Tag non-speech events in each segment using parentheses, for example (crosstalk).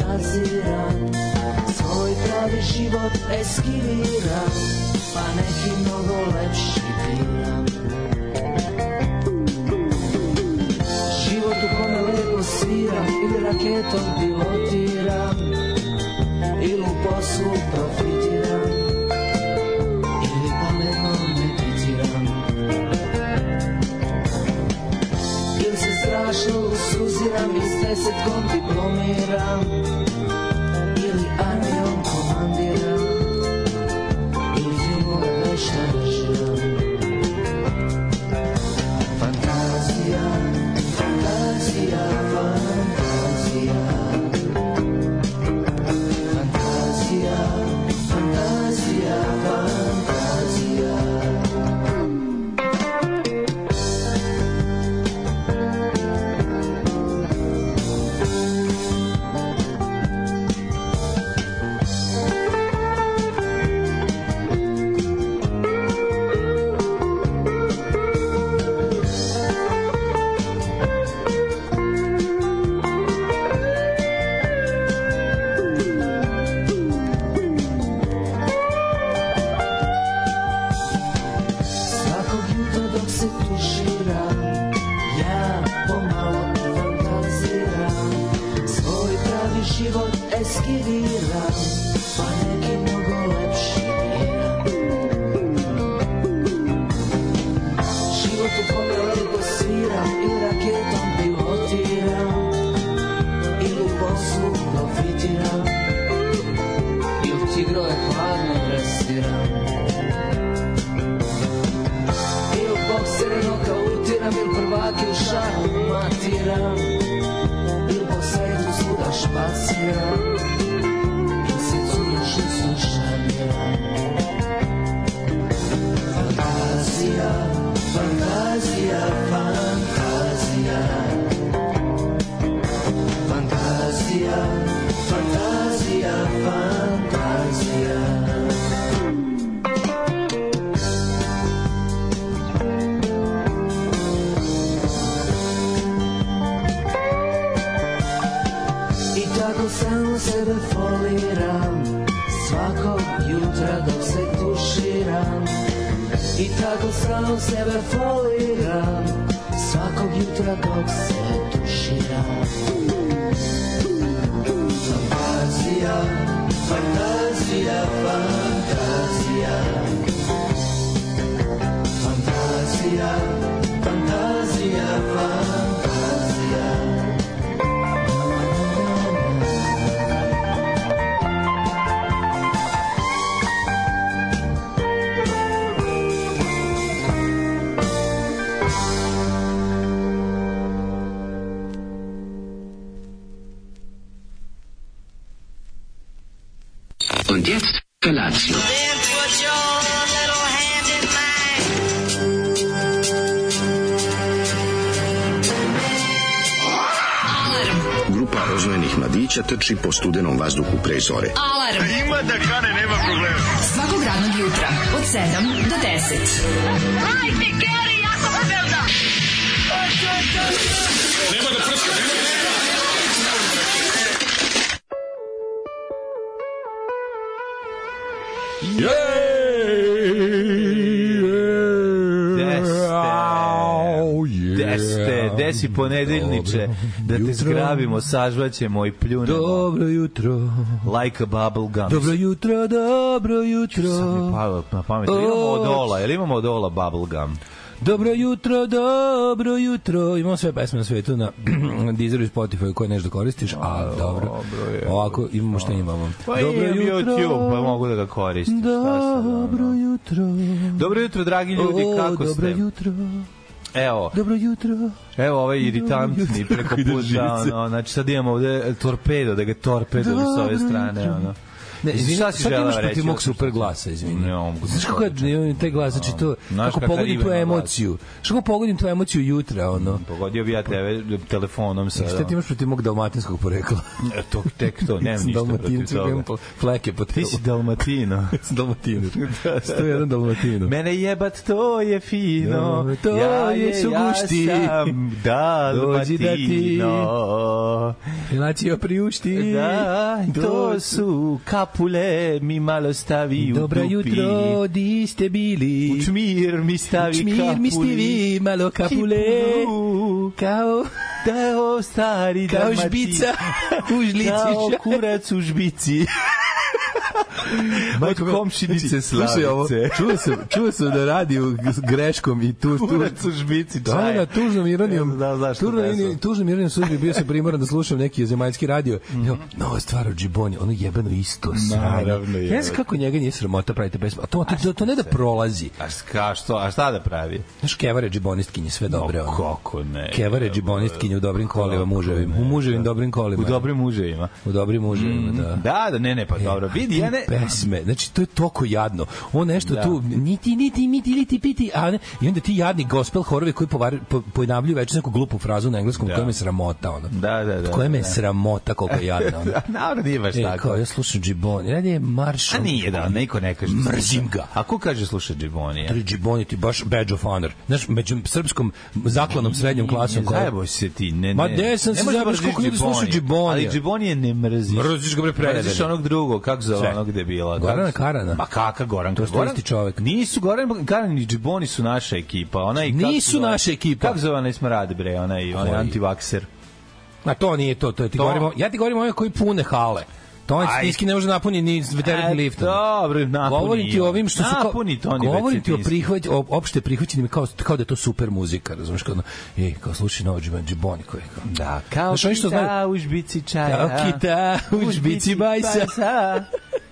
baziran Svoj pravi život eskiviram Pa neki mnogo lepši biram Život u kome lepo sviram Ili raketom pilotiram Ili u poslu profitiram Ili pametno meditiram Ili se strašno usuziram I s desetkom diplomiram Ili armijom komandiram Ili filmove vešta režiram Fantazija, fantazija, fantazija Fantazija, fantazija, fantazija Svakog jutra dok se tuširam Ja pomalo fantaziram Svoj pravi život eskiviram Pa neki mnogo lepši biram Život u kome lepo sviram Ili raketom pilotiram Ili u poslu profitiram Ili tigrove hladno dresiram Ili boksere nokautiram Ili prvake u šahu matiram Ili po svetu svuda špaciram Ili se curim što slušaniram Fantazija, fantazija, fantazija Fantazija, fantazija, fantazija I tako sam sebe foliram Svakog jutra dok se tuširam I tako sam sebe foliram Svakog jutra dok se tuširam Fantazija, fantazija, fantazija Fantazija, fantazija, fantazija Und jetzt Felatio. Then put your little hand in mine. Grupa rozvojenih mladića trči po studenom vazduhu pre zore. Alarm. Ima da kane, nema problema. Svakog radnog jutra, od 7 do 10. Deste, desi ponedeljniče, da te Jutro. zgrabimo, sažvaćemo i pljunemo. Dobro jutro. Like a bubble gum. Dobro jutro, dobro jutro. Sad mi je palo na pamet. Jel Imamo od Ola, jel imamo od Ola bubble gum? Dobro jutro, dobro jutro. Imamo sve pesme na svetu na (clears throat) Deezeru i Spotify koje nešto koristiš, a dobro. dobro je. Ovako imamo šta imamo. Pa Dobro imam jutro. YouTube, pa mogu da ga koristim. šta sad, ono. Dobro jutro. Dobro jutro, dragi ljudi, O, kako dobro ste? jutro. Evo, Dobro jutro. evo ovaj iritantni jutro, preko kako ide puta, živce. ono, znači sad imamo ovde torpedo, da e, ga torpedo s ove Dobro strane, jutro. ono. Ne, Mislim, izvini, šta sad si ti želela imaš protiv reći, mog Ognjić? super glasa, izvini. Ne, ovo Znaš kako je ne, taj glas, znači to, Znaš kako kakav pogodi tvoju Ivanov glas. emociju. Što kako pogodim tvoju emociju jutra, ono. Pogodio bi ja tebe telefonom sa... Šta ti imaš protiv mog dalmatinskog porekla? E, to, tek to, da. nemam Sam ništa protiv dalmatincu, toga. imam pl- fleke po Ti telu. (laughs) si Dalmatino. Sam dalmatinac. (laughs) da. 101 dalmatinac. Mene jebat, to je fino. Da, to ja je sugušti. Ja sam Dođi da ti. Dalmatino. Znači, ja priušti. Da, to su kapule, mi malo stavi u Dobro dupi. jutro, di ste bili? U čmir mi stavi Čmir mi ste kapuli. vi, malo kapule. Kipulu. Kao, Teo Da stari kao Dalmatin. žbica (laughs) (laughs) u žlici. Kao ša- kurac u (laughs) žbici. Od komšinice znači, Slušaj ovo, Slavice. čuo sam, čuo sam da radi u- s greškom i tu, tu, Kurac u žbici, Da, čaj. da, tužnom ironijom, Da, znaš tu tužnom, pesmu. ironijom, tužnom ironijom sudbi bio sam primoran da slušam neki zemaljski radio. Mhm. Evo, nova stvar od Džibonja, ono jebeno isto sranje. Naravno, Ja ne jebote. znam kako njega nije sramota pravite pesmu, a to, to, to, to ne da prolazi. A ska, što, a šta da pravi? Znaš, kevare džibonistkinje, sve dobre. ono. kako ne, Kevare jebote. džibonistkinje u dobrim kolima Kako muževim. ne, U muževim da. dobrim kolima. U dobrim muževima. u dobrim muževima, da. Da, da, ne, ne, pa dobro. Vidi, ja ne... pesme, znači to je toliko jadno. On nešto Da. da. tu niti niti niti liti piti, a ne, i onda ti jadni gospel horovi koji povar, po, pojavljuju već neku glupu frazu na engleskom Da. koja me sramota ona. Da, da, da. koja me da. sramota koliko je jadna (laughs) ona. Naravno da nije baš E, tako. kao ja slušam Džiboni, radi je marš. A nije da, neko ne kaže. Mrzim ga. A ko kaže sluša Džibonija? Tri Džiboni ti baš badge of honor. Znaš, među srpskom zaklanom srednjom klasom. koja- Zajebo se ti, ne, ne. Ma gde sam se Ne možeš zajebao, mrziš koliko ljudi slušaju Džibonija. Ali Džibonije ne mrziš. Mrziš ga, bre, prevedeno. Mrziš onog drugog, kako zove Sve. onog debila. Gorana Kako se- Karana. da. Ma kaka Goran To je isto Goran- isti čovek. Nisu Goran Karan i Džiboni su naša ekipa. Ona i Nisu naša ekipa. Kako zove onaj smrad, bre, onaj, onaj Koji? antivakser. Ma to nije to, to ti To- govorimo. Ja ti govorim o ovima koji pune hale. To on Aj. niski ne može da napuni ni E, teretni lift. Dobro, napuni. Govorim ti o ovim što su kao Napuni Toni govorim ti o Becetinski. prihvat o opšte prihvaćenim kao kao da je to super muzika, razumeš kao ono, ej, kao slušaj novo Džibon Džiboni koji kao. Da, kao Znaš, oni što znaju- kita u žbici čaja. Kao kita u žbici bajsa. (laughs)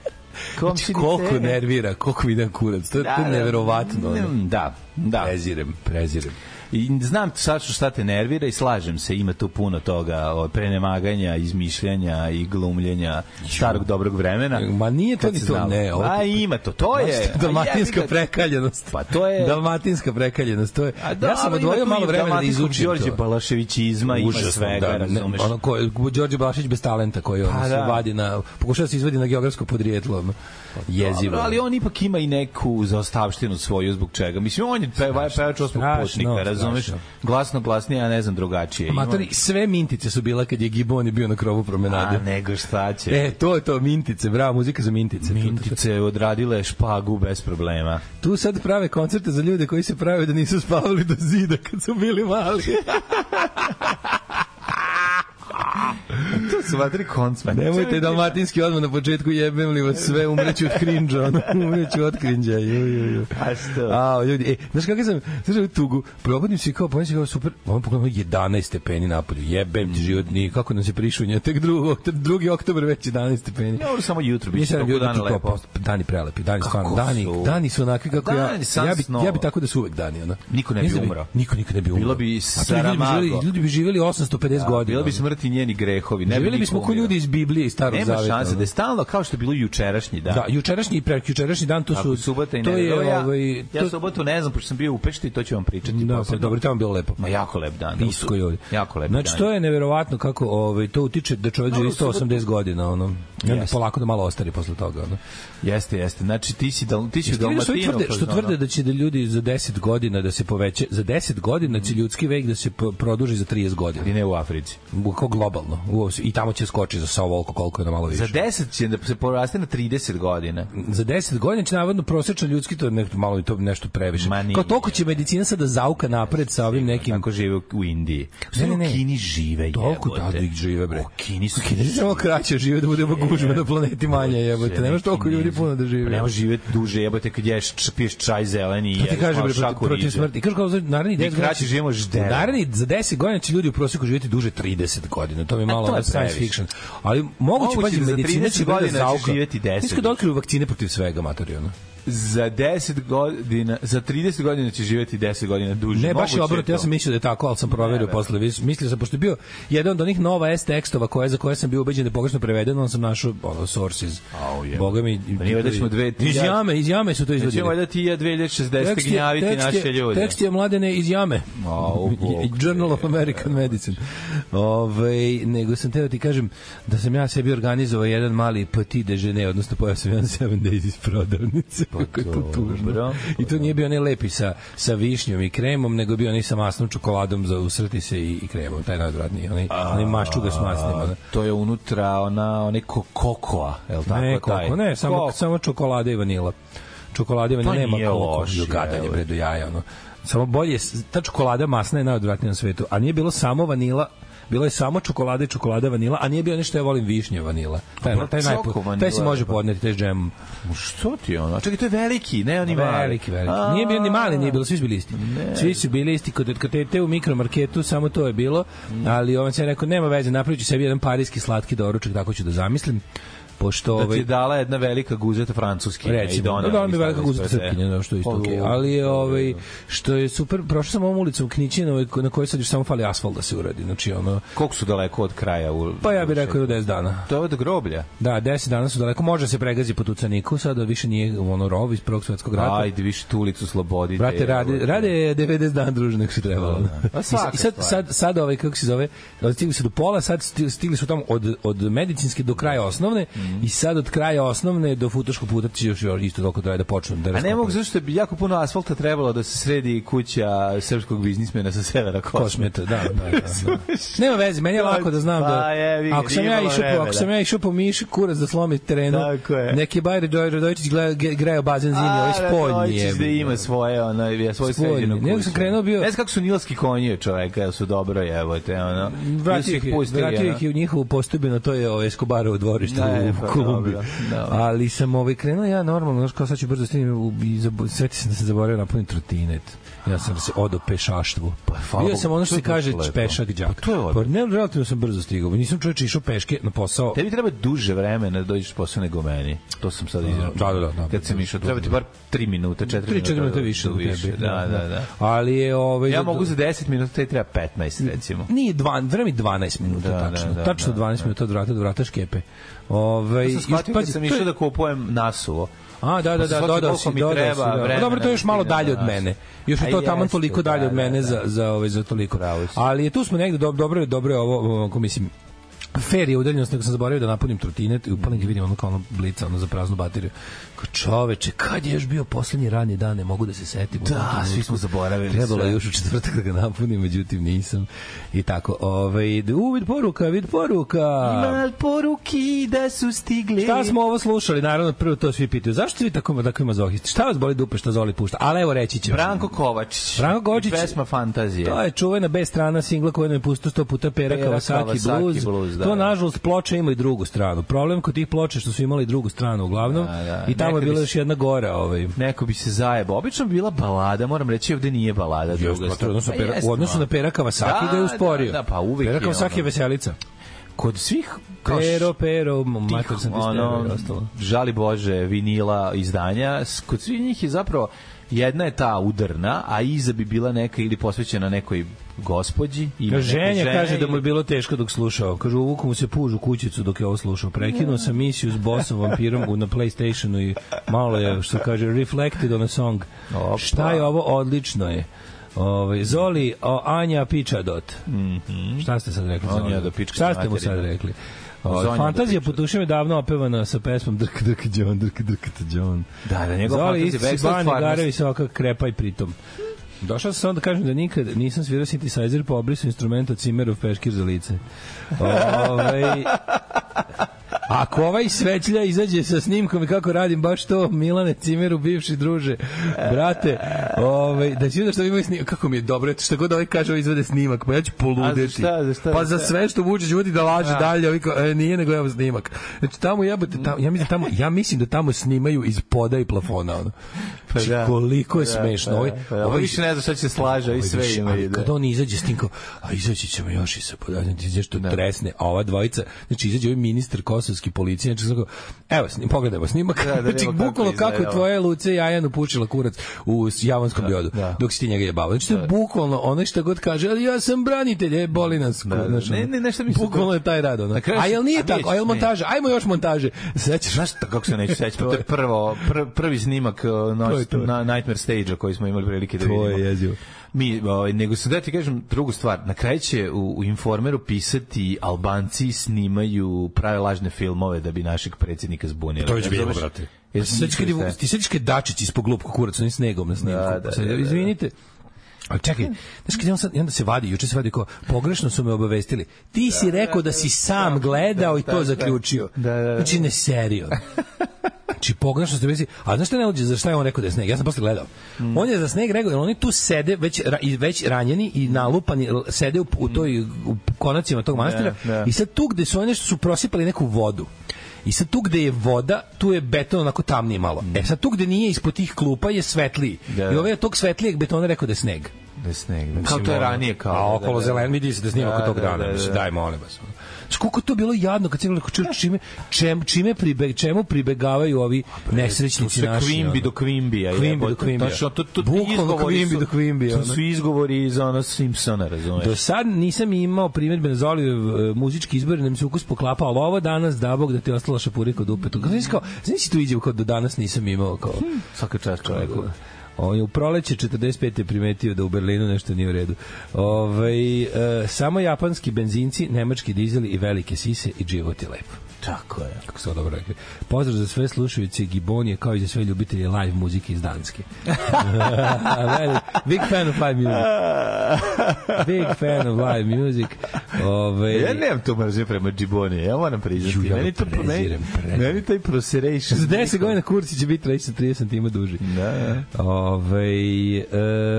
Znači, Komšinice. e, koliko nervira, koliko vidim kurac. To je, to je neverovatno. ono. Mm, Da, da. Prezirem, prezirem. I znam sad što šta te nervira i slažem se, ima tu puno toga, o, prenemaganja, izmišljanja i glumljenja starog dobrog vremena. Ma nije to Kad ni se to, znalo. ne, ovo- A ima to, to je. dalmatinska a jebi ga, prekaljenost. Pa to je- dalmatinska prekaljenost, to je. A ja sam dobro, ima odvojio tu malo i vremena da dalmatinskog izučim Đorđe to. Balaševićizma, ima Užasno, svega, da, ne, razumeš. ono ko Đorđe Balašić bez talenta koji on Pa se da. vadi na pokušava da se izvadi na geografsko podrijetlo. ono, Jezivo. Dobro, ali on ipak ima i neku zaostavštinu svoju zbog čega. Mislim, on je peva, pevač osmog strašno, putnika, razumeš? strašno. Glasno, glasnije, a ne znam drugačije. Ima- Matori, sve mintice su bila kad je Giboni bio na krovu A promenade. nego šta će. Da. E, to je to, mintice, bravo, muzika za mintice. Mintice odradile špagu bez problema. Tu sad prave koncerte za ljude koji se prave da nisu spavali do zida kad su bili mali. To su vatri koncma. (laughs) Nemojte da dalmatinski odmah na početku jebem li vas sve, umreću od krinđa, (laughs) ono, umreću od krinđa. Ju, ju, ju. A što? A, ljudi, e, znaš kako sam, znaš kako tugu, probudim se i kao, pomislim kao super, on pogledam 11 stepeni napolju, jebem ti život, ni kako nam se prišunje, tek 2. drugi oktober već 11 stepeni. Ne, ovo samo jutro, Mi biće sad tako da ljudi dana tu kao, da lepo. pa, dani prelepi, dani Kako stvarno, dani, su? dani su onakvi kako Dani, ja, san ja bi, snova. ja bi tako da su uvek dani, ono. Niko ne bi Mislim da umrao. Niko nikad ne bi umrao. Bilo bi A to Saramago. Da, Ljudi bi živjeli, ljudi bi živjeli 850 godina. Bilo bi ono. smrti njeni grehovi. Ne bi Živjeli niko bismo ko umro. ljudi iz Biblije i Starog Nema Zaveta. šanse ono. da je stalno kao što je bilo jučerašnji dan. Da, jučerašnji i prekjučerašnji dan to Ako su subota i to nedelja. Evo je ja, ovaj ja to, subotu ne znam, pošto sam bio u Pešti, to ću vam pričati da, pa posebno. dobro, tamo je bilo lepo. Ma jako lep dan. da Pisko je ovdje. Jako lep Znači, dan. to je neverovatno kako ovaj, to utiče da čovjek živi u subotu- 180 godina, ono. I onda Jeste. polako da malo ostari posle toga, ono. Jeste, jeste. Znači ti si dal, ti si Što vidiš ovi dalmatinu. tvrde, što tvrde da će da ljudi za 10 godina da se poveće, za 10 godina Mhm. će ljudski vek da se po- produži za 30 godina. I ne u Africi. Bu- Kao globalno. U- I tamo će skočiti za sa ovoliko koliko je na malo Za više. 10 će da se poraste na 30 godina. za 10 godina će navodno prosečan ljudski to je nešto malo i to nešto previše. Ma nije. Kao toliko će medicina sada zauka napred sa ovim nekim Tako žive u Indiji. Ne, Ne, ne, U ne. Kini žive, Toliko jebote. da ih žive bre. U Kini su Kinezi samo kraće žive da budemo gužva na planeti manje jebote. Nemaš toliko ljudi puno da Pa žive. Ne može živeti duže, jebote, kad ješ, č- piješ čaj zeleni i Ja Pa ti ješ kažem malo bre protiv, šaku protiv riže. smrti. Kažu kao za naredni 10 godina. kraće živimo ždere. Naredni za 10 godina će ljudi u proseku živjeti duže 30 godina. To mi je malo E, to je ono science previše. fiction. Ali moguće Moguće pa da za medicina 30 će bre da godina će zauka. živjeti 10 Nisko da otkriju vakcine protiv svega materijalno. za 10 godina, za 30 godina će živjeti 10 godina duže. Ne, baš Moguće je obrnuto, to. ja sam mislio da je tako, ali sam proverio ne. posle. Vis- Mislio sam, pošto je bio jedan od onih nova S tekstova koje, za koje sam bio ubeđen da je pogrešno prevedeno, on sam našao ono, sources. Au, jebe. Boga mi... Pa nije valjda ćemo dve- Znači, iz jame, iz jame su to Nećemo izvodili. valjda ti i ja 2060 Tekst je- gnjaviti tekst je- da naše ljude. Tekst je mladene iz jame. (laughs) Au, Bog Journal of American Medicine. Ove, nego sam teo ti kažem da sam ja sebi organizovao jedan mali petit dežene, odnosno pojao sam jedan seven days iz prodavnice. Kako je to tužno. Pa dobro, Pa da. I to nije bio onaj lepi sa, sa višnjom i kremom, nego je bio onaj sa masnom čokoladom za usreti se i, i kremom. Taj najodvratniji, onaj, onaj maščuga s masnim. A, Ona. to je unutra ona, onaj ko, kokoa, je li tako? ne, taj? koko, ne, samo, Koko. samo čokolada i vanila. Čokolada i vanila To nema nije koliko. loše, Jo, Gadanje, evo. bre, do jaja, ono. Samo bolje, s- ta čokolada masna je najodvratnija na svetu, a nije bilo samo vanila, bilo je samo čokolada i čokolada vanila, a nije bio nešto ja volim višnja vanila. Taj, Pa, taj, čoko najpo, taj vanila se je, može pa. podneti, taj s džemom. Što ti je ono? Čekaj, to je veliki, ne oni mali. Veliki, veliki. A, Nije bio ni mali, nije bilo, svi su bili isti. Svi su bili isti, kod, kod te, te u mikromarketu samo to je bilo, ali on se je rekao, nema veze, napravit ću sebi jedan parijski slatki doručak, tako ću da zamislim, pošto... Da ti ovaj, je dala jedna velika guzeta francuskinja i recimo, donela. da mi iz velika toga guzica ispred Srpkinja, da, što je isto Pa, okej. u, Ali je, dobro, ovaj, dobro. što je super, prošao sam ovom ulicom Knićinovoj, ko- na kojoj sad još samo fali asfalt da se uradi, znači ono, Koliko su daleko od kraja? U, pa ja bih rekao do 10 dana. To je od groblja. Da, 10 dana su daleko, može da se pregazi po tucaniku, sada više nije ono rov iz prvog svetskog rata. Ajde, više tu ulicu slobodite. Brate, rade, rade 90 dana druže nego što je trebalo. Pa I sa- svaka I sad, stvar. sad, sad ovaj, kako se zove, stigli su do pola, sad sti- stigli su tamo od, od medicinske do kraja osnovne Mhm. i sad od kraja osnovne do futoškog puta će još isto toliko traje da počnu. Da A ne raskopaju. mogu, zašto bi jako puno asfalta trebalo da se sredi kuća srpskog biznismena sa severa Kosmeta. Kosmeta, da, da, da, da. Nema veze, meni je lako da znam da Pa, Pa jebi ga, ako sam nije ja imalo išao po, vremena. ako sam ja išao po Miši kurac da slomi terenu. Tako je. Neki Bajri Dojro Radojičić gleda- ge- grejao bazen zimi, ovaj spoljni je. Da ima svoje, ono, ja svoje Spoljni. sređeno kuće. Nego sam krenuo bio- Ne znam kako su nilski konje čoveka, jel su dobro jebote, ono. Ili su Vratio ih, je- pustili, vratio ono. ih je u njihovu postubinu, to je ovaj Escobarovo dvorište da. Ne, u pa Kolumbiji. dobro, dobro. Ali sam ovaj krenuo ja normalno, znači kao sad ću brzo stignem u- i zabo- seti sam da se zaboravio napuniti trotinet. Ja sam se odo pešaštvu. Pa, hvala Bio Bogu, sam ono to što je se kaže baš lepo. pešak đak. Pa to je odlično. Pa ne, relativno sam brzo stigao. Nisam čoveče išao peške na posao. Tebi treba duže vremena da dođeš posao nego meni. To sam sad izračunao. da, da, da, da. Kad sam išao, treba ti bar 3 minuta, 4 minuta. 3-4 minuta više da od tebe. Da, da, da. Ali je ovaj Ja mogu za 10 minuta, tebi treba Mm. 15, recimo. Nije dva, vreme 12 minuta Da, da, tačno. da, tačno da, 12 minuta od vrata do vrata škepe. Ovaj Ja sam shvatio kad sam išao da kupujem nasuvo. A, da, da, sam da, shvatio dodao koliko si, mi dodao treba si. Da. vremena Dobro, to je još da malo stignem dalje do nas. od mene. Još A je to tamo jeste, toliko da, dalje od da, mene da. za, za, ovaj, za toliko. Pravo si. Ali je tu smo negde, dob- dobro, je- dobro je ovo, ako mislim, fer je udaljenost, nego sam zaboravio da napunim trotinet i upalim ga vidim ono kao ono blica, ono za praznu bateriju. Kao čoveče, kad je još bio poslednji radni dan, ne mogu da se setim. u tom Da, trenutku. svi smo zaboravili Trebalo je sve. još u četvrtak da ga napunim, međutim nisam. I tako, ovaj, u, vid poruka, vid poruka. Mal poruki da su stigle. Šta smo ovo slušali? Naravno, prvo to svi pitaju. Zašto vi tako, tako ima zohist? Šta vas boli dupe što Zoli pušta? Ali evo reći ću. Branko Kovačić. Branko Kovačić. I Pesma Fantazije. To je čuvena B strana singla koju nam je pustio sto puta Pera, Pera Kawasaki Kawasaki Blues. Blues, da, to, da. nažalost, ploče ima i drugu stranu. Problem kod tih ploče je što su imali drugu stranu uglavnom Da, da. i tamo je Nekad bila bi- još jedna gora. Ovaj. Neko bi se zajebao. Obično bi bila balada, moram reći, ovde nije balada. druga Pa, stvar. odnosno, Pa pera, jeste, u odnosu ma. na Pera Kawasaki Da, ga je usporio. da, da, pa uvek Pera je Kawasaki je ono. veselica. Kod svih kao Pero, pero, mater sam ti stereo i ono, ostalo. žali Bože, vinila izdanja, s- kod svih njih je zapravo jedna je ta udarna, a iza bi bila neka ili posvećena nekoj gospođi. Ima neka Ženja žena kaže da mu je ili- bilo teško dok slušao. Kaže, uvuku mu se puž u kućicu dok je ovo slušao. Prekinuo sam misiju s bosom vampirom u- na Playstationu i malo je, što kaže, reflected on a song. Opa. Šta je ovo? Odlično je. Ove, Zoli, o, Anja Pičadot. Šta ste sad rekli? Mhm. Anja da Zoli? do pičke Šta ste mu materine. sad rekli? Ove, Zonja do fantazija pičke. potušio je davno opevana sa pesmom Drk, drk, John, drk, drk, John. Da, da, njegov Zoli, fantazija isti veksa ban, stvarnost. garevi se ovakav krepa i pritom. Došao sam samo da kažem da nikad nisam svirao synthesizer po obrisu instrumenta Cimerov peškir za lice. Ove, Ovaj, ako ovaj svećlja izađe sa snimkom i kako radim baš to, Milane Cimeru, bivši druže, brate, ove, da si vidio što imaju snimak, kako mi je dobro, eto, šta god ovaj kaže, ovaj izvede snimak, pa ja ću poludeti. A za šta, za šta, pa za za šta? sve što Vučić vodi da laže dalje, ovi kao, e, nije nego evo snimak. Znači, tamo jebote, tamo, ja, mislim, da tamo, ja mislim da tamo snimaju iz poda i plafona. Ono. Pa da. Koliko je Da, smešno. da, Ovaj, da. Ovo više ne zna šta će se slaže, Da i Ovaj sve više, ima ali ide. Kad on izađe s tim Da. kao, a izaći ćemo još i sa podacima, ti izađeš to tresne, a ova dvojica, znači izađe ovaj ministar Kosovski kosovski policiji. Znači, znači, evo, snim, pogledajmo snimak. Da, da vidimo (laughs) znači, kako bukvalno izgleda, kako je evo. tvoje Luce Jajan upučila kurac u javanskom biodu, da. dok si ti njega jebao. Znači, to je bukvalno ono što god kaže, ali ja sam branitelj, e, boli nas. Da, da, Znači, ne, ne, nešto mi se- Bukvalno je taj rad, ono. Na kraju A jel se- nije a tako? A jel neće, montaže? Ajmo još montaže. Sećaš? Znaš šta, kako se neću sećati, Pa to je prvo, pr, prvi snimak uh, To je noć, to. na, Nightmare Stage-a koji smo imali prilike da To je vidimo. jezivo. Mi, ovaj, nego se da ti kažem drugu stvar, na kraju će u, u Informeru pisati Albanci snimaju, prave lažne filmove da bi našeg predsjednika zbunili. To je već bilo, Razumeš? brate. Jel E, Ti sećaš kad je- ti ti sećaš kad je Dačić ispod glupko kurac onim snegom na snimku. Da, da, Sad, da, da, da. izvinite. Ali čekaj, znaš kad je on sad, i onda se vadi, juče se vadi kao, pogrešno su me obavestili. Ti si rekao da si sam gledao i da, to da. zaključio. Da, da, da. Znači, ne serio. Znači, pogrešno ste obavestili. A znaš šta ne uđe, za šta je on rekao da je sneg? Ja sam posle gledao. Mm. On je za sneg rekao, jer oni tu sede, već, ra- i već ranjeni i nalupani, l- sede u, u toj, u konacima tog manastira. Mm. Da, da. I sad tu gde su oni nešto su prosipali neku vodu. I sad tu gde je voda, tu je beton onako tamnije malo. E sad tu gde nije ispod tih klupa je svetliji. Mm. Da. I ovaj je tog svetlijeg betona rekao da je sneg. sneg. Kao to je ranije kao. A okolo zelen vidi se da snima kod tog da, da, dana, da. mislim daj molim vas. Znači, koliko je to bilo jadno kad se gledalo ču- čime čem, čime pribe, čemu pribegavaju ovi To nesrećnici su naši. Kvimbi ono. do Kvimbija. Kvimbi jebote. do Kvimbija. Znači, to, to, Bukvalno izgovori Kvimbi su- do Kvimbija, To ono. su izgovori iz ono Simpsona, razumeš? Do sad nisam imao primjedbe na Zolijev e, muzički izbor, nam se ukus poklapa, ali ovo danas, da bog, da ti je ostala šapurika od upetu. Znači, kao, znači tu iđe kao do danas nisam imao kao... Svaka čast čoveku. Pa da. On je u proleće 45. primetio da u Berlinu nešto nije u redu. Ovaj e, samo japanski benzinci, nemački dizeli i velike sise i život je lep. Tako je. Kako se ovo dobro rekli. Pozdrav za sve slušajuće Gibonije kao i za sve ljubitelje live muzike iz (laughs) Danske. Very big fan of live music. Big fan of live music. Ovaj (laughs) Ja nemam tu mržnje prema Džiboni, ja moram Ju, priznati. ja ga Meni, to, meni, prezirem, prezirem. meni taj proseration. Za 10 godina kurci će biti 30 cm duži. Da. Ove,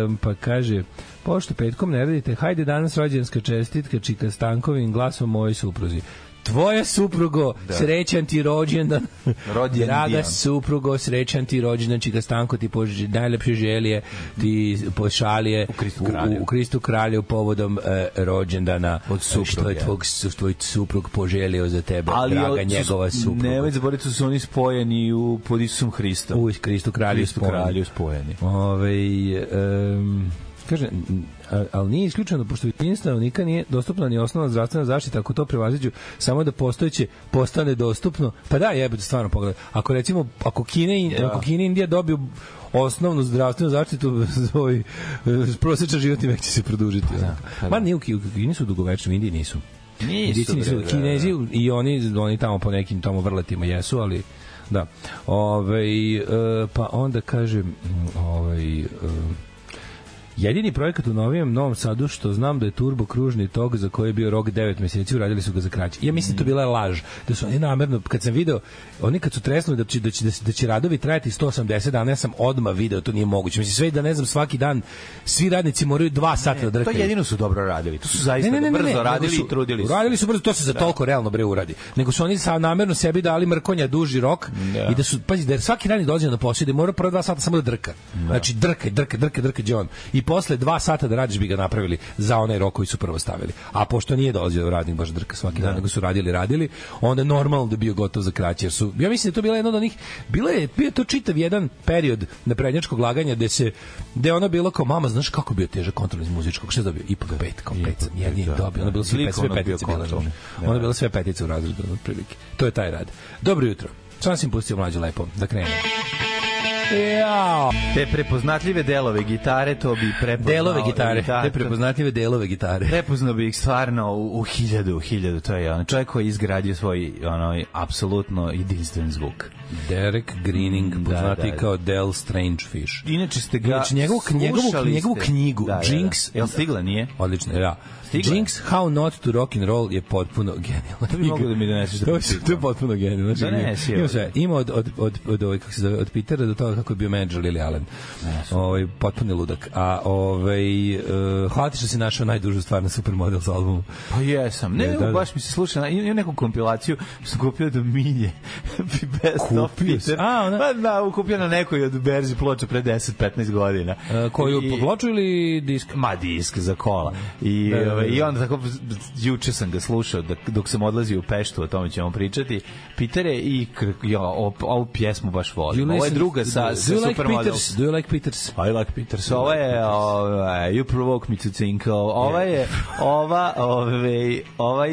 um, pa kaže, pošto petkom ne radite, hajde danas rođenska čestitka Čika Stankovim glasom mojoj supruzi. Tvoja suprugo, da. srećan ti rođendan. (laughs) Rođendan. Draga suprugo, srećan ti rođendan, Čika Stanko ti pož, najlepše želje, ti pošalje u Kristu kralju. u, u Kristu kralju povodom e, rođendana Od supruge. Što je tvog, su- tvoj suprug poželio za tebe, draga njegova supruga. Nemoj zaboraviti da su oni spojeni u, pod Isusom Hristom. U Kristu kralju Kristu spomenu. kralju spojeni. Pa Ove, um, kaže, n- a- ali nije isključeno, pošto većini stanovnika nije dostupna ni osnovna zdravstvena zaštita, ako to prevaziđu, samo da postojeće postane dostupno. Pa da, jebate, stvarno pogledaj. Ako recimo, ako Kine, i- ako Kine i Indija dobiju osnovnu zdravstvenu zaštitu (laughs) svoj prosečan životni vek će se produžiti. Da, Ma nije u Ki- u Kini su dugovečni, u Indiji nisu. Indijci nisu, bre, da, Kinezi i oni oni tamo po nekim tamo vrletima jesu, ali da. Ovaj e, pa onda kažem mm, ovaj e, Jedini projekat u novijem Novom Sadu što znam da je turbo kružni tok za koji je bio rok 9 meseci, uradili su ga za kraće. Ja mislim da to Mm. bila laž, da su oni namerno, kad sam video, oni kad su tresnuli da će, da će, da će, da će radovi trajati 180 dana, ja sam odmah video, to nije moguće. Mislim, sve i da ne znam, svaki dan svi radnici moraju dva sata da To drkaju. jedino su dobro radili. To su zaista da brzo radili nego i trudili su. Radili su brzo, to se Da. za toliko realno bre uradi. Nego su oni sa namerno sebi dali mrkonja duži rok i da su pazi da je svaki radnik dođe na posao i da mora prva dva sata samo da drka. Znači drka, drka, drka, drka đon. I posle dva sata da radiš bi ga napravili za onaj rok koji su prvo stavili. A pošto nije dolazio radnik baš drka svaki Da. dan, nego su radili, radili, onda je normalno da je bio gotov za kraće. Jer su, ja mislim da je to bila jedna od onih, bilo je, bio je to čitav jedan period na prednjačkog laganja gde se, gde je ono bilo kao, mama, znaš kako bio težak kontrol iz muzičkog, šta je dobio? Ipak pet, kao pet sam, jedini da, dobio, da. ono bilo sve, Lik pet, sve ono bio petice bile. kontrolni. znaš. Da, Ono da. je bilo sve petice u razredu, otprilike. To je taj rad. Dobro jutro. Sam sam pustio mlađu lepo, da krenem. Jao! Te prepoznatljive delove gitare, to bi prepoznao. Delove gitare, Da, te to- prepoznatljive delove gitare. prepoznao bi ih stvarno u, u hiljadu, u hiljadu, to je ono, čovjek koji je izgradio svoj, ono, apsolutno jedinstven zvuk. Derek Greening, Mm, da, poznati da. kao Del Strange Fish. Inače ste ga Znači, njegovu- slušali njegovu- ste- njegovu knjigu, da, Pa, da, da. Jinx- Jel stigla, nije? Odlično, da. Stigla je. Jinx How Not to Rock and Roll je potpuno genijalna bi mogao da mi doneseš da to, je, pročitam. to je potpuno genijalno. Znači, Donesi, ima evo. sve. Ima od, od, od, od, ovaj, kako se zove, od Pitera do toga ono koji je bio menadžer Lili Allen. Ovaj potpuni ludak. A ovaj uh, hvala ti što si našao najdužu stvar na Supermodel sa albumom. Pa jesam. Ne, Ne, da, da. baš mi se sluša. na- Imam imam neku kompilaciju što sam kupio do Milje. (laughs) Best of Kupio si? Peter. A, ona- Pa da, kupio na nekoj od Berzi ploča pre 10-15 godina. Uh, koju I- I... ploču ili disk? ma disk za kola. I, Da, da, da, ovaj, da. I onda tako, juče sam ga slušao dok, dok sam odlazio u Peštu, o tome ćemo pričati. Peter je i, kr- ja, o- ovu pjesmu baš volim. Ovo je druga sa, Do sa you like Supermodel. Peters? Do you like Peters? I like Peters. Ova je, ovaj, you provoke me to think. Ova je, ova, ovaj, ovaj,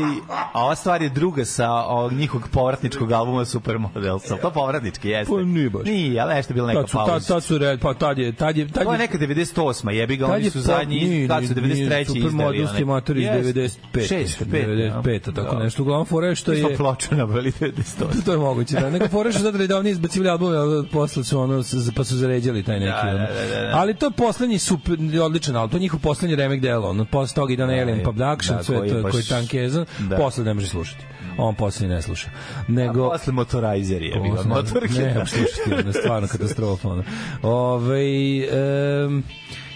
a ova stvar je druga sa ovog njihovog povratničkog albuma Supermodel. Sa to povratnički jeste. Pa nije baš. Nije, ali nešto je bila neka Tad su, pauza. tad, tad su, red, pa tad je, tad je, tad To je je, neka 98. jebi ga, Tad oni je su pop- zadnji, nije, kad su nije, nije, 93. izdali. Supermodel ste matori iz 95. 6, da. 95, tako nešto. Uglavnom, fora je što Mi smo je... ploču nabili 98. (laughs) To je moguće, da. Neka fora je što zato da je oni izbacivali album, a posle su ono, s- pa su zaređali taj neki. Da, da, ono. da, da, da. Ali to je poslednji super, odličan album, to je njihov poslednji remek delo, ono, posle toga ide na Alien je. Production, Da, sve koji to, baš- koji je tankeza, Da. posle ne može slušati. On posle ne sluša. Nego, Posle motorizer je bilo Ovo, motorke. (laughs) Ne, ne, slušati, ono, stvarno katastrofa. Ono. Ove, um,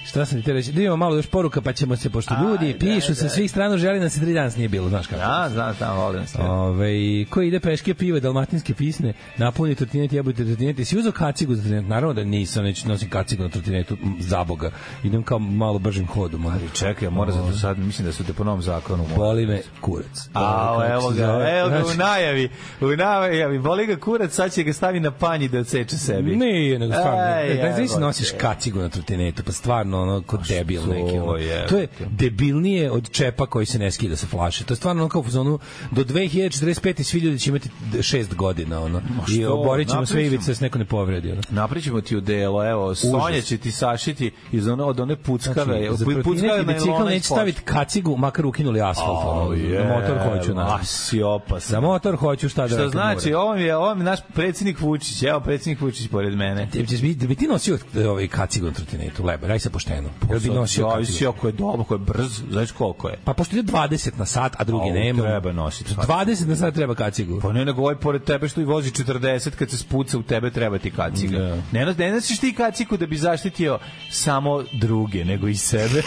šta sam ti te reći, da imamo malo još poruka, pa ćemo se, pošto ljudi Ajde, pišu sa svih strana, želi nas se tri danas nije bilo, znaš kako. Da, znam, znam, volim sve. Ove, ko ide peške pive, dalmatinske pisne, napolje trotinet, jebute trotinet, jesi uzao kacigu za trotinet? Naravno da nisam, neću nosim kacigu na trotinetu, m, za boga. Idem kao malo bržim hodom. ono. Čekaj, ja moram zato sad, mislim da su te po novom zakonu. mora. Boli me kurac. A, Pa, Kako evo se ga, zove. evo ga u Znači, najavi, u najavi, boli ga kurac, sad će ga stavi na panj i da odseče sebi. Nije, nego stvarno. Aj, Ej, da jebote. znači nosiš kacigu na trotinetu, pa stvarno ono kod debil što neki. Ono. je, To je debilnije od čepa koji se ne skida sa flaše. To je stvarno ono kao u fazonu do 2045 svi ljudi će imati 6 godina ono. I što, oborit ćemo sve napričam. ivice da se neko ne povredi. Ono. Naprićemo ti u delo, evo, Sonja će ti sašiti iz one, od one puckave, za znači, puckave trotinet i na bicikl ilona neće staviti kacigu, makar ukinuli asfalt. Pa ono, za motor hoću. Na. A si opasan. Za motor hoću šta da Što radim, znači, moram. ovo mi je, ovo mi je naš predsjednik Vučić, evo predsjednik Vučić pored mene. Ti- ćeš biti- Da bi ti nosio ovaj kacigu na trotinetu, lebo, raj se pošteno. Jel bi nosio kacigu? Pa Zavisi ako je dobro, ako je brz, znaš koliko je. Pa pošto ide 20 na sat, a drugi Au, nema. treba nositi kacigu. 20 na sat treba kacigu. Pa ne nego ovaj pored tebe što i vozi 40 kad se spuca u tebe treba ti kaciga. Da. Ne, nos- ne nosiš ti kaciku da bi zaštitio samo druge nego i (laughs) sebe.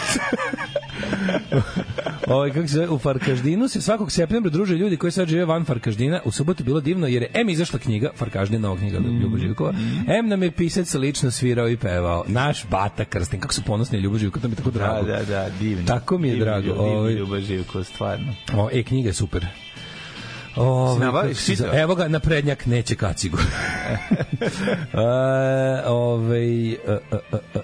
Ovaj kako se zove, u Farkaždinu se svakog septembra druže ljudi koji sad žive van Farkaždina. U subotu je bilo divno jer je M izašla knjiga Farkaždin nova knjiga od Mm. Ljubo Živkova. M nam je pisac lično svirao i pevao. Naš Bata Krsten, kako su ponosni na Ljubo Živkova, to mi je tako da, drago. da, da, divno. Tako mi je divno, drago, Divno, ovaj. Ljuba Živko, stvarno. O, e knjiga je super. Ovaj, O, Si nabavio, čitao? evo ga, na prednjak neće (laughs) kacigu. e, ovaj, e, e, e, e,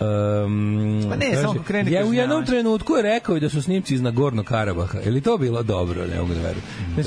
e, um, Pa ne, samo ako krene ja, u jednom kažnjavanje. trenutku je rekao i da su snimci iz Nagorno Karabaha. Je li to bilo dobro? Ne mogu da verujem.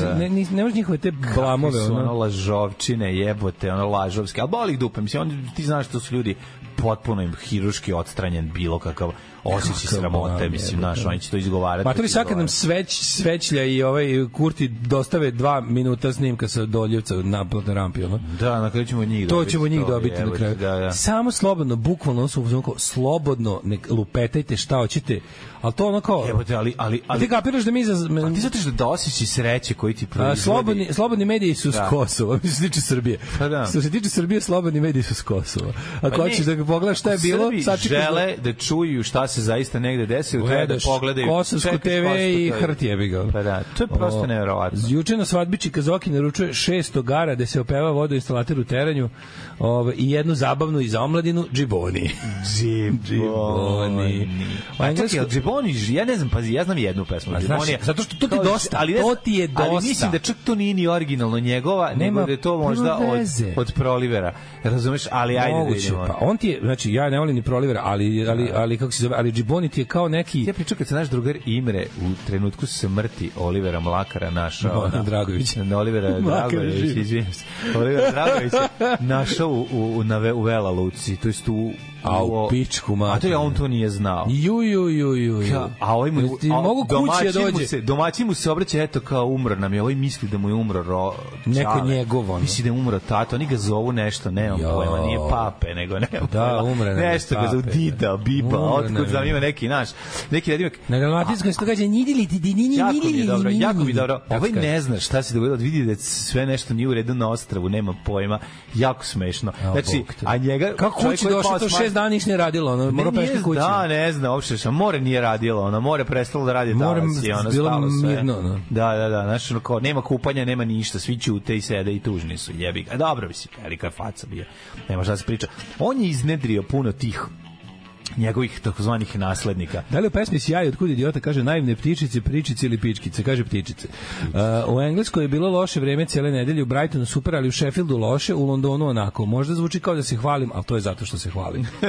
Da. Ne, ne, ne možeš njihove te Kakve blamove. su ono Ono, lažovčine, jebote, ono lažovske, ali boli ih dupe, mislim, on, ti znaš što su ljudi potpuno im hiruški odstranjen bilo kakav osjećaj Kakav sramote, blam, mislim, jebote. znaš, oni će to izgovarati. Matori Pa sad kad nam sveć, svećlja i ovaj Kurti dostave dva minuta snimka sa Doljevca na platnoj rampi, ono. Da, na kraju ćemo od njih To dobiti ćemo njih dobiti na jebote, kraju. Da, da. Samo slobodno, bukvalno ono su u fazonu kao, slobodno, nek lupetajte šta hoćete, ali to ono kao... Jebote, ali, ali, A ali, ti kapiraš da mi za... A ti zato da osjećaj sreće koji ti A, proizvodi. slobodni, slobodni mediji su Da. s Kosova, (laughs) što se tiče Srbije. Pa da. Što se tiče Srbije, slobodni mediji su s Kosova. Ako Pa ne, hoćeš da ga pogledaš šta je bilo, Srbi sad čekaš da- žele da čuju šta se zaista negde desilo, treba da Gledaš pogledaju. Kosovsku Čekaš TV i Kosovsku TV. Hrt jebi ga. Pa da, to je prosto O, neverovatno. Juče na svadbiči Kazoki naručuje šest ogara da se opeva vodoinstalater u teranju ove, i jednu zabavnu i za omladinu, džiboni. Džiboni. A čekaj, jel Džiboni, ž- ja ne znam, pazi, ja znam jednu pesmu A znaš, Džibonija. zato što to ti Kao, dosta, ne to znam- ti je Ali dosta. mislim da čak to nije ni originalno njegova, nego Nema da je to možda puno od, veze. od prolivera. Razumeš? Ali ajde Moguće, da pa idemo. on ti je, znači ja ne volim ni Prolivera, ali, ali, Da. ali kako se zove, ali Džiboni ti je kao neki... Ja pričam kad se naš drugar Imre u trenutku smrti Olivera Mlakara našao Mlakara Dragovića. Na (laughs) Olivera Mlakara Dragovića, živ. izvinim se. Olivera Dragovića našao u, u, na ve, u Vela Luci, to jest u... A, u pičku A to je materinu. on to nije znao. Ju, ju, ju, ju, ju. pa. Ja, a ovaj mu, Ti a Da. mogu kući da domaćin mu dođe. Se, domaćin mu se obraća, eto kao umro nam je, ovaj misli da mu je umro ro, Neko čale. njegov, ono. Misli da je umro tata, oni ga zovu nešto, nemam Jo. pojma, nije pape, nego nemam Da, Da, umre nam je Nešto ga pape, za dida, biba, Umre nam otkud je. znam ima neki naš, neki nadimak. Na dalmatinskom se to kaže nidili ti di nini Jako mi nidili je dobro, nini, jako mi je nini. dobro. Kako Ovaj se kaže? ne zna šta se dogodilo, vidi da je sve nešto nije u redu na ostravu, nema pojma. Jako smešno. Evo, Znači, Bog te. a njega... Kako čovjek kući koji je došao, pao to s šest Marsa- dana ništa nije radilo, ono, Ne, morao nije- peške kući. Da, ne znam, uopšte šta. More nije radilo, ono, more prestalo da radi More talas i ono bilo stalo sve. mirno, da. Da, da, da, znaš, ono kao, nema kupanja, nema ništa, svi ćute i sede i tužni su, jebi ga. A dobro, mislim, velika je faca bio, nema šta da se priča. On je iznedrio puno tih njegovih takozvanih naslednika. Da li u pesmi Sjaj od kud idiota kaže naivne ptičice, pričice ili pičkice? Kaže ptičice. Uh, u Engleskoj je bilo loše vreme cijele nedelje, u Brightonu super, ali u Sheffieldu loše, u Londonu onako. Možda zvuči kao da se hvalim, ali to je zato što se hvalim. (laughs)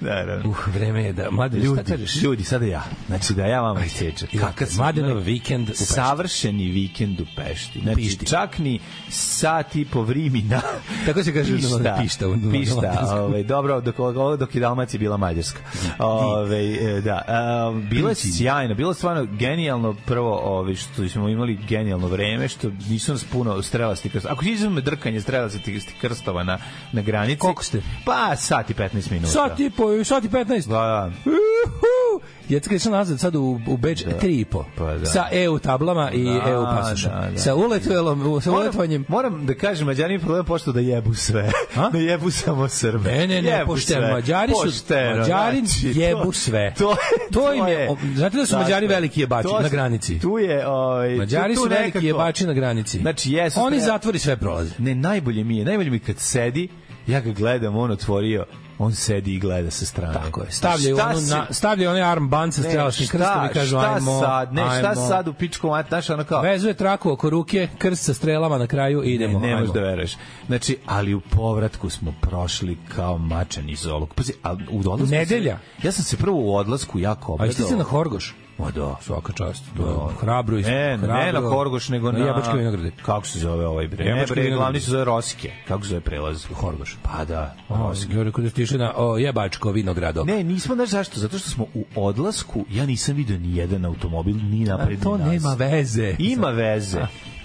da, da. Uh, vreme je da... Mlade, šta Ljudi, kažeš? ljudi, sada ja. Znači da ja vama isječem. Kakav sam Mladenov vikend u Pešti. savršeni vikend u Pešti. Znači, Pišti. čak ni sat i po vrimina. (laughs) Tako se kaže, ono, pišta u- u- pišta dalmatinskom. ovaj, dobro, dok, ovo dok je Dalmacija bila Mađarska. Ovaj e, da, um, bilo je sjajno, bilo je stvarno genijalno prvo ovaj, što smo imali genijalno vreme, što nisu nas puno strelasti krstova. Ako izuzme drkanje strelasti krstova na, na granici... Koliko ste? Pa, sat i 15 minuta. Sat i po, sat i 15. Da, da. Uhu! Ja ti sam nazad sad u, u Beč da. 3,5. Pa da. Sa EU tablama i Da, EU pasošom. da, da. Sa uletvelom, sa uletovanjem. Moram, moram da kažem, Mađari imaju problem pošto da jebu sve. A? Da jebu samo Srbe. Ne, ne, ne, Jebu pošteno. sve. Mađari su- Pošteno, znači, Mađari to- jebu sve. To, Dakle, To im je- znate da su Mađari veliki jebači to su- na granici? Tu je... Ovaj, Mađari tu- su tu veliki nekako- jebači na granici. Znači, jesu... Oni sve- zatvori sve prolaze. Ne, najbolje mi je, najbolje mi je kad sedi, ja ga gledam, on otvorio, on sedi i gleda sa strane. Tako je. Stavljaju, E, Šta onu, si- na, stavljaju onaj armband sa Ne, strelačnim šta- krstom i kažu šta ajmo, sad, ne, šta ajmo." sad u pičku mat, znaš, ono kao, Vezuje traku oko ruke, krst sa strelama na kraju i idemo. Ne, ne možeš ajmo. da veruješ. Znači, ali u povratku smo prošli kao mačan iz olog. Pazi, a u odlasku... Nedelja. Se, ja sam se prvo u odlasku jako A obradao. jeste se na Horgoš? Ma da. Svaka čast. To je hrabro i Ne, hrabro. ne na Horgoš, nego na... na Jabačke vinograde. Kako se zove ovaj bre? Ne, Jabučke bre, vinograde. glavni se zove Rosike. Kako se zove prelaz? Horgoš. Pa da, O, Rosike. ja rekao da ste išli na o, Jebačko vinogrado. Ne, nismo, znaš zašto? Zato što smo u odlasku, ja nisam vidio ni jedan automobil, ni napred, A to ni nas. nema veze. Ima veze.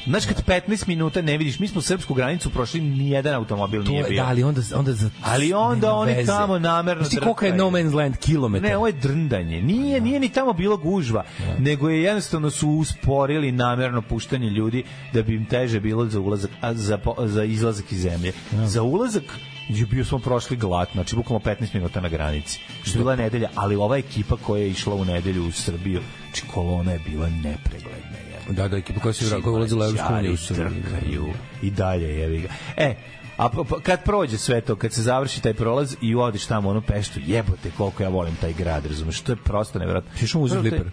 Znaš, kad 15 minuta ne vidiš, mi smo srpsku granicu prošli, ni jedan automobil To nije je, bio. da, ali onda, onda za, Ali onda nema oni veze. tamo namerno Znaš ti koliko je drkaju. No Man's Land kilometar? Ne, ovo je drndanje. Nije, nije ni tamo bilo gužva, nego je jednostavno su usporili namerno puštanje ljudi da bi im teže bilo za ulazak, a za, po- za izlazak iz zemlje. Za ulazak je bio smo prošli glat, znači bukvalno 15 minuta na granici. Što je bila nedelja, ali ova ekipa koja je išla u nedelju u Srbiju, znači kolona je bila nepregledna. jebote. Da, da, ekipa koja se vra- koja je ulazila u Evropsku Mađari uniju. u Srbiji. Znači, pa trkaju i dalje jebi ga. E, A pa- pa kad prođe sve to, kad se završi taj prolaz i odiš tamo u onu peštu, jebote koliko ja volim taj grad, razumeš, to je prosto nevjerojatno. Si išao u muzej Prvo, to je- Fliper?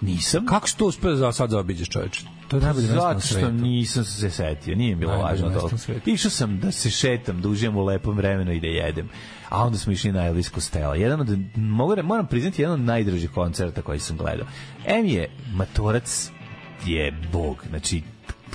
Nisam. Kako što uspeo za sad zaobiđeš čoveče? To je najbolje mesto na Zato što svetu. nisam se setio, nije mi bilo Najbolje važno mesto to. na svetu. Išao sam da se šetam, da uživam u lepom vremenu i da jedem. A onda smo išli na Elvis Costello. Jedan od, mogu, re- moram priznati, jedan od najdražih koncerta koji sam gledao. M je Matorac je bog, znači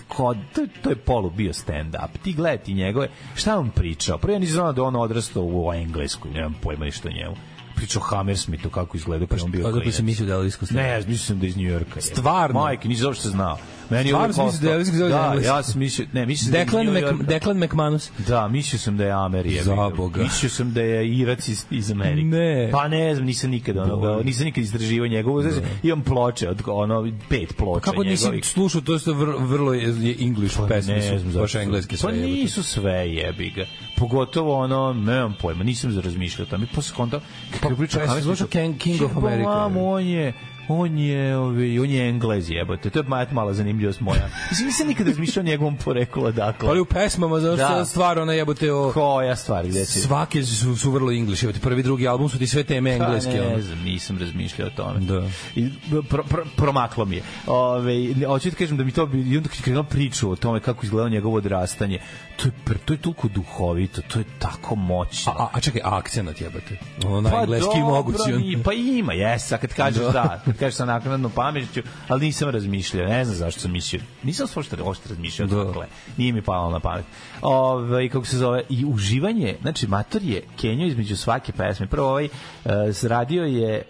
ko, to, to je polu bio stand-up. Ti gledaj ti njegove, šta je on pričao? Prvo ja nisam znao da je on odrastao u Engleskoj, nemam pojma ništa o njemu. Pričao o Hammersmithu kako izgledao kad je on bio Odakle klinac. si mislio da je Elvis Costello? Ne, ja mislim da je iz Njujorka. je. Stvarno? Majke, nisam uopšte znao. Meni Stvarno uvijek si ostao- mislio da je Elvis Costello iz Da, Engleske? ja sam mislio, ne, mislio sam Deklan, da je iz Mc, Njujorka. Deklan McManus. Da, mislio sam da je Amerija. Za Boga. Mislio sam da je Irac iz, iz Amerike. Ne. Pa ne znam, nisam nikad onoga, nisam nikad istraživao njegovu. Znači, imam ploče, od, ono, pet ploča Kako nisi njegovih. slušao, to je vrlo, vrlo je je English pesme, su baš Pa zašto. engleske sve. Pa jebote. nisu sve jebi ga. Pogotovo ono, nemam pojma, nisam za razmišljao o tome. Pa skonto, Pa, kako je pričao pa, jesi slušao King- King of America? pa Mamo, on je, on je, ovi, on je englez jebote. To je ma- mala zanimljivost (laughs) moja. Mislim, nisam nikad razmišljao o njegovom poreklu odakle. Ali Pa u pesmama, zato što Da. je stvar ona jebote o... Koja stvar, gde si? Svake su, su vrlo english, jebote, prvi, drugi album su ti sve teme Pa, engleske. Ne, ono. znam, nisam razmišljao o tome. Da. I, pro, pro, promaklo mi je. Ove, ne, hoću da kažem da mi to bi, i onda kad je krenula priču o tome kako izgledalo njegovo odrastanje, to je, pr- to je toliko duhovito, to je tako moćno. A, a čekaj, a akcenat jebate. Ono pa engleski dobro, mogući. on. i- Pa ima, jes, a kad kažeš da, kad kažeš sa naknadnom pameću, ali nisam razmišljao, ne znam zašto sam mislio, nisam uopšte, uopšte razmišljao, Da. dakle, nije mi palo na pamet. Ove, kako se zove, i uživanje, znači, Mator je Kenjo između svake pesme, prvo ovaj, uh, radio je e,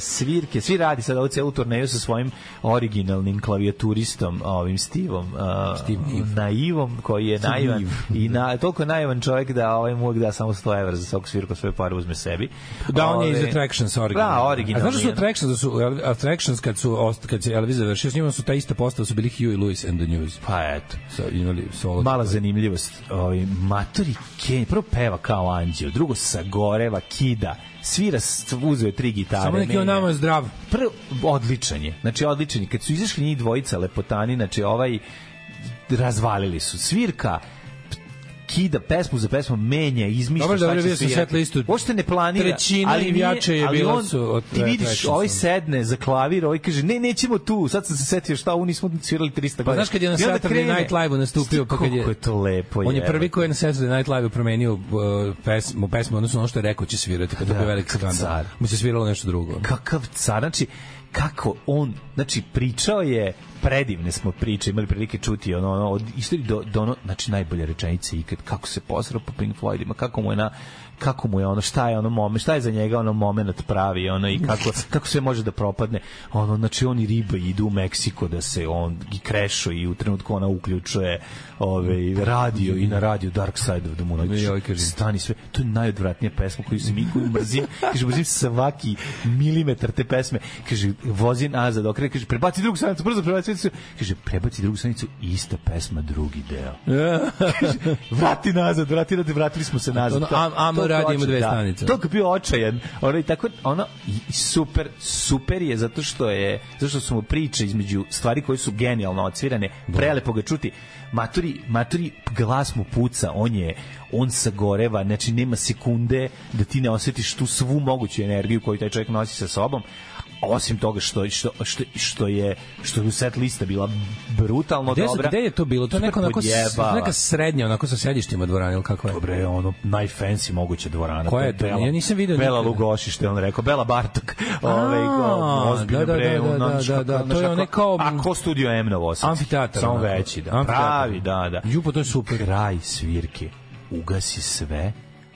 svirke, svi radi sad ovu celu turneju sa svojim originalnim klavijaturistom, ovim Stivom, uh, Steve Naiv. naivom, koji je Steve naivan Naiv. i i na, toliko je naivan čovjek da ovaj mu uvek da samo 100 evra za svaku svirku svoje pare uzme sebi. Da, on je iz Ovaj, Attractions originalno. Da, originalno. A znaš da su je. Attractions, da su Elv- Attractions kad su ost- kad se Elvis završio s njima su ta ista postava su bili Huey Lewis and the News. Pa eto. Sa imali solo. Mala zanimljivost. Ovi, Matori Kenji, prvo peva kao anđeo, drugo sagoreva, kida, svira, s- uzeo je tri gitare. Samo neki menja. Ovaj, on nama je zdrav. prvo odličan je. Znači odličan je. Kad su izašli njih dvojica lepotani, znači ovaj razvalili su svirka p- kida pesmu za pesmu, menja, izmišlja Dobro, šta dobro, će vidio sam svirati. set listu. Uopšte ne planira. Trećina ali i nije- jače je ali bila on- su od Ti vidiš, Attractionsa. ovaj sedne za klavir, ovaj kaže, ne, nećemo tu, sad sam se setio šta, ovo nismo svirali 300 godina. Pa znaš kad je na I onda Saturday krene. Night Live-u nastupio, pa kad je- Kako je to lepo. On je jebote. prvi koji je na Saturday Night Live promenio uh, pesmu, pesmu odnosno ono što je rekao će svirati, kad je bio veliki kakav skandal. Da, car. Mu se sviralo nešto drugo. kakav car, znači kako on, znači pričao je predivne smo priče, imali prilike čuti ono, ono od istorije do, do ono, znači najbolje rečenice ikad, kako se posrao po Pink Floydima, kako mu je na kako mu je ono, šta je ono momen, šta je za njega ono moment pravi, ono i kako, kako sve može da propadne, ono, znači oni riba idu u Meksiko da se on i krešo i u trenutku ona uključuje ove, radio i na radio Dark Side of the Moon, Joj, kažem. stani sve. To je najodvratnija pesma koju sam ikoju mrzim. Kaže, mrzim svaki milimetar te pesme. Kaže, vozi nazad, okrene, kaže, prebaci drugu stranicu, brzo prebaci drugu stranicu. Kaže, prebaci drugu stranicu, ista pesma, drugi deo. Kaže, (laughs) vrati nazad, vrati nazad, vratili smo se nazad. Ono, am- am toliko radi, ima očajan, dve da. stanice. Toliko je bio očajan. Ono, i tako, ono, i- i super, super je, zato što je, zato što su mu priče između stvari koje su genijalno odsvirane, Da. prelepo ga čuti. Maturi, maturi glas mu puca, on je, on sagoreva, znači nema sekunde da ti ne osetiš tu svu moguću energiju koju taj čovjek nosi sa sobom osim toga što što što što je što je set lista bila brutalno Gde, su, dobra. gde je to bilo? To je super neko onako, s- podjebala. neka srednja, onako sa sedištima dvorana ili kako je? Dobre, ono najfancy moguće dvorana. Koja je to? Bela- Ja nisam video Bela nikada. Lugoši što je on rekao, Bela Bartok. Ovaj A, ozbiljno da, da, bre, da, ono, da, znaš da, kako- da, to znaš je kako- onaj kao- A ko studio M na Vosac? Amfiteatar, Samo onako. veći, da. Amfiteatar. Pravi, da, da. Ju, pa to je super. Kraj svirke. Ugasi sve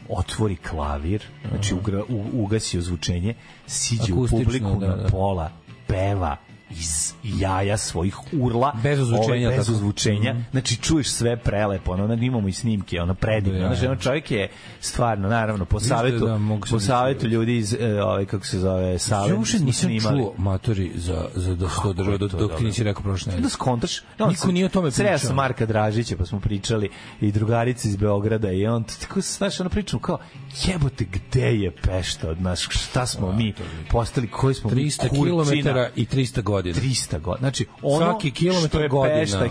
otvori klavir, znači ugra, u, ugasio zvučenje, siđe u Akustično, publiku da, na da. pola, peva iz jaja svojih urla Bez ozvučenja, ovaj, bez tako. Mhm. ozvučenja znači čuješ sve prelepo ono ono, imamo i snimke ono predivno Da. znači ono čovjek je stvarno naravno po Isto je, savetu da, mogu se po misliti. savetu ljudi iz e, ovaj kako se zove Ja savet uopšte smo nisam snimali. čuo matori za, za da sto država, dok, to dok ti dobro? nisi rekao prošle da nedelje. skontaš. Niko nije o tome Sreo pričao. sam Marka Dražića, pa smo pričali i drugarici iz Beograda i on tako, znaš, ono pričamo kao, jebote, gde je Pešta od nas? Šta Da, smo mi postali? Koji smo 300 mi kurčina? km i 300 godina. 300 godina. Znači, ono Svaki kilometar što je godina, Pešta ono.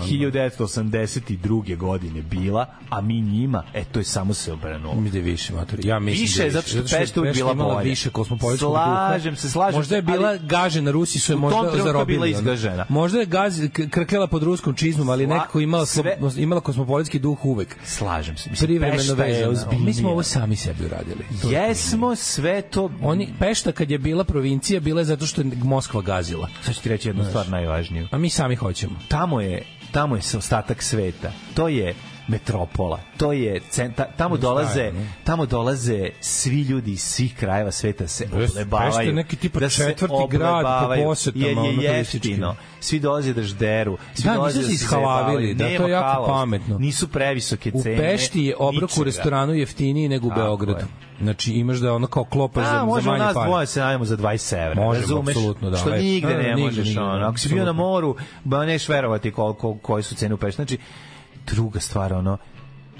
1982. godine bila, a mi njima, e, to je samo se obranulo. Mi da je više matori. Ja mislim Više, da je zato što Pešta uvijek bila imala bolja. više kosmopolitskog duha. Slažem se, slažem Možda je se, bila ali- gažena Rusi su je U tom možda trenutku je zarobili. bila ono. izgažena. Možda je gaz k- krkljala pod ruskom čizmom, ali Sla- nekako imala slo- sve- imala kosmopolitski duh uvek. Slažem se. Mislim, Privremeno Pešta je vezano. ozbiljnija. Mi smo ovo sami sebi uradili. To je Jesmo sve to Oni Pešta kad je bila provincija bila je zato što je Moskva gazila. Sad ću ti reći jednu stvar najvažniju. A mi sami hoćemo. Tamo je, tamo je se ostatak sveta. To je metropola. To je centa, tamo dolaze, ne? tamo dolaze svi ljudi iz svih krajeva sveta se je oblebavaju. da Pešta je neki tipa se četvrti grad po oblebavaju, posetama, Jer ono, je turističkim. jeftino. Svi dolaze da žderu. Svi Da, dolaze nisu se se ishalavili, zajebavaju. da, to je Nema jako halost. pametno. Nisu previsoke U cene. Pešti je obrok u ničega. restoranu jeftiniji nego u Tako Beogradu. je. Znači imaš da ono kao klopaš A, za, za možemo manje nas pare. dvoje se najmo za 20 evra. Možemo, razumeš? apsolutno, da, Što lepo. nigde Da, da, ne nigde, možeš. nigde, ono. da, Ako si bio na apsolutno. moru, ba neš verovati koliko, koje su cene u Pešti. Znači, druga stvar, ono,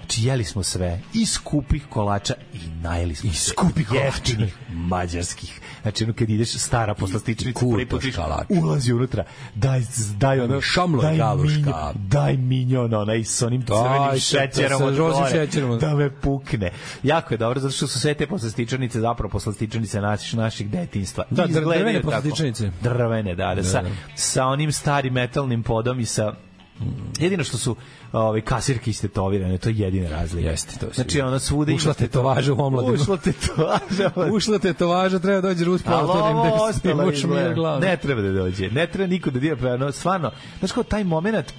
Znači, jeli smo sve i skupih kolača i najeli smo I skupih jeftinih mađarskih. Znači, ono, kad ideš stara poslastičnica, kurtoš prvi put vidiš, kolač. ulazi unutra, daj, daj ono, Šamlo je daj galuška. minjon, daj minjon, onaj, s onim Daj, crvenim sa- sa- šećerom sa od rožnim gore, šećerom. da me pukne. Jako je dobro, zato što su sve te poslastičanice, zapravo poslastičanice naših, naših detinstva. Da, dr- Izgledaju drvene tako. poslastičanice. Drvene, da, da, sa, da. sa onim starim metalnim podom i sa Jedino što su ovaj kasirke istetovirane, to je jedina razlika. Jeste, to se Znači vidi. ona svuda Ušla tetovaža u omladinu. Ušla tetovaža. (laughs) u omladinu. Ušla tetovaža, treba dođe Rus pa Ali to Pa, ovo ne ostalo možeš mi izgleda. jer glavu. Ne treba da dođe. Ne treba niko da dira, pa ono, stvarno, znaš kao taj moment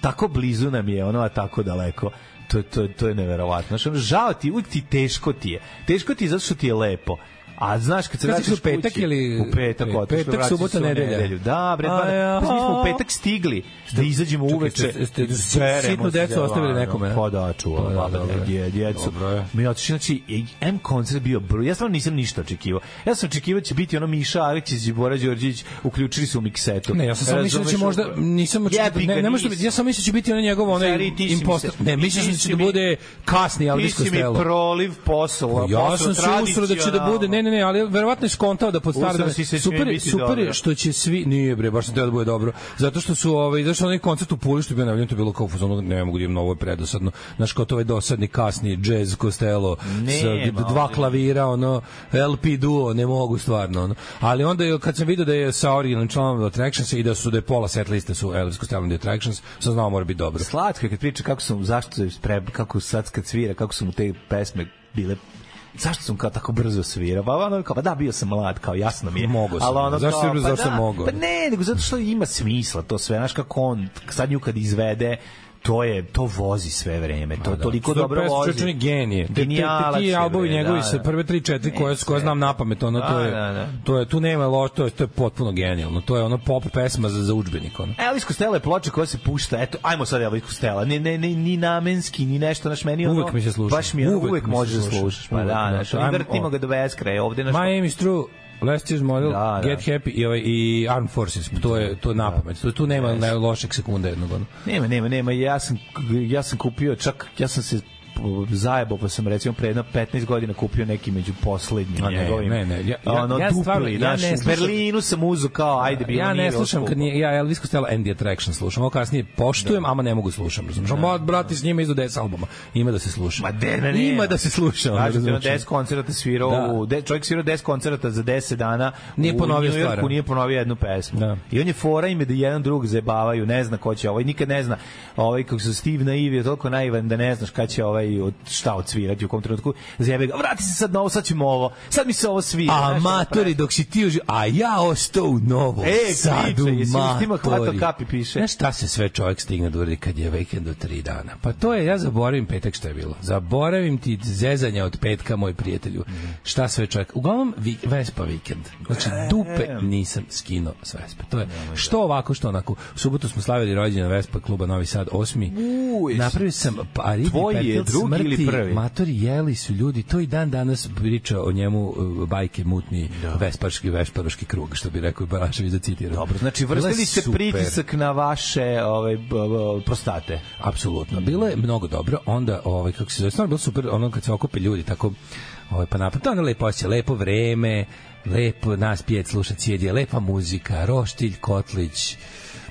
tako blizu nam je, ono, a tako daleko. To, to, to je neverovatno. Znaš, ono, žao ti, je, uvijek ti teško ti je. Teško ti je zato što ti je lepo. A znaš kad se Kad vratiš si išao u petak kući, ili- u petak pe- otišao, petak, vratiš se u subota, nedelja. Da, bre, dva, A ja. pa mi smo u petak stigli da izađemo Čekaj, uveče. ste- ste i da seremo sitnu se decu za ostavili vano. nekome, ne? Pa da, čuvala Pa da, baba, dobro je. dje- djecu. Dobro je. Mi je otišli, znači, M koncert bio br- Ja stvarno nisam ništa očekivao. Ja sam očekivao da će biti ono Miša Arić i Bora Đorđević uključili su u miksetu. Ne, ja sam samo mislio da će Razumeš, možda ono? nisam očekivao. Jebi ga, Ne, ne može da nisi. biti- ja sam mislio da će biti onaj njegov onaj Stari, ti si mi impostor. se- Ne, ti mislio sam da si će da mi- bude kasni Ti Elvis si mi Costello. Pa proliv posla. Ja posla sam se usro da će da bude, ne, ne, ne, ali verovatno je skontao da pod stare, Usro si se, će super, je- biti super je dobro. što će svi, nije bre, baš sam teo da bude dobro, zato što su, ovaj, znaš, onaj koncert u Puli što je bio najavljen, to je bilo kao u fazonu, ne mogu da imam novo je predosadno, znaš, kao to ovaj dosadni kasni jazz Costello, sa Nema, d- dva ono. klavira, ono, LP duo, ne mogu stvarno, ono, ali onda je, kad sam vidio da je sa originalnim članom The Attractions i da su, da je pola set liste su Elvis Costello and The Attractions, sam znao mora biti dobro. Slatko je kad priča kako sam, zašto je pre, kako sad kad svira, kako su mu te pesme bile zašto sam kao tako brzo svirao? Pa ono kao, pa da, bio sam mlad, kao jasno mi je. Mogao sam, Ali ono zašto kao, sam brzo, pa zašto sam da, mogao? Pa ne, nego zato što ima smisla to sve. Znaš kako on, sad nju kad izvede, to je to vozi sve vreme to Pa toliko Super dobro Pest, vozi čovječe, on Da. je genije. Te- te- Genijalac Ti je, albomi bre, njegovi da, sa da. prve 3 4 koje koje znam napamet, ono to Da, je da, da. to je tu nema loš, to je to je potpuno genijalno. To je ono pop pesma za za udžbenik ono. Elvis Costello je ploča koja se pušta, eto, ajmo sad Elvis Costello, ne, ne, ne, ni namenski, ni nešto, naš meni ono, Uvek mi se sluša. baš mi je, Uvek uvek, mi se možeš da sluša. slušaš, pa Uvek, da, da, znaš, to- da, ajmo- vrtimo ga do beskraja, ovde, znaš, My aim is true. Last year's model, Da, da. Get Happy i, ovaj, i Armed Forces. To je to je napamet. To, tu nema yes. lošeg sekunda jednog. Ono. nema, nema, nema, ja sam, ja sam kupio, čak, ja sam se zajebo, pa sam recimo pre jedno 15 godina kupio neki među poslednjim A ne, njegovim. ne, ne, ja- ja- ono, ja dupli, stvarno- ja znaš, ne u slušam- Berlinu sam uzu kao, ajde, bilo ja ne nije slušam bilo kad nije ja Elvis Costello and the Attraction slušam, ovo kasnije poštujem, Da. ama ne mogu slušam, razumeš? Da. brati s njima izdu 10 albuma. Ima da se sluša. Ma de, ne, ne. Ima da se sluša, ono, Kažete, on razumeš? 10 koncerata svirao, Da. da. u, de, čovjek svirao 10 koncerata za 10 dana Nije u ponovio New Yorku, stvari. nije ponovio jednu pesmu. Da. I on je fora ime da jedan drug zajebavaju, ne zna ko će ovaj, nikad ne zna. Ovaj, kako se Steve naiv je toliko naivan da ne znaš kada će ovaj, od, šta odsvirati u kom trenutku. Zajebe ga, vrati se sad na ovo, sad ćemo ovo, sad mi se ovo svira. znaš, Amatori dok si ti uži, a ja ostao u novom E, sadu, priče, jesi matori. li s tima hvatao kapi, piše? Znaš šta se sve čovjek stigne da uradi kad je vikend od tri dana? Pa to je, ja zaboravim petak šta je bilo. Zaboravim ti zezanja od petka, moj prijatelju. Šta sve čovjek... Uglavnom, vi, Vespa vikend. Znači, dupe nisam skino s Vespe. To je da. što ovako, što onako. U subotu smo slavili rođendan Vespa kluba Novi Sad 8. Uj, Napravio sam pa Aridi Tvoj je Petil drugi smrti, ili prvi? Matori jeli su ljudi, to i dan danas priča o njemu e, bajke mutni da. vespački vesparoški krug, što bi rekao Barašević da citiram. Dobro, znači Bila je vrstili se super. pritisak na vaše ovaj, b, b, prostate. Apsolutno. Bilo je mnogo dobro. Onda, ovaj, kako se zove, stvarno je bilo super, ono kad se okupe ljudi, tako, ovaj, pa napad, to je ono lepo osjeća, lepo vreme, lepo nas pijet sluša cijedje, lepa muzika, roštilj, kotlić,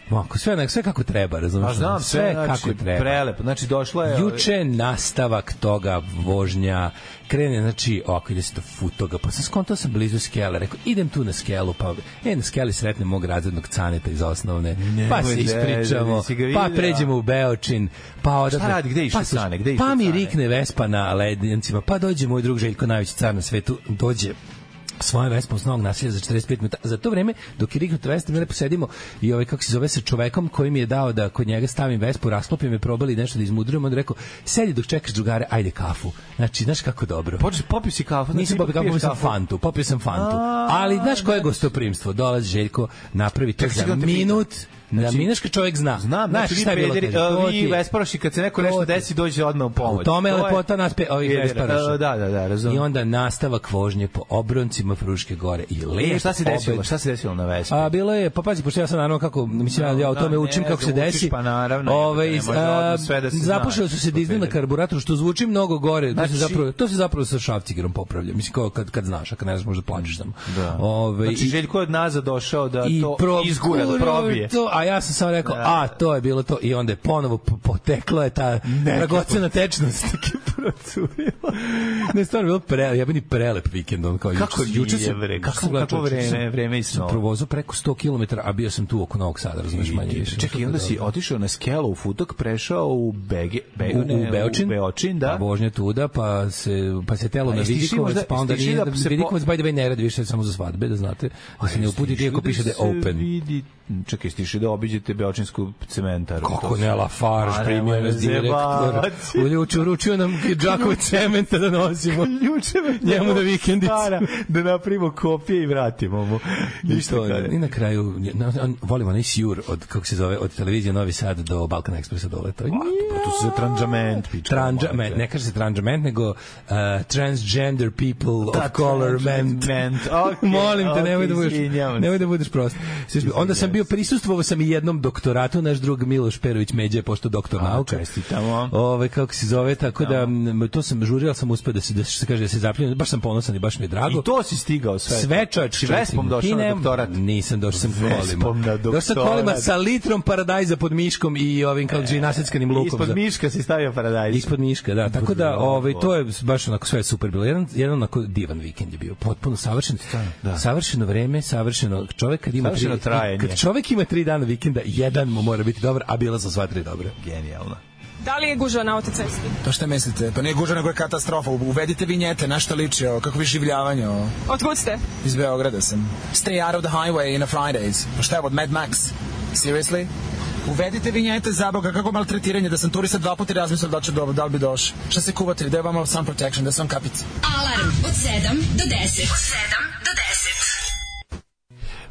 Mako, sve, onak- sve kako treba, razumiješ? Pa znam, sve, sve znači, kako treba. Prelepo, znači došla je... Juče nastavak toga vožnja krene, znači, ovako ide se do Futoga, pa sam skontao sam blizu skele, rekao, idem tu na skelu, pa e, na skeli sretnem mog razrednog caneta iz osnovne, pa se Nemoj, ispričamo, ne, da nisi ga pa vidio. pređemo u Beočin, pa odatle, Šta radi, gde je išao pa, slušaj, Cane, gde je išao pa mi Cane? rikne Vespa na ledencima, pa dođe moj drug Željko, najveći car na svetu, dođe svojom vespom s novog nasilja za 45 minuta. Za to vreme, dok je riknut vespa, mi lepo sedimo i ovaj, kako se zove, sa čovekom koji mi je dao da kod njega stavim vespu, rasklopim je, probali nešto da izmudrujem, on je rekao, sedi dok čekaš drugare, ajde kafu. Znači, znaš kako dobro. Počeš, popio si kafu. znači, Nisam popio kafu, piješ popio sam kafu. da. fantu, popio sam fantu. Ali znaš koje je gostoprimstvo? Dolazi Željko, napravi to Čekaj, za čekaj, da te pitam. Znači, minut, na minut kad čovjek zna. Znam, znaš, znači, šta je vi bilo pederi, teže? To a, ti vi je- vesparoši, kad se neko nešto to ti je- desi, dođe odmah u pomoć. U tome je To lepota nas pe, ovih pedera. vesparoša. A, Da, da, da, I razumem. onda nastavak vožnje po obroncima Fruške gore i lep E, šta se desilo? obed. Šta se desilo na vespi? A bilo je, pa pazi, pošto ja sam naravno kako, mislim ja, ja o Da, tome ne, učim kako se učiš, desi. pa naravno, Ovaj ne, može a, odmah sve da se zna. zapušili su se dizel na karburator što zvuči mnogo gore. Znači, to se Znači- zapravo to se zapravo sa šrafcigerom popravlja. Mislim kao kad kad znaš, a kad ne znaš možda plačeš samo. Da. Ovaj Znači, i- Željko je od nazad došao da to pro- izgura, da probije. To, a ja sam samo rekao, Da. a to je bilo to i onda je ponovo po- potekla je ta dragocena tečnost. (laughs) Neki procurilo. ne, stvarno je bilo pre, jebeni prelep vikend. On kao, Kako juče, nije, juče sam- bre, juče kako- sam gledao kako čoveče, vreme- sam- vreme i sam snova. provozao preko 100 km, a bio sam tu oko Novog Sada, razumiješ manje više. Čekaj, i onda si otišao na skelu u futok, prešao u Bege, Be, da, u, ne, u Beočin, u Beočin pa da. vožnja tuda, pa se, pa se telo A na jesi ti išli Vidikovac, možda- pa onda jesi ti išli nije, da se po- Vidikovac by the way ne radi više samo za svadbe, da znate, da se ne uputite, iako piše da je open. Vidi... Čekaj, stiši da obiđete Beočinsku cementaru. (laughs) Kako ne, Lafarge A, primio nemoj nas me direktor. zajebavati. Uljuču, uručio nam četiri džakove cementa da (laughs) nosimo. Ključeve Njemu na vikendicu. Stara, da napravimo kopije i vratimo mu. Ništa da to, kada. I na kraju, na, on, volim onaj sjur od, kako se zove, od televizije Novi Sad do Balkan Ekspresa dole. To je, Pa to se tranđament, piče. Tranja, me, ne kaže se tranđament, nego uh, transgender people Da, of color men. (laughs) transgenderment, okej, Molim te, nemoj okej, da budeš, izvinjavam se. nemoj da budeš prost. Sviš mi, Onda sam bio, prisustvovao sam i jednom doktoratu, naš drug Miloš Perović Međe, je pošto doktor nauka. čestitamo. Ove, kako se zove, tako da, m, to sam žurio, ali sam uspeo da se, da se što se kaže, da se zapljujem, baš sam ponosan i baš mi je drago. I to si stigao sve. Sve čoveč, Či Vespom došao na doktorat. Nisam došao sam Vespom na kolima. doktorat. Došao sam kolima sa litrom paradajza pod miškom i ovim kao e, nasjeckanim lukom. Ispod za- miška si stavio paradajz. Ispod miška, da. Tako da, ovaj, to je baš onako sve super bilo. Jedan, jedan onako divan vikend je bio. Potpuno savršen. Da. Savršeno vreme, savršeno čovek kad ima Savršeno tri, trajanje. Kad čovek ima tri dana vikenda, jedan mu mora biti dobar, a bila za sva tri dobra. Genijalno. Da li je gužva na autocesti? To šta mislite? Pa nije gužva, nego je katastrofa. Uvedite vinjete, na šta liči ovo, kako vi življavanje ovo. Otkud ste? Iz Beograda sam. Stay out of the highway in a Fridays. Pa šta je od Mad Max? Seriously? Uvedite vinjete za Boga, kako maltretiranje, da sam turista dva puta razmislio da, li ću do, da li bi došao. Šta se kuvate, da je vama sun protection, da sam kapica. Alarm od 7 do 10. Od 7 do 10.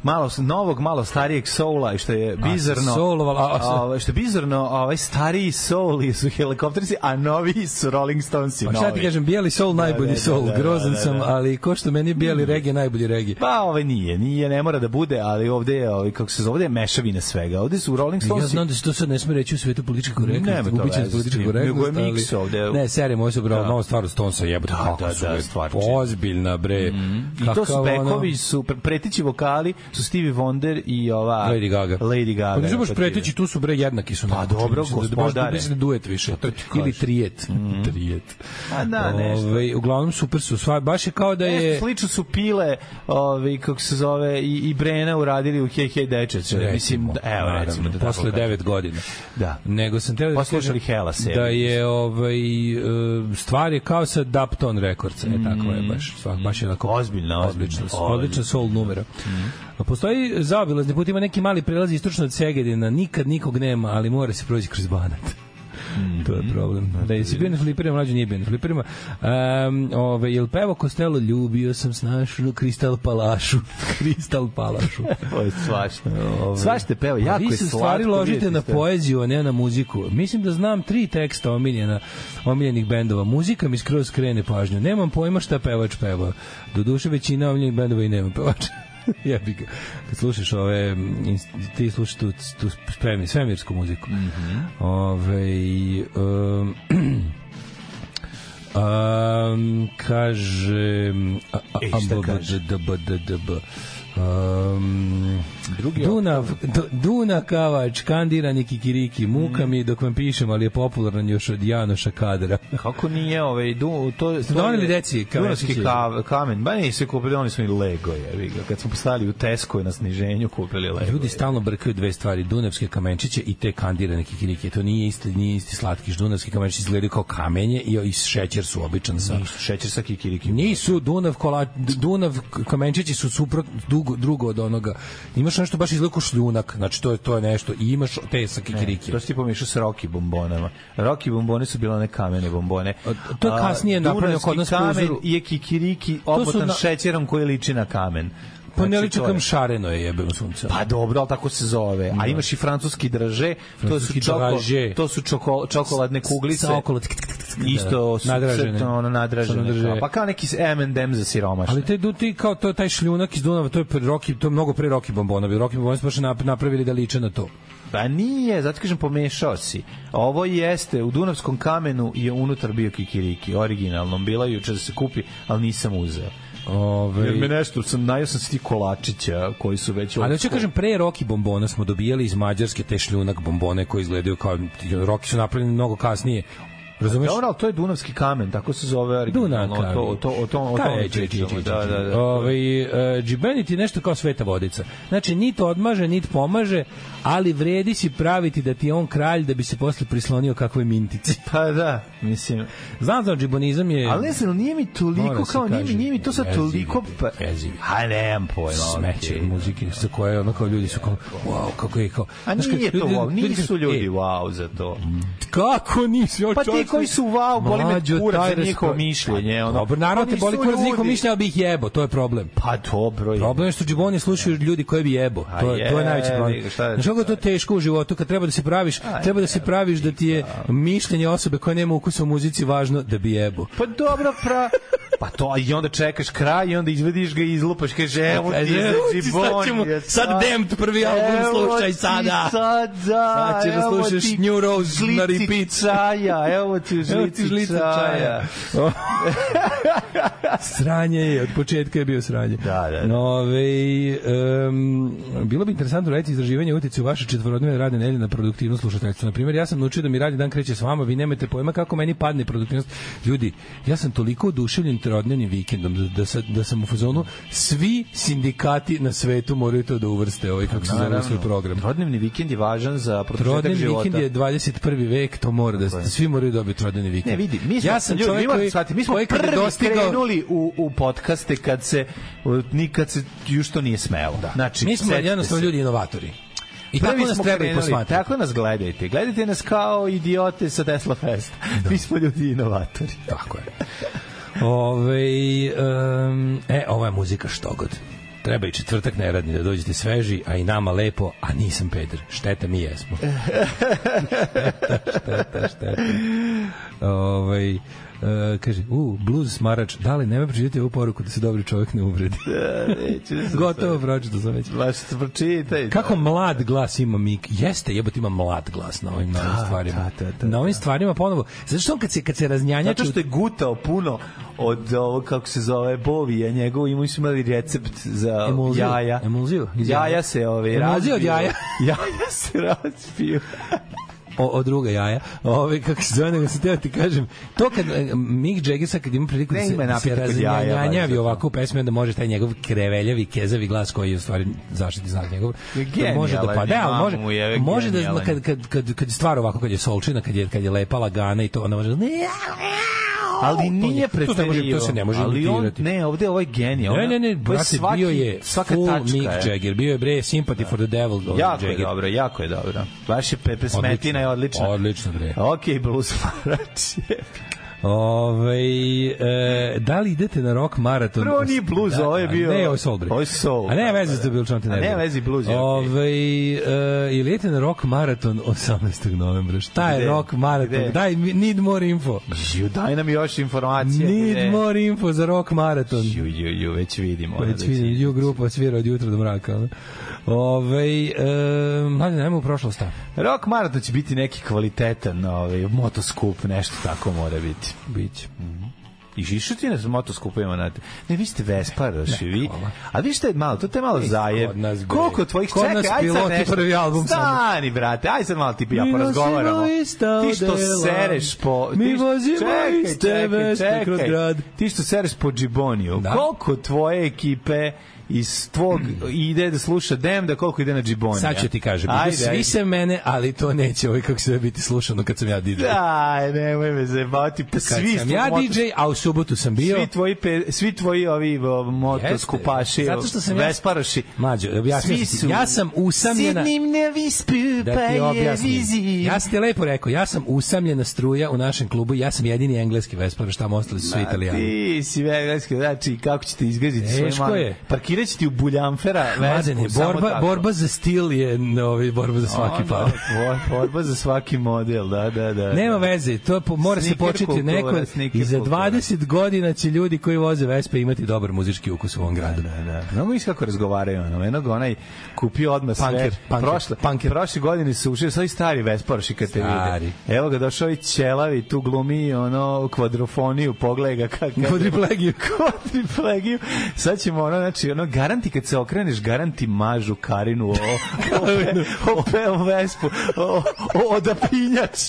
malo s- novog, malo starijeg soula i što je bizarno. souloval, a- a- ovaj, što je bizarno, ovaj stariji soul su helikoptersi, a novi su Rolling Stonesi. Pa šta ti novi. kažem, bijeli sol najbolji da, da, sol, da, da, grozan da, da. sam, ali ko što meni je bijeli regije najbolji regije. Pa ovaj nije, nije, ne mora da bude, ali ovde je, ovaj, kako se zove, ovde je mešavina svega. Ovde su Rolling Stonesi. Ja znam da se to sad ne sme reći u svetu političke Nema to korektnosti, gubit će veze s politička tim, nego je korektnost, ali... miks ovde. Ne, serijemo, ovo su bravo, da. nova stvar od Stonesa, jebote, Da, kako da, su, da, bre, stvar čini. ozbiljna, bre. Mm, I to su bekovi, su pre- pretići vokali, su Stevie Wonder i ova... Lady Gaga. Lady Gaga. Pa nisu baš eto ti pretići, tu su bre jednaki su. Pa nekako, dobro, čini mi se da- baš gospodare. Mislim da duet više. Ili trijet. trijet. A Mhm. da, nešto. Ove, uglavnom super su. Sva, baš je kao da Nešto je... E, slično su pile, ovaj kako se zove, i, i Brena uradili u Hej Hej Dečeče. Mislim, da, evo naravno, recimo da tako posle kažem. 9 godina. Da. Nego sam teo da Poslušali kažem Hela seriju, Da je ovaj e, stvar je kao sa Dapton Records, mm. e tako je baš. Svak baš je onako Ozbiljna, ozbiljna, odlična, ozbiljna. odlična soul Mhm. numera. A Postoji zaobilazni put, ima neki mali prelaz istočno od Segedina, nikad nikog nema, ali mora se proći kroz Banat. To je problem. Da je si bio na fliperima, mlađo nije bio na fliperima. Um, ove, jel pevo Kostelo, ljubio sam snašu kristal palašu. (laughs) kristal palašu. To je svašta. ovaj. Svašta je peva, Pa jako vi je se slatko. stvari ložite vidjeti na ste. poeziju, a ne na muziku. Mislim da znam tri teksta omiljena, omiljenih bendova. Muzika mi skroz krene pažnju. Nemam pojma šta pevač peva. Doduše većina omiljenih bendova i nema pevača. (laughs) Jebi ga. Kad slušaš ove, m, ins- ti slušaš tu, tu spremi, svemirsku muziku. Mm Mhm. -hmm. Ove, um, Um, kaže a, a, E, šta a, b, kaže? b, d, b, d, d, b. Um, Dunav, D- Duna Kavač, kandirani kikiriki, Mm. muka mi je dok vam pišem, ali je popularan još od Janoša (laughs) Kadra. Kako nije ovaj du, to Ste to doneli je deci Dunavski kamenčiće? ka, kamen. Ba nisu kupili, oni su i Lego, je, ga. Kad smo postali u Tesco na sniženju kupili Lego. Ljudi stalno brkaju dve stvari, dunavske kamenčiće i te kandirane kikirike. To nije isti, nije isti slatkiš. Dunavski kamenčići izgledaju kao kamenje i, i šećer su običan sa, šećer sa kikiriki. Nisu Dunav kola, Dunav kamenčići su suprot dugo, drugo od onoga. Imaš nešto baš izlako šljunak, znači to je to je nešto i imaš te sa kikiriki. To si ti pomešao sa Rocky bombonama. Rocky bombone su bile one kamene bombone. A, to je kasnije A, napravljeno dunavski kod nas po kamen uzoru- je kikiriki su obotan na- šećerom koji liči na kamen. Pa ne Znači, liče to je- kam šareno je jebeno sunce. Pa dobro, ali tako se zove. A imaš i francuski draže, to su, Francuski čoko, draže. to su čoko, čokoladne kuglice. sa okolo tik, tik, tik, tik, isto su da. nadražene. crtano, ono nadražene. Sa nadražene. kao- Pa kao neki M&M za siromašne. Ali te duti kao to taj šljunak iz Dunava, to je pre Roki, to je mnogo pre Roki bombona, bi Roki bombona su baš nap- napravili da liče na to. Pa nije, zato kažem pomešao si. Ovo jeste, u Dunavskom kamenu je unutar bio kikiriki, originalnom. Bila je juče da se kupi, ali nisam uzeo. Ove, Jer me nešto, sam, najao sam se ti kolačića koji su već... Ali hoću da kažem pre Roki bombona smo dobijali iz Mađarske te šljunak bombone koji izgledaju kao Roki su napravljeni mnogo kasnije. Razumeš? Dobro, da, ali to je Dunavski kamen, tako se zove Duna originalno. To, o to, o to, o Kaj tome je, či, či, pričamo. či, či. Da, da, da. Ovaj, e, džibenit je nešto kao sveta vodica. Znači, nit odmaže, nit pomaže, ali vredi si praviti da ti je on kralj da bi se posle prislonio kakvoj mintici. Pa da, mislim. Znam, znam, džibonizam je... Ali ne znam, nije mi Mora toliko, se kao, nije mi, kaže, nije mi to sad jezivi, toliko... Pa, jezivi. ha, nemam pojma. smeće okej. muzike sa koje ono kao ljudi su kao wow kako je kao A Znaš, kad nije to, ljudi- wow, ljudi nisu kažu, ljudi e, wow za to. kako nisi ja Pa ti koji su wow, boli me Mlađo, kurac taj za njihovo respe- mišljenje. Ono. Dobro, naravno te Oni boli su kurac za njihovo ljudi. mišljenje, ali bi ih jebo, to je problem. Pa dobro. je. Problem je što džiboni slušaju ljudi koji bi jebo. A To je, to je najveći problem. jebi ga, šta je Znaš kako je to teško u životu, kad treba da se praviš, treba da se praviš da ti je mišljenje osobe koja nema ukusa u muzici važno da bi jebo. Pa dobro, pra... Pa to, i onda čekaš kraj i onda izvediš ga i izlupaš, kaže, evo ti Evo za ti, E, sad džibon. ćemo- sad Damned prvi album slušaj sada. Sad, da, Sad ćeš da evo slušaš ti New Rose na žlici repeat. Čaja, evo ti (laughs) Evo ti žlici, žlica čaja. sranje je, od početka je bio sranje. Da, da, da. No, ovaj, um, bilo bi interesantno raditi istraživanje utjecu vaše četvorodnevne radne nedelje na produktivnost slušateljstva. Na primjer, ja sam naučio da mi radni dan kreće s vama, vi nemate pojma kako meni padne produktivnost. Ljudi, ja sam toliko oduševljen trodnevnim vikendom da, da, sa- da sam u fazonu svi sindikati na svetu moraju to da uvrste ovaj, kako se zove u svoj program. (laughs) Trodnevni vikend je važan za produžetak Trodnevni života. vikend je 21. vek, to mora da svi moraju dobiti trodnevni vikend. Ne, vidi, mi smo, ja sam ljudi, čovjek vi morate koji, shvatiti, mi smo koji kad je prvi dostigao- krenuli u, u podcaste kad se u- nikad se još to nije smelo. Da. Znači, mi smo setite jednostavno se. ljudi inovatori. I Prvi tako nas smo treba i krenuli, posmatrati. Tako nas gledajte. Gledajte nas kao idiote sa Tesla Fest. Da. Mi smo ljudi inovatori. Tako je. Ove, um, e, ova je muzika što god. Treba i četvrtak neradni da dođete sveži, a i nama lepo, a nisam peder. Šteta, mi (laughs) jesmo. šteta, šteta. Ove, e, kaže, u, bluz smarač, da li nema pročitati ovu poruku da se dobri čovjek ne uvredi? Gotovo, pročito sam već. da Baš pročitaj. Kako mlad glas ima Mik? Jeste, jebote ima mlad glas na ovim, na ovim stvarima. da, da, da. na ovim stvarima ponovo. Zato što on kad se, kad se raznjanja... Zato što je gutao puno od ovo kako se zove bovija njegov i mu su imali recept za Emulziju. jaja. Emulziju iz jaja. Jaja se ove Emulziju od razbiju. jaja. (laughs) jaja se razbiju. o, o druga jaja. Ove, kako se zove, nego sam teo ti kažem, to kad e, Mick Jagger sad kad ima priliku da Ne, se, ima da se napitka od jaja, raznjanjavi valjda. ovako u pesmi, onda može taj njegov kreveljavi, kezavi glas koji je u stvari zaštiti znak njegov. Je da može da genijalan, pada, ali mamu može, mu je, može da, genijalan. kad, kad, kad, kad je stvar ovako, kad je solčina, kad je, kad je lepa lagana i to, ona može... da Ali to nije je- to se ne može- to preterio. se ne može ali on, imitirati. ne, ovde je ovaj genij. Ne, ona- ne, to ne, je brate, svaki- bio je svaka full tačka Mick je. Jagger, bio je bre Sympathy for the Devil ovaj Jako je Jagger. dobro, jako je dobro. Baš je Pepe Smetina je odlična. Odlično bre. Ok, blues marač. Ove, e, da li idete na rock maraton? Da, Prvo nije blues, ovo je bio- Ne, ovo je soul. bre. ovo je soul, A ne, da, veze da, što je bilo čanti A ne. ne, vezi blues je, okej. Ove, e, ili idete na rock maraton 18. novembra? Šta je Gde? rock maraton? Gde? Daj, mi- need more info. (laughs) Ju, daj nam još informacije. Need bre. more info za rock maraton. Ju, ju, ju, već vidimo. Već vidim, ju grupa svira od jutra do mraka. ono. Ove, e, mladen, ajmo u prošlost. a? Rock maraton će biti neki kvalitetan, ovaj, motoskup, nešto tako mora biti. Biće. I išao ti na motoskupovima na te. Ne, vi ste Vesparaši, vi. hvala. A vi ste malo, to te malo zajeb. kod nas, bre. Koliko tvojih Kod nas čeka, aj sad piloti nešto. prvi album samo. Stani, brate, aj sad malo ti ja Mi porazgovaramo. vozimo ista Ti što odela. sereš po... Mi ti što- vozimo čekaj, iste čekaj, veste čekaj. kroz grad. Ti što sereš po Džiboniju, Da. koliko tvoje ekipe iz (clears throat) tvog ide da sluša Dem, da koliko ide na Džibonija? Sad ću ti kažem. idu Ajde, Svi ajde. se mene, ali to neće ovaj kako se zove biti slušano kad sam ja DJ. Da, Aj, nemoj me zajebati, pa Kad svi sam smo ja motos- DJ, a u subotu sam bio. Svi tvoji, pe, svi tvoji ovi o, motoskupaši, Jeste. Zato što sam ja- vesparoši. Mlađo, objasnio svi sam ti. su- Ja sam usamljena- Sidnim ne vispu, da pa ti je objasnim. vizim. Ja sam ti lepo rekao, ja sam usamljena struja u našem klubu, ja sam jedini engleski vespar, šta mu ostali su svi italijani. Ti si vegranski, znači kako ćete izgaziti svoje Teško mali. je. Parkirat ćete u buljamfera Mladen, vespu, samo borba, tako. borba za stil je ovaj, borba za svaki Ono, par. bor- Borba za svaki model, da, da, da. Nema veze, to po, mora se Snicker početi kultura, neko snicker i za kultura. 20 godina će ljudi koji voze Vespe imati dobar muzički ukus u ovom gradu. Da, da. Znamo mi kako razgovaraju, ono, jednog onaj kupio odmah sve. Punker, punker, prošle, punker. prošle godine se ušio, sad i stari Vesparoši kad te Stari. vide. Evo ga, došao i ćelavi, tu glumi, ono, kvadrofoniju, pogledaj ga kako... Kvadriplegiju. Kvadriplegiju. Sad ćemo, ono, znači, ono, garanti kad se okreneš, garanti mažu Karinu o, o, o, o, o Vespu, o, o, o odapinjač.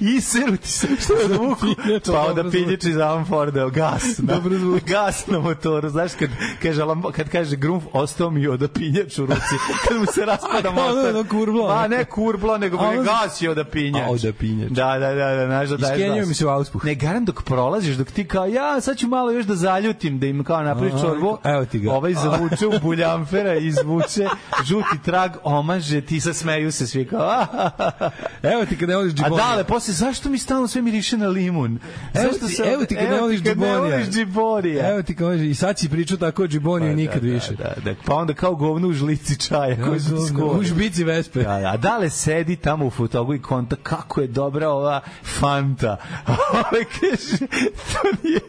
I seru ti se što je zvuku. Odapinjač, Pa dobro odapinjač iz Amforda, (laughs) gas. Na, Dobro zvuči. gas na motoru, znaš kad kaže Alan- kad kaže Grumf ostao mi odapinjač u (laughs) ruci, kad mu se raspada A, kao ono, motor. ono kurblo, Ma ono. ne kurblo, nego A mi ono- gas je odapinjač. A, odapinjač. Da, da, da, da, znaš da daješ Iskenjuje gas. mi se u auspuh. Ne, garam dok prolaziš, dok ti kao, ja sad ću malo još da zaljutim, da im kao napraviš A, čorbu. (laughs) evo ti ga. Ovaj uvuče u buljamfera i izvuče žuti trag, omaže, ti se smeju se svi kao... (laughs) "Ah, ah, ah, ah." Evo ti kad ne voliš A da džibonija. dale, posle, zašto mi stalno sve miriše na limun? Evo Zašto ti- sam- evo ti kad ne voliš kad ne džibonija. voliš džibonija. Evo ti kaže, i sad si pričao tako o džiboniju nikad da, više. Da, da, da. Pa onda kao govno u žlici čaja koji su ti U skuvali. žbici vespe. (laughs) Da, da, a dale sedi tamo u fotogu i konta kako je dobra ova Fanta. (laughs) Ali kaže, to nije,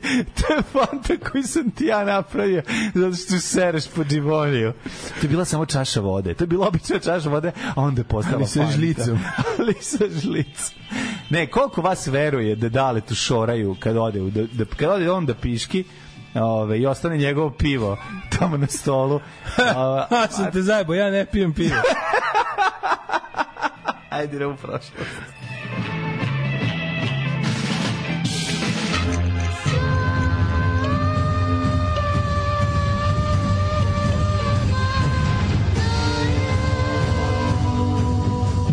to je Fanta koju sam ti ja napravio zato što sereš po džiboniju. To je bila samo čaša vode. To je bila obična čaša vode, a onda je postala Ali sa Fanta. žlicom. (laughs) Ali sa žlicom. Ne, koliko vas veruje da dale tu šoraju kad ode, u- da, da, kad ode on da piški, Ove, i ostane njegovo pivo tamo na (laughs) stolu. A, Ha, sam te zajebo, ja ne pijem (laughs) pivo. ajde, da idemo u prošlost.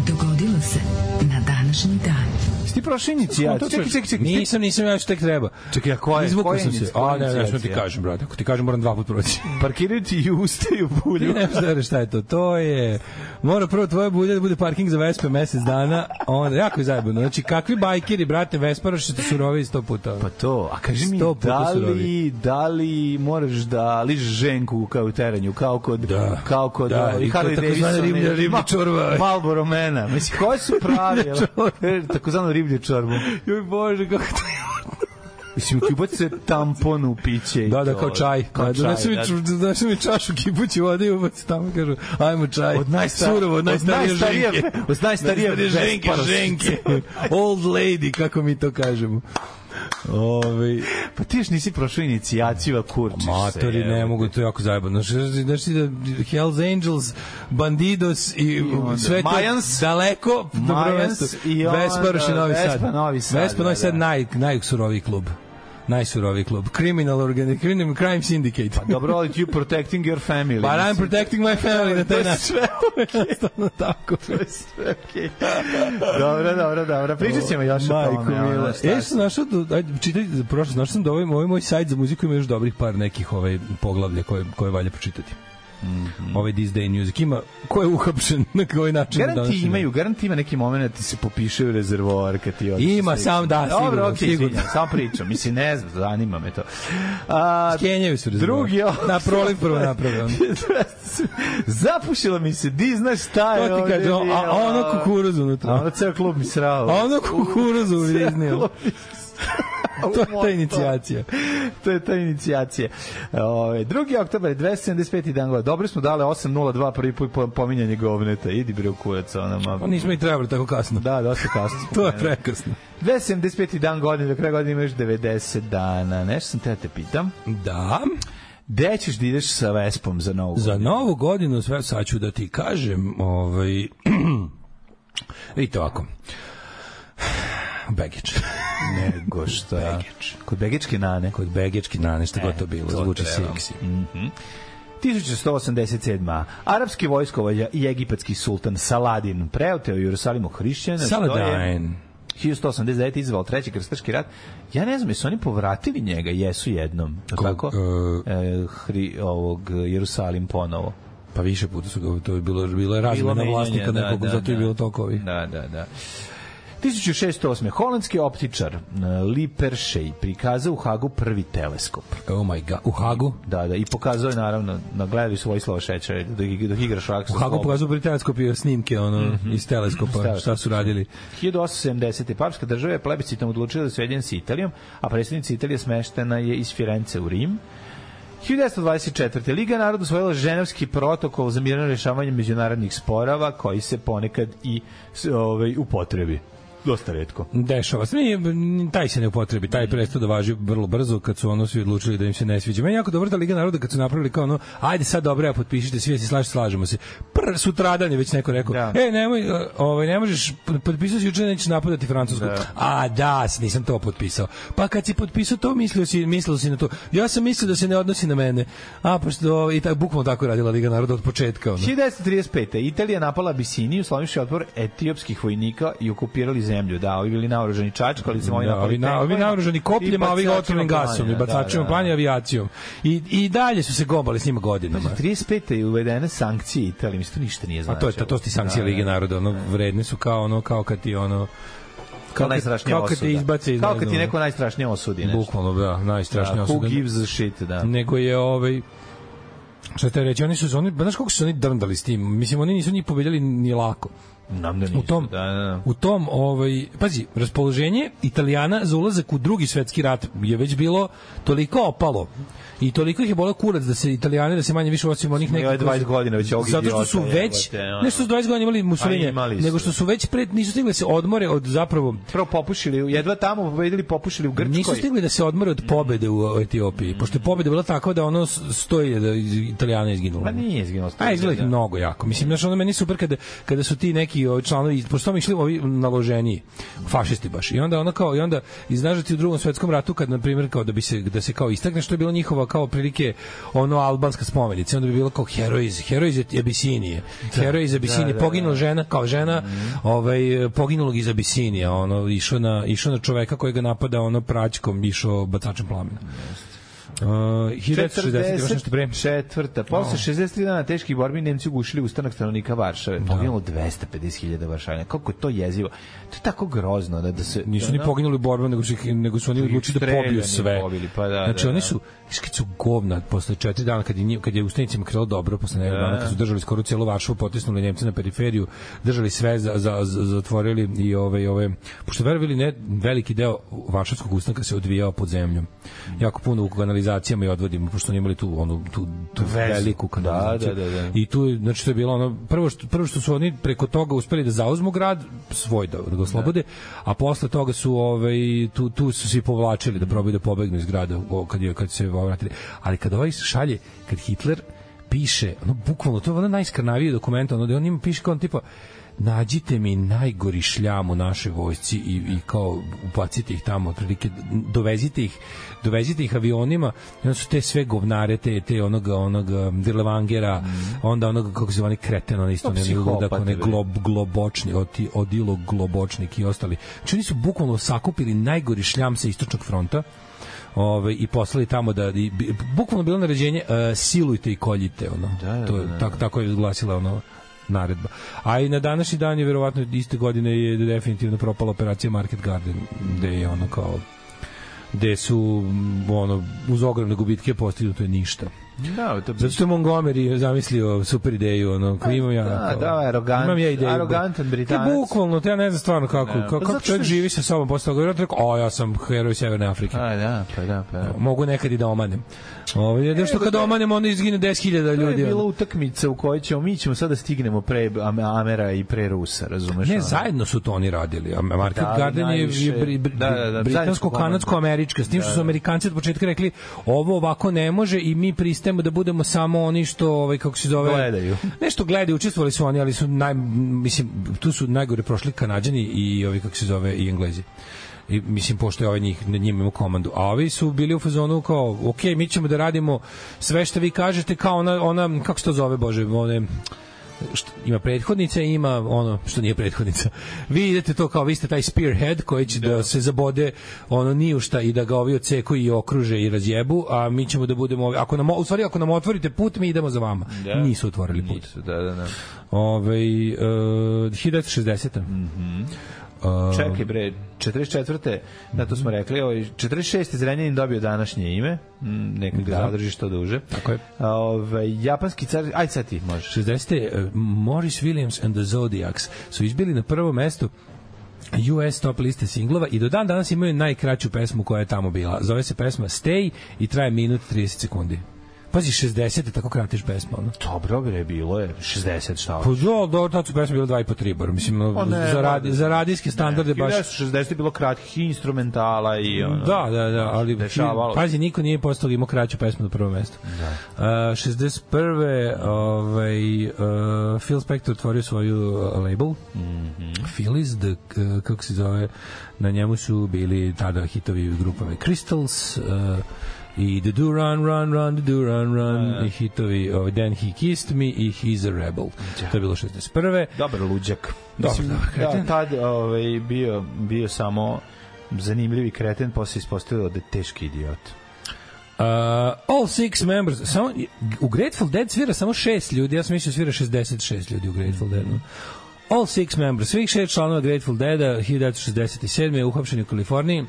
Dogodilo se na današnji dan. Jesi ti prošao (laughs) inicijaciju? Čekaj, čekaj, čekaj. Nisam, nisam, ja što tek treba. Čekaj, a koja je- Izvukao koja je sam se. inici- koja A, je ne, ne, što ti inicijacija? kažem, brate. Ako ti kažem, moram dva (laughs) put proći. (laughs) Parkiraju ti i usta i u Ti bulju. ne znaš da veruješ šta je to. To je... Mora prvo tvoja bulja da bude parking za Vespe mesec dana, a onda jako je zajebano. Znači, kakvi bajkeri, brate, Vesparoši su surovi sto puta. Pa to, a kaži mi, Sto puta da su li, rovi. da li moraš da ližeš ženku kao u teranju, kao kod, Da. kao kod Da, ovaj, i to takozvane Davidsona riblje- i- riblje Ma- čorba. Marlboro mena. Mislim, koji (laughs) su pravi? Riblja čorba. jel? Takozvanu riblju čorbu. Joj bože, kako to je. Mislim, ti ubaci se tampon u piće. i Da, da, to. kao čaj. Kao da, čaj, donesu mi, da. ču- donesu mi čašu kipući vode i ubaci tamo i kažu, ajmo čaj. Od najstar- Surovo, (laughs) od od najstarije, najstarije- ženke. od najstarije ženke, Vesparošice. ženke. (laughs) Old lady, kako mi to kažemo. Ovaj, Ove, Pa ti još nisi prošao inicijaciju, a kurčiš se. Matori, evo. ne mogu, to je jako zajebano. Znaš, znaš ti da Hells Angels, Bandidos i, onda sve to Mayans. daleko, dobro Mayans mesto. i onda Vesparoš i Novi Sad. Vespa, Novi Sad, Vespa, Novi da, Sad, da. naj, najsuroviji klub. Najsuroviji klub. Criminal Organization, Criminal Crime Syndicate. Pa Dobro, ali you protecting your family. But I'm mislim. protecting my family na To taj je način. (laughs) sve Jednostavno tako. Okej. (laughs) dobro, dobro, dobro. Pričat ćemo još o tome. Majko ono, mila. šta Ja si. sam našao, da- ajde, čitaj, prošlo, našao sam da ovaj, ovaj moj sajt za muziku ima još dobrih par nekih ovaj, poglavlja koje, koje valja pročitati. Mhm. Ovaj This Day Music ima, ko je uhapšen, (laughs) na koji način. da na Garanti današnji imaju, garanti ima neki moment da ti se popiše u rezervoar kad ti odiš. Ima, sam da, Dobro, sigurno, okej, sigurno. izvinjam, samo pričam. Mislim, ne znam, zanima me to. A, (laughs) dan. Kenjaju su rezervori. Drugi opcija. Na proliv prvo (laughs) napravljeno. Zapušila mi se, di znaš šta je To ti kaže, bilo. a, a ono kukuruz unutra. A ono ceo klub mi srao. A ono kukuruz (laughs) u Ceo Disneyu. klub To je ta inicijacija. to je ta inicijacija. Ove, 2. oktober, 275. dan gleda. Dobro smo dale 8.02 prvi put po- pominjanje govneta. Idi bre u kurac, ona Pa ma. nismo i trebali tako kasno. Da, dosta (laughs) kasno. smo To je krenuli. prekasno. 275. dan godine, do kraja godine imaš 90 dana. Nešto sam te da te pitam. Da. Gde ćeš da ideš sa Vespom za novu Za godinu? novu godinu sve sad ću da ti kažem, ovaj (clears throat) i to ovako. (sighs) Begić. Nego što ja. Kod Begečke nane. Kod Begički na nešto god to bilo, E, to zvuči treba. seksi. 1187. Arapski vojskovođa i egipatski sultan Saladin preoteo Jerusalimu hrišćana. Da, što je Saladin. 1189. izvao treći krstaški rat. Ja ne znam, jesu oni povratili njega? Jesu jednom. Ko, Kog, tako? e, E, hri, ovog Jerusalim ponovo. Pa više puta su ga, to je bilo, bilo je Bilo razmena menjanja, vlasnika da, nekog, da, zato je da. bilo toliko ovih. Da, da, da. 1608. Holandski optičar e, Li Peršej prikazao u Hagu prvi teleskop. Oh my god, u Hagu. Da, da, i pokazao je naravno, nagledali su Vojislava Šećera dok, dok igra šak. sa U Hagu slobom. pokazao britanskop i snimke ono, Mhm. iz teleskopa, šta da. su radili. 1870. Papska država je plebiscitom odlučila da se ujedinje sa Italijom, a predsednica Italije smeštena je iz Firence u Rim. 1924. Liga naroda usvojila ženevski protokol za mirno rešavanje međunarodnih sporava koji se ponekad i s- ovaj, upotrebi. Dosta redko. Dešava se. Nije, n- taj se ne upotrebi, taj prestao da važi vrlo brzo kad su ono svi odlučili da im se ne sviđa. Meni je jako dobro da Liga naroda kad su napravili kao ono, ajde sad dobro, ja potpišite, svi da se slažu, slažemo se. Pr, sutradan je već neko rekao, Da. e, nemoj, e, ovaj, ne možeš, p- potpisao si juče, nećeš napadati Francusku. A, da, s- nisam to potpisao. Pa kad si potpisao to, mislio si, mislio si na to. Ja sam mislio da se ne odnosi na mene. A, pošto, ovaj, i tako, bukvalno tako je radila Liga naroda od početka. Ono. 1935. Italija napala Bisiniju, slomivši otpor etiopskih vojnika i okupirali zemlju zemlju, da, ovi bili naoružani čačka, ali se oni Da, ovi, na, ovi naoružani kopljima, a ovi otrovnim gasom i bacačima da, planja avijacijom. I, I dalje su se gobali s njima godinama. Znači, 35. da. je uvedene sankcije Italije, mislim, to ništa nije A značilo. to je to, to su ti sankcije da, Lige naroda, ono vredne su kao ono kao kad ti ono kao kad- najstrašnija kao kad osuda. te izbace iz, Kao ne kad ti znam, neko najstrašnije osudi. nešto. bukvalno da, najstrašnija Da, osuda. Who gives a shit, da. Nego je ovaj šta te reći, oni su se- oni, ba, znaš kako su se oni drndali s tim, mislim oni nisu njih pobedili ni lako. Nam da nisu, U tom, da, da, da. u tom ovaj, pazi, raspoloženje Italijana za ulazak u drugi svetski rat je već bilo toliko opalo i toliko ih je bolio kurac da se Italijani da se manje više osim onih Smo i nekih ove koji 20 godina već ovog zato što su idiota, već jebote, ono. ne što su 20 godina imali A Mussolini imali su. nego što su već pred nisu stigli da se odmore od zapravo Prvo popušili, jedva tamo pobedili, popušili u Grčkoj. Nisu stigli da se odmore od pobede u Etiopiji, pošto je pobeda bila takva da ono stoji da Italijana izginula. Pa nije da. izginulo. A izgleda ih mnogo jako. Mislim, znaš, ono meni je super kada, kada su ti neki ovi članovi, pošto mi išli ovi naloženiji, fašisti baš, i onda ono kao, i onda, i znaš da ti u drugom svetskom ratu, kad, na primjer, kao da bi se, da se kao istakne, što je bilo njihova, kao prilike, ono, albanska spomenica, onda bi bilo kao heroj iz, heroj iz Abisinije, heroj iz Abisinije, da, Mhm. poginula žena, kao žena, ovaj, poginulog iz Abisinija, ono, išao na, išao na čoveka koji ga napada, ono, praćkom, išao bacačem plamena. Uh, 1960, još nešto pre. Četvrta. Posle 63 dana teških borbi Nemci ugušili ustanak stanovnika Varšave. Da. Poginulo 250.000 Varšavljana. Kako je to jezivo. To je tako grozno da, da se... Nisu ni da- poginuli u borbu, nego su, ih- nego su oni Su ih odlučili da streljani pobiju sve. pobili, pa da, znači, da, da. oni su, viš kad su govna, posle četiri dana, kad je, njim- kad je ustanicima krelo dobro, posle nekog Da. dana, kad su držali skoro cijelu Varšavu, potisnuli Njemce na periferiju, držali sve, za, za, za, zatvorili i ove, i ove, pošto verovili ne, veliki deo Varšavskog ustanka se odvijao pod zemljom. Jako puno u kanalizacijama i odvodima, pošto oni imali tu, onu, tu, tu Vezu. veliku Da, kanalizaciju. da, da, da. I tu je, znači to je bilo ono prvo što prvo što su oni preko toga uspeli da zauzmu grad svoj da, da ga oslobode, a posle toga su ovaj tu tu su se i povlačili da probaju da pobegnu iz grada o, kad je kad se ovaj vratili. Ali kad ovaj šalje kad Hitler piše, ono bukvalno to je ono najskrnaviji dokument, ono da on im piše kao on, tipa nađite mi najgori šljam u našoj vojsci i, i kao upacite ih tamo otprilike dovezite ih dovezite ih avionima i onda su te sve govnare te, te onog, onog um, Dirlevangera onda onog kako se zvani kreten on isto Pa, ne mogu da psihopati, ne bre. glob, globočni oti, odilo globočnik i ostali znači oni su bukvalno sakupili najgori šljam sa istočnog fronta Ove, i poslali tamo da i, bi- bukvalno bilo naređenje uh, silujte i koljite ono Da, da, to je, da. tako, tako je glasila ono naredba. A i na današnji dan je verovatno iste godine je definitivno propala operacija Market Garden, gde je ono kao gde su m, ono uz ogromne gubitke postignuto je ništa. Da, to Zato što je Montgomery zamislio super ideju, ono, kao imam ja... da, kao- da, arogant- imam ja ideju. arogantan Britanac. Te bukvalno, te ja ne znam stvarno kako, kako, Pa kako zato čovjek što je- živi sa sobom posle toga, vjerojatno je rekao, o, ja sam heroj Severne Afrike. A, da, pa da, pa da. Mogu nekad i da omanem. Ovo, jedno što kad omanem, onda izgine 10.000 E, pa To je ljudi. ono. bila utakmica u kojoj ćemo, mi ćemo sada stignemo pre Am- Amera i pre Rusa, razumeš? Ne, ono? zajedno su to oni radili. A Market Da, ali Garden je, najviše- je bri, bri, da, da, da, zajedničko britansko-kanadsko-američka, s tim da. što su Amerikanci od početka rekli ovo ovako ne može i mi pristajemo da budemo samo oni što, ovaj, kako se zove... Gledaju. Nešto gledaju, učestvovali su oni, ali su naj, mislim, tu su najgore prošli Kanadjani i ovi, kako se zove, i Englezi. I, mislim, pošto je ovaj njih, na njima imao komandu. A ovi su bili u fazonu kao, ok, mi ćemo da radimo sve što vi kažete, kao ona, ona kako se to zove, Bože, one, što, ima prethodnica i ima ono što nije prethodnica. Vi idete to kao vi ste taj spearhead koji će da, se zabode ono ni u šta i da ga ovi oceku i okruže i razjebu, a mi ćemo da budemo ovi- ako nam u stvari ako nam otvorite put mi idemo za vama. Nisu otvorili put. Nisu, Da, da, da. Ovaj e, 1960. E, Čekaj bre, 44. Da, to smo rekli. Ovaj, 46. Zrenjanin dobio današnje ime. Mm, Neka ga Da. zadrži što duže. Tako je. Ove, japanski car... Aj sad ti možeš. 60. e, Morris Williams and the Zodiacs su izbili na prvo mesto US top liste singlova i do dan danas imaju najkraću pesmu koja je tamo bila. Zove se pesma Stay i traje minut 30 sekundi. Pazi, 60. tako kratiš pesma, ono. Dobro bre, bilo je 60 šta Pa do, do, tad su pesme bile 2,5 tribor. Mislim, Pa ne, za, radi, molim. za radijske standarde da baš... 60 je bilo kratkih instrumentala i ono. Da, da, da, ali dešavalo se. pazi, niko nije postao imao kraću pesmu na prvom mestu. Da. Uh, 61. Ovaj, uh, Phil Spector otvorio svoju uh, label. Mm Mhm. -hmm. Phillies, the, uh, kako se zove, na njemu su bili tada hitovi grupove Crystals, uh, i The Do Run, Run, Run, The Do Run, Da, Run, i hitovi ovaj, Then He Kissed Me i He's a Rebel. Da. To je bilo 61. Dobar luđak. Dobar, Mislim, dobar da, kreten. tad ovaj, bio, bio samo zanimljivi kreten, posle ispostavio da je teški idiot. Uh, all six members. Samo, u Grateful Dead svira samo šest ljudi. Ja sam mislio svira 66 ljudi u Grateful Deadu. All six members. Svih šest članova Grateful Deada 1967. je uhapšen u Kaliforniji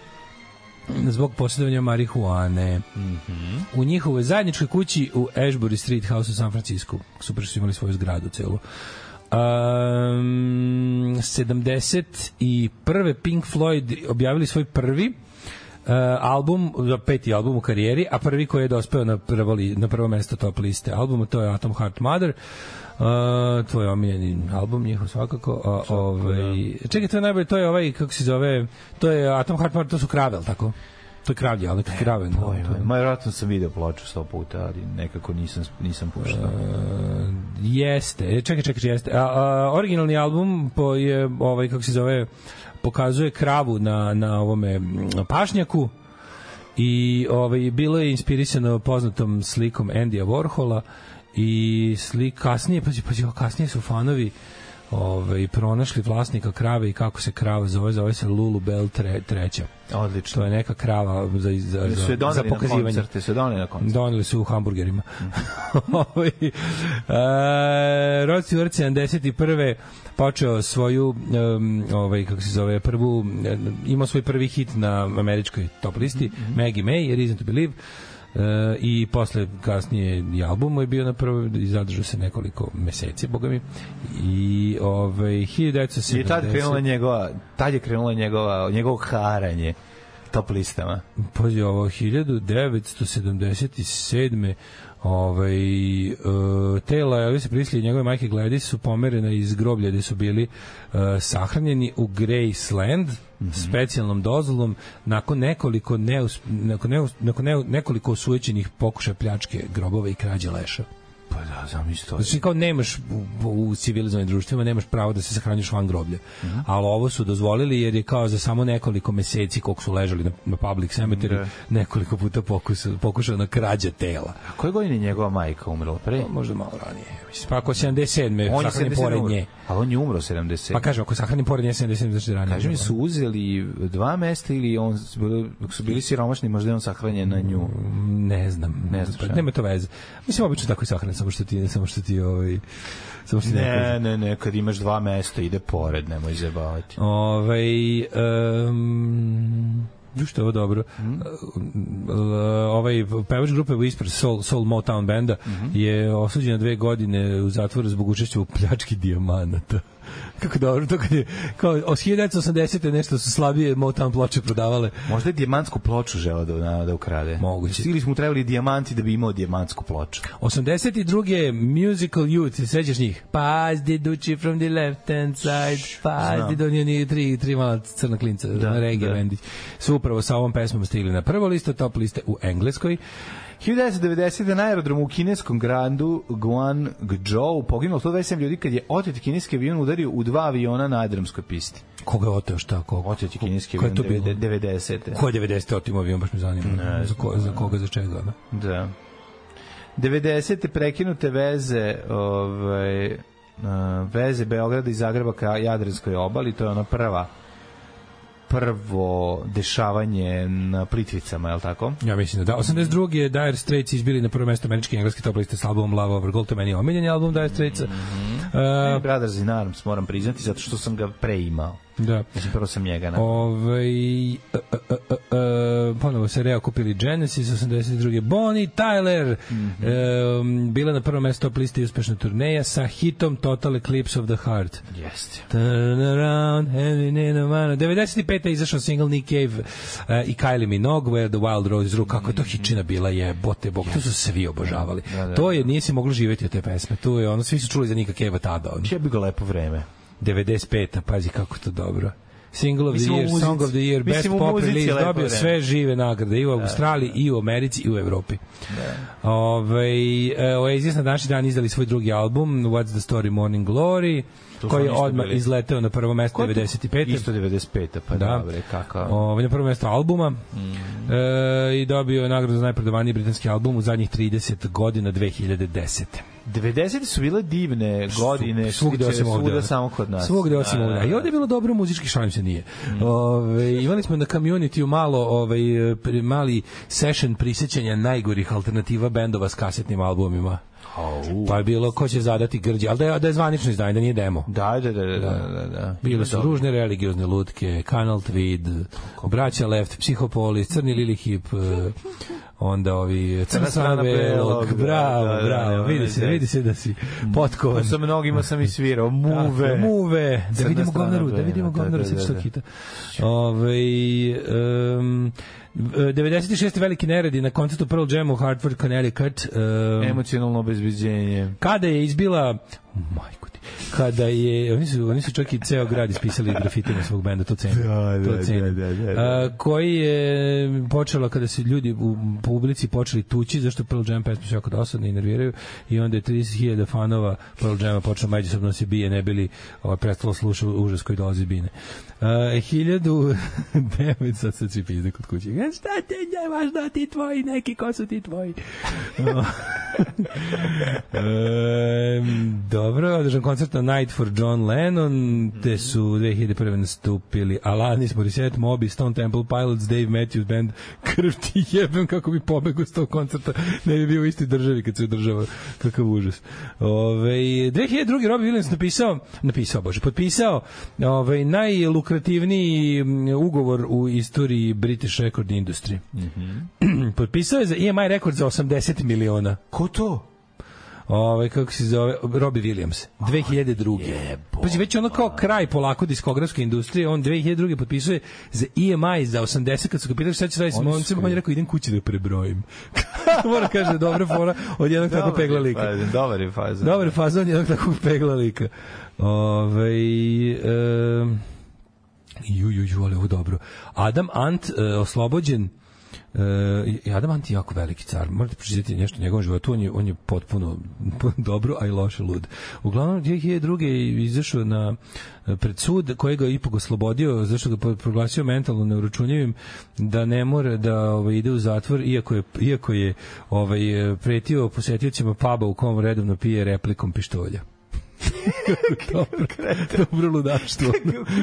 zbog posjedovanja marihuane. Mm -hmm. U njihovoj zajedničkoj kući u Ashbury Street House u San Francisco. Super su imali svoju zgradu celu. Um, 71. Pink Floyd objavili svoj prvi uh, album, za peti album u karijeri, a prvi koji je dospeo na prvo, li, na prvo mesto top liste albuma, to je Atom Heart Mother. Uh, tvoj omiljeni album njihov svakako a, ovaj, čekaj to je najbolje, to je ovaj kako se zove to je Atom Heart Mother, to su krave, ali tako? to je kravlje, ali neki krave no, to je. Ma, vjerojatno sam video ploču sto puta, ali nekako nisam, nisam puštao. Jeste, e, čekaj, čekaj, jeste. A, a, originalni album po, je, ovaj, kako se zove, pokazuje kravu na, na ovome mm, pašnjaku i ovaj, bilo je inspirisano poznatom slikom Andy Warhola i slik kasnije, pa, pa kasnije su fanovi ovaj, pronašli vlasnika krave i kako se krava zove, zove se Lulu Bell tre, treća. Odlično. To je neka krava za, za, Su je za, za doneli na pokazivanje. koncerte, su je doneli na koncerte. Doneli su u hamburgerima. Mhm. (laughs) Ovaj, e, Rod Stewart 71. počeo svoju um, ovaj kako se zove prvu e, imao svoj prvi hit na američkoj top listi Mhm. Maggie May Reason to Believe e, i posle kasnije i album mu je bio na prvoj i zadržao se nekoliko meseci boga mi i ovaj 1970 I tad krenula njegova, tad je krenula njegova, njegovo haranje top listama. Pazi, ovo 1977. Ovaj, e, tela Elvisa Prisli i njegove majke Gladys su pomerena iz groblja gde su bili e, sahranjeni u Graceland mm -hmm. specijalnom dozvolom nakon nekoliko, neus, nakon, neus, nakon neu, nekoliko osujećenih pokušaja pljačke grobova i krađe leša. Pa da, zamisli to. Znači kao nemaš u, u civilizovanim društvima nemaš pravo da se sahranjuješ van groblja. Mm Mhm. -hmm. Ali ovo su dozvolili jer je kao za samo nekoliko meseci koliko su ležali na, na public cemetery Da. nekoliko puta pokusa, pokušano krađa tela. A koje godine je njegova majka umrla? Pre? Možda malo ranije. Mislim. Pa ako 77. je On je sahranjen 77 pored umro. nje. Ali on je umro 70. Pa kažem, ako sahranim pored nje 77, znači ranije. Kaži mi, su uzeli dva mesta ili on, su bili- dok su bili siromašni, možda je on sahranjen na nju. Ne znam. Ne znaš, Pa, ja. nema to veze. Mislim, obično tako i sahranim, samo što ti, samo što ti, ovaj, samo što ti Ne, ne ne, ne, kad imaš dva mesta, ide pored, nemoj zabavati. Ovaj um, što je ovo dobro. Mm. Ovaj pevač grupe Whisper Soul, Soul Motown benda mm -hmm. je osuđen na dve godine u zatvoru zbog učešća u pljački dijamanata. (laughs) Kako dobro, to kad je, kao, od 1980. nešto su slabije Motown ploče prodavale. Možda je dijamantsku ploču želeo da, da, da ukrade. Moguće. Ili smo trebali dijamanti da bi imao dijamantsku ploču. 82. Musical Youth, se sećaš njih? Pass the duči from the left hand side, pass znam. the donio ni tri, tri mala crna klinca, da, reggae da. da. bendić. Su upravo sa ovom pesmom stigli na prvo listo, top liste u Engleskoj. 1990. na aerodromu u kineskom grandu Guangzhou poginulo 127 ljudi kad je otet kineski avion udario u dva aviona na aerodromskoj pisti. Koga je oteo šta? Koga? Otet je kineski Ko avion je to bilo? 90. Ko je 90. otimo avion, baš me zanima. Ne, za, ko, za koga, za čega? Ne? Da. 90. prekinute veze ovaj, eh, veze Beograda i Zagreba ka Jadranskoj obali, to je ona prva prvo dešavanje na Plitvicama, je li tako? Ja mislim da da. 82. je Dire Straits izbili na prvo mesto američke i engleske top liste s albumom Love Over Gold, to je meni omiljeni album Dire Straits. Mm -hmm. Brothers in Arms, moram priznati, zato što sam ga preimao. uh, da. Mislim, prvo sam njega na... Ovaj e, e, e, e, ponovo se Rea kupili Genesis 82. Bonnie Tyler Mhm. mm -hmm. e, bila na prvom mestu top liste i uspešna turneja sa hitom Total Eclipse of the Heart. Jeste. Turn around, heavy in a man. 95. je izašao single Nick Cave e, i Kylie Minogue, Where the Wild Rose Grew. Kako je to hičina bila, je, bote bog. To su svi obožavali. Mhm. Da, da, To je, nije se moglo živeti od te pesme. Tu je, ono, svi su čuli za Nika Cave-a tada. Ono. Ja bi ga lepo vreme. 95. pazi kako to dobro. Single of the Mislim, u Year, muzici. Song of the Year, Best Mislim, u Pop muzici je Release, lepo Da, dobio vreme. sve žive nagrade i u Australiji, i u Americi, i u Evropi. Da. Ove, Oasis na današnji dan izdali svoj drugi album, What's the Story Morning Glory, To koji je smo isto odmah bili. izleteo na prvo mesto Ko je tu? 95. Isto 95. Pa da, bre, kakav. Mm. Ovaj na prvo mesto albuma. E, i dobio je nagradu za najprodavaniji britanski album u zadnjih 30 godina 2010. 90. su bile divne godine. svugde što se tiče, osim ovde. da. Svuda samo kod nas. Svugde osim Da, Mm. ovde. A I ovde je bilo dobro muzički, šalim se nije. Ove, imali smo na community malo ovaj, pri- mali session prisećanja najgorih alternativa bendova s kasetnim albumima. Au. Pa je bilo ko će zadati grđe, ali da je, da je zvanično izdanje, da nije demo. Da, da, da, da, da, da. Bile su ružne religiozne lutke, Kanal Tweed, Braća Left, Psihopolis, Crni Lili Hip, e, onda ovi Crna strana belog, bravo, da, da, bravo, da, vidi da, se, da. vidi se da si potkovan. To Pa sa mnogima sam i svirao. Muve. Tako, muve. Da Crna vidimo strana govnaru, da Bela, vidimo da, govnaru da, da, da, da. kita. Ove, um, 96. veliki neredi na koncertu Pearl Jam u Hartford, Connecticut. Um, Emocionalno obezbeđenje. kada je izbila majku ti kada je oni su oni su čak i ceo grad ispisali grafitima svog benda to cenim Da, da, to cenim da, da, da, da. A, koji je počelo kada su ljudi u publici počeli tući zašto Pearl Jam pesme su jako dosadne i nerviraju i onda je 30.000 fanova Pearl Jama počelo međusobno da se bije ne bili ovaj prestalo slušati užas koji dolazi iz bine. Uh, (laughs) 1900 sad se svi pizde kod kuće. E, Šta te ne važno ti tvoji neki ko su ti tvoji. E, dobro, održan koncert na Night for John Lennon, te su 2001. nastupili Alanis Morissette, Moby, Stone Temple Pilots, Dave Matthews Band, krv ti jebem kako bi pobegao s tog koncerta, ne bi bio u istoj državi kad se održava, kakav užas. Ove, 2002. Robbie Williams napisao, napisao, bože, potpisao ove, najlukrativniji mm, ugovor u istoriji British record industry. Mm -hmm. (clears throat) potpisao je za EMI rekord za 80 miliona Ko to? ovaj kako se zove Robbie Williams 2002. Pazi već ono kao kraj polako diskografske industrije, on 2002 potpisuje za EMI za 80 kad su ga pitali šta će raditi s momcem, on je rekao idem kući da prebrojim. (laughs) Mora kaže da je dobra fora od jednog tako Dobar je pegla lika. fazon, Dobar je fazon. Dobar je fazon jednog takvog pegla lika. Ovaj em, Ju, ju, ju, ali ovo dobro. Adam Ant e, oslobođen e, Adam Ant je jako veliki car. Morate pročitati nešto o njegovom životu. On je, on je potpuno (laughs) dobro, a i loše lud. Uglavnom, 2002. je izašao na e, pred sud koji ga je ipak oslobodio, zašto ga je proglasio mentalno neuračunljivim, da ne mora da ovaj, ide u zatvor, iako je, iako je ovaj, pretio posetiocima puba u kom redovno pije replikom pištolja. dobro, (laughs) dobro ludaštvo.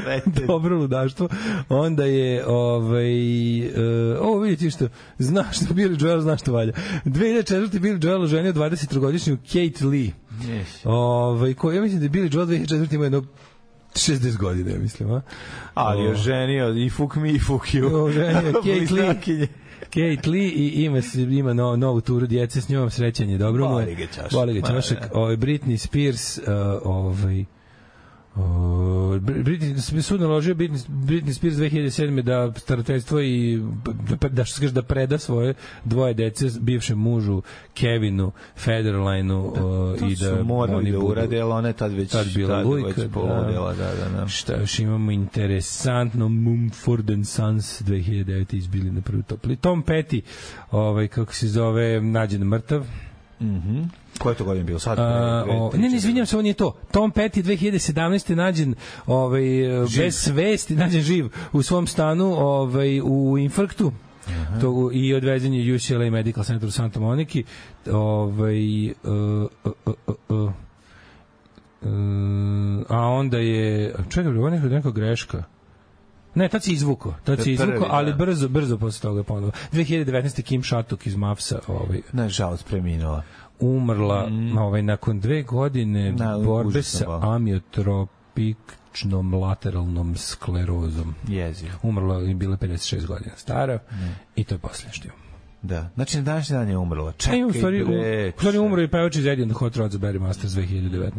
kreten. dobro ludaštvo. Onda je ovaj uh, ovo vidite što zna što Billy Joel zna što valja. 2004 Billy Joel oženio 23-godišnju Kate Lee. Ovaj koji ja mislim da je Billy Joel 2004 ima jedno 60 godina, ja mislim, a? Ali je ženio i fuck me i fuck (laughs) you. (laughs) Oženio Kate Lee. Bliznakinje. Kate Lee i ima, se- ima no, novu turu djece s njom, srećan je, dobro mu je. Voli ga Ćošak. Voli Ma, ga Ćošak. da. Ovaj, Britney Spears, uh, ovaj, Uh, Britney, sud naložio Britney, Britney Spears 2007. da starateljstvo i da, pre- da, što se kaže, da preda svoje dvoje dece s bivšem mužu Kevinu Federlinu uh, To i da su morali oni da budu- urade, ali ona je tad već, Tad bila lujka, već da. poludela. Da, da, da. Šta još imamo interesantno Mumford and Sons 2009 izbili na prvi top list. Tom Petty, ovaj kako se zove, nađen mrtav. Koje to godine bilo? Sad? A, Dve- dve- o, tri- ne, ne, izvinjam se, on je to. Tom Petty 2017 nađen ovaj bez svesti, nađen živ u svom stanu, ovaj u infarktu. To, u- i odvezen je u UCLA Medical Center u Santa Moniki. Ovaj uh, uh, uh, uh, uh. Um, e, a onda je čekaj, bre, ovo je neka- neka greška. Ne, tad si izvuko, tad To si je prvi, izvuko, ali da. brzo, brzo posle toga ponovo. 2019. Kim Šatuk iz Mavsa, ovaj, Nažalost, preminula. umrla ovaj, nakon dve godine Da, borbe užasno sa bol. amiotropičnom lateralnom sklerozom. Jezivo. Umrla je bila 56 godina stara i to je posljednje što imam. Da. Znači, na današnji dan je umrla. Čekaj, E, u stvari, bre, u, u stvari umro je pevač iz Eddie and the Hot Rods Barry Masters 2019.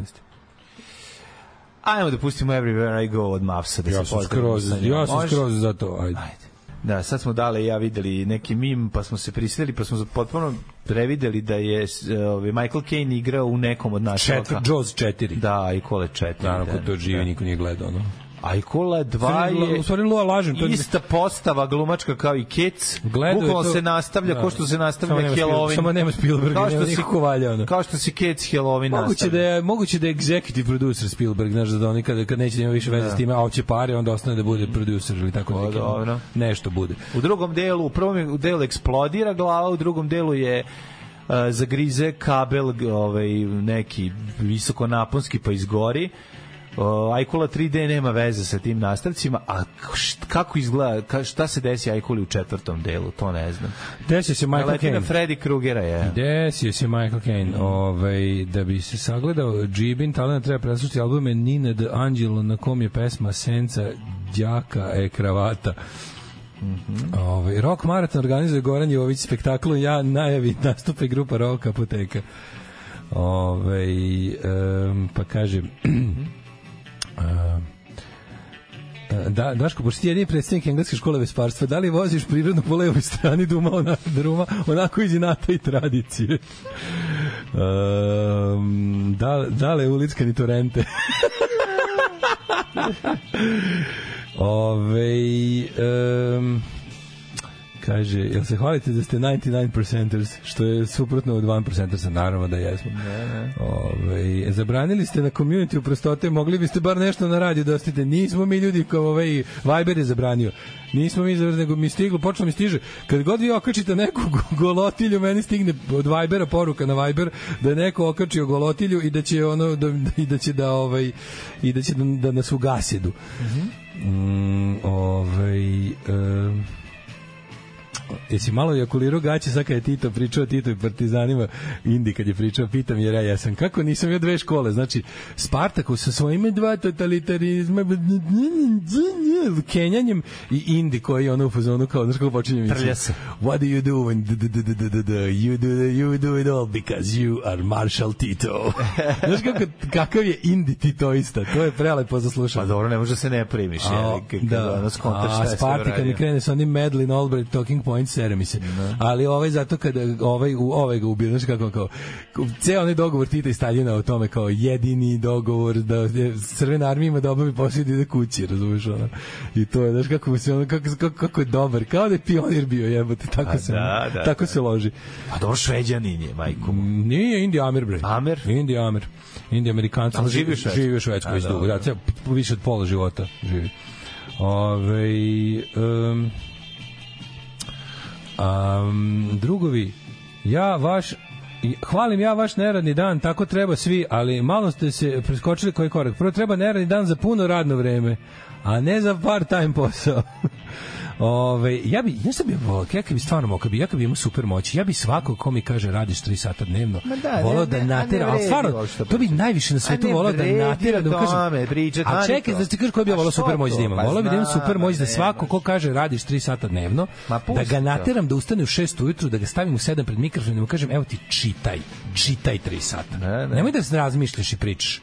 Ajmo da pustimo Everywhere I Go od Mavsa. Da Ja se sam pozdravimo skroz, sa njom. ja sam Može? skroz za to, ajde. Ajde. Da, sad smo dale i ja videli neki mim, pa smo se prisilili, pa smo potpuno prevideli da je s- e, ovaj Michael Caine igrao u nekom od naših. Četvr, Jaws 4. Da, i kole četiri. Naravno, da, ko to živi, niko nije gledao, no. A i Kola 2 Stvari, je... u stvari, Lua, lažem, to je- Ista postava glumačka kao i Kec. Gledao je Bukvalno to- Da. se nastavlja ko što se Samo nastavlja nema Spiel- Halloween. samo nema Spielberga, Kao što nema si- niko valja, ono. Kao što se Kec Halloween Moguće da nastavlja. je moguće da je executive producer Spielberg, znaš, da oni kada kad neće da ima više veze s time, a hoće pare, onda ostane da bude producer ili tako neki, ono, dobro. nešto bude. U drugom delu, u prvom je- u delu eksplodira glava, u drugom delu je uh, zagrize kabel g- ovaj, neki visokonaponski pa izgori. Uh, Ajkula 3D nema veze sa tim nastavcima, a k- št- kako izgleda, ka, šta se desi Ajkuli u četvrtom delu, to ne znam. Desio se Michael Letina Caine. Freddy Krugera je. Desio se Michael Mhm. Caine. Ovaj, da bi se sagledao Džibin talent treba preslušati albume Nina de Angelo na kom je pesma Senca đaka e kravata. Mhm. Ovaj, rock maraton organizuje Goran Jović spektaklu ja najavi nastupe grupa Rock apoteka. Ovaj, em, pa kaže Da, Daško, pošto ti je jedini predstavnik engleske škole vesparstva, da li voziš prirodno po levoj strani duma, ona, druma, onako iz inata i tradicije? Um, da, da li je ulicka ni torente? (laughs) Ove, um, kaže, jel se hvalite da ste 99%ers, što je suprotno od 1%ersa, naravno da jesmo. Ove, zabranili ste na community u prostote, mogli biste bar nešto na radiju da ostite. Nismo mi ljudi kao ovaj Viber je zabranio. Nismo mi zabranili, nego mi stiglo, počelo mi stiže. Kad god vi okačite neku go- golotilju, meni stigne od Vibera poruka na Viber da je neko okačio golotilju i da će ono da, i da će da ovaj i da će da, da nas ugasedu. Mm, ovaj, em, jesi malo jakulirao gaće sad kad je Tito pričao Tito i partizanima Indi kad je pričao pitam jer ja jesam kako nisam ja dve škole znači Spartakov sa svojime dva totalitarizma Kenjanjem i Indi koji je ono u fazonu kao znaš kako počinje mislim? Trlja se. what do you do when d- d- d- d- d- d- d- you do, you do it all because you are Marshal Tito (laughs) znaš kako, kakav je Indi Titoista to je prelepo za Pa slušanje dobro, ne može da se ne primiš, a, je, da, ono skontaš šta a je sve Sparti kad mi uradio. Da. krene sa onim Madeline Albright Talking Point sere mi se. Ali ovaj zato kada ovaj, u- ovaj ga ubio, znaš kako kao, ceo onaj dogovor Tita i Staljina o tome kao jedini dogovor da je crvena armija ima da obavi posao i da ide kući, razumeš ono. I to je, znaš kako mu se ono, kako, kako, kako je dobar, kao da je pionir bio jebote, tako, A se, da, da, tako da. se loži. Pa dobro, šveđanin je, majko. mu. Nije Indi Amer, bre. Amer? Indi Amer. Indi Amerikanci. Ali živi u Švedskoj? Živi u Švedskoj A, već dugo. dobro. Da, ceo, više od pola života živi. Ove, um, um, drugovi, ja vaš Hvalim ja vaš neradni dan, tako treba svi, ali malo ste se preskočili koji korak. Prvo treba neradni dan za puno radno vreme, a ne za part-time posao. (laughs) Ove, ja bi, ja sam bi, volao, ja kad bi stvarno mogao, kad bi, ja kad bi imao super moći, ja bi svako ko mi kaže radiš 3 sata dnevno, Ma da, ne, volao ne, da a ne natera, ali vredi stvarno, uopšte to bi najviše na svetu ne volao da vredi natera, da mu o tome kažem, pričat, a Mariko. čekaj, da ti kažeš koji bi ja A volao što super moć to? da imam, Pa volao bi da imam znam, super moć da ne svako može. ko kaže radiš 3 sata dnevno, Ma da pusti ga to. nateram da ustane u 6 ujutru, da ga stavim u 7 pred mikrofon i da mu kažem, evo ti čitaj, čitaj 3 sata. Ne, ne. Nemoj da se razmišljaš i pričaš.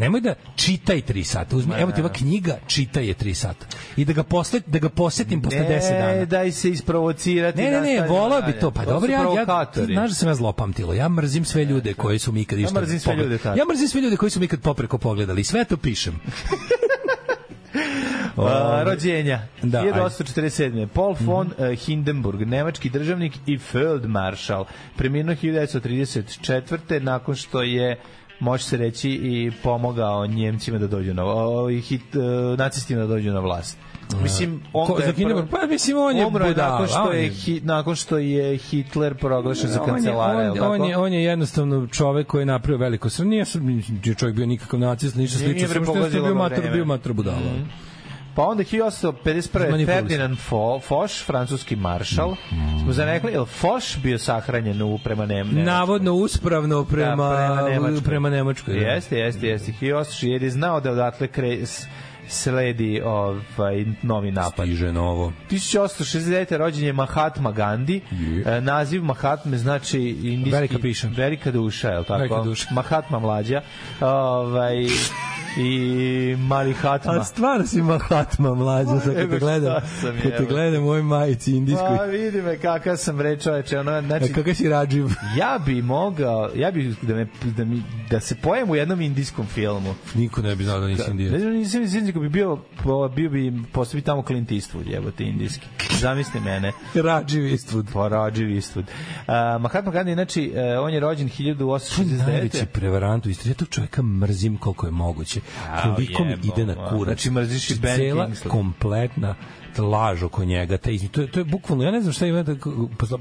Nemoj da čitaj 3 sata. Uzmi, evo ti ova knjiga, čitaj je 3 sata. I da ga posle da ga posetim posle 10 dana. Ne, E, daj se isprovocirati. Ne, ne, ne, nastavimo volao bi dalje. to. Pa su dobro, ja, ja ti provokatori. znaš da sam ja zlopamtilo. Ja mrzim sve ljude koji su mi ikad išta mrzim sve pogled- ljude, tako. Ja mrzim sve ljude koji su mi ikad popreko pogledali. Sve to pišem. (laughs) A, Pa, rođenja. Da, Da, ajde. 1847. Paul von eh, Hindenburg, nemački državnik i feldmaršal, preminuo 1934. nakon što je može se reći i pomogao Njemcima da dođu na o, i hit, eh, nacistima da dođu na vlast. Mislim on Da. Ko- ga je za Hindenburg? prvo- Pa, mislim, on je umro budala, nakon a što on je je- hi- nakon što je Hitler proglašen za On je- kancelara, jel on, tako? on, je, on je jednostavno čovek koji je napravio veliko sranje. Nije sam- nije čovek bio nikakav nacist, ništa Nije slično. bre Samo što je pogodilo bio ga mator, vreme. bio mator budala. Pa onda 1851. Manipulisao. Ferdinand Fo, Foch, francuski maršal. Smo za rekli, je li Foch bio sahranjen u prema Nemne? Navodno uspravno Da, prema, prema Nemačkoj. da. Jeste, jeste, jeste. 1800, jer je znao da odatle kre, s- sledi ovaj, novi napad. Stiže novo. 1869. rođen je Mahatma Gandhi. Je. E, naziv Mahatme znači indijski... Velika piša. Velika duša, je li tako? Velika duša. Mahatma mlađa. Ovaj, i Mali Hatma. A stvarno si Mahatma mlađa, sad kad Nego te gledam, šta sam, kad te jebote. gledam u ovoj majici Pa indijskoj. vidi me kakav sam bre čoveče, ono, znači, E, Kakav si Rađiv? ja bi mogao, ja bi da, me, da, mi, da se pojem u jednom indijskom filmu. Niko ne bi znao da nisi Ne indijan. znam, nisam iz Indije, bi bio, po- bio bi, postoji tamo Clint Eastwood, jebote, indijski. Zamisli mene. Rađiv Istvud. Pa Rajiv Eastwood. Uh, Mahatma Gandhi, znači, uh, on je rođen To je najveći 1869. prevarant u istoriji. Ja tog čovjeka mrzim koliko je moguće. Koliko mi jebo, ide na ma. kurac. Znači, mrziš i Ben Cela Kingsley. kompletna laž oko njega. Taj, izmi- to, je, to je bukvalno, ja ne znam šta ima. Da,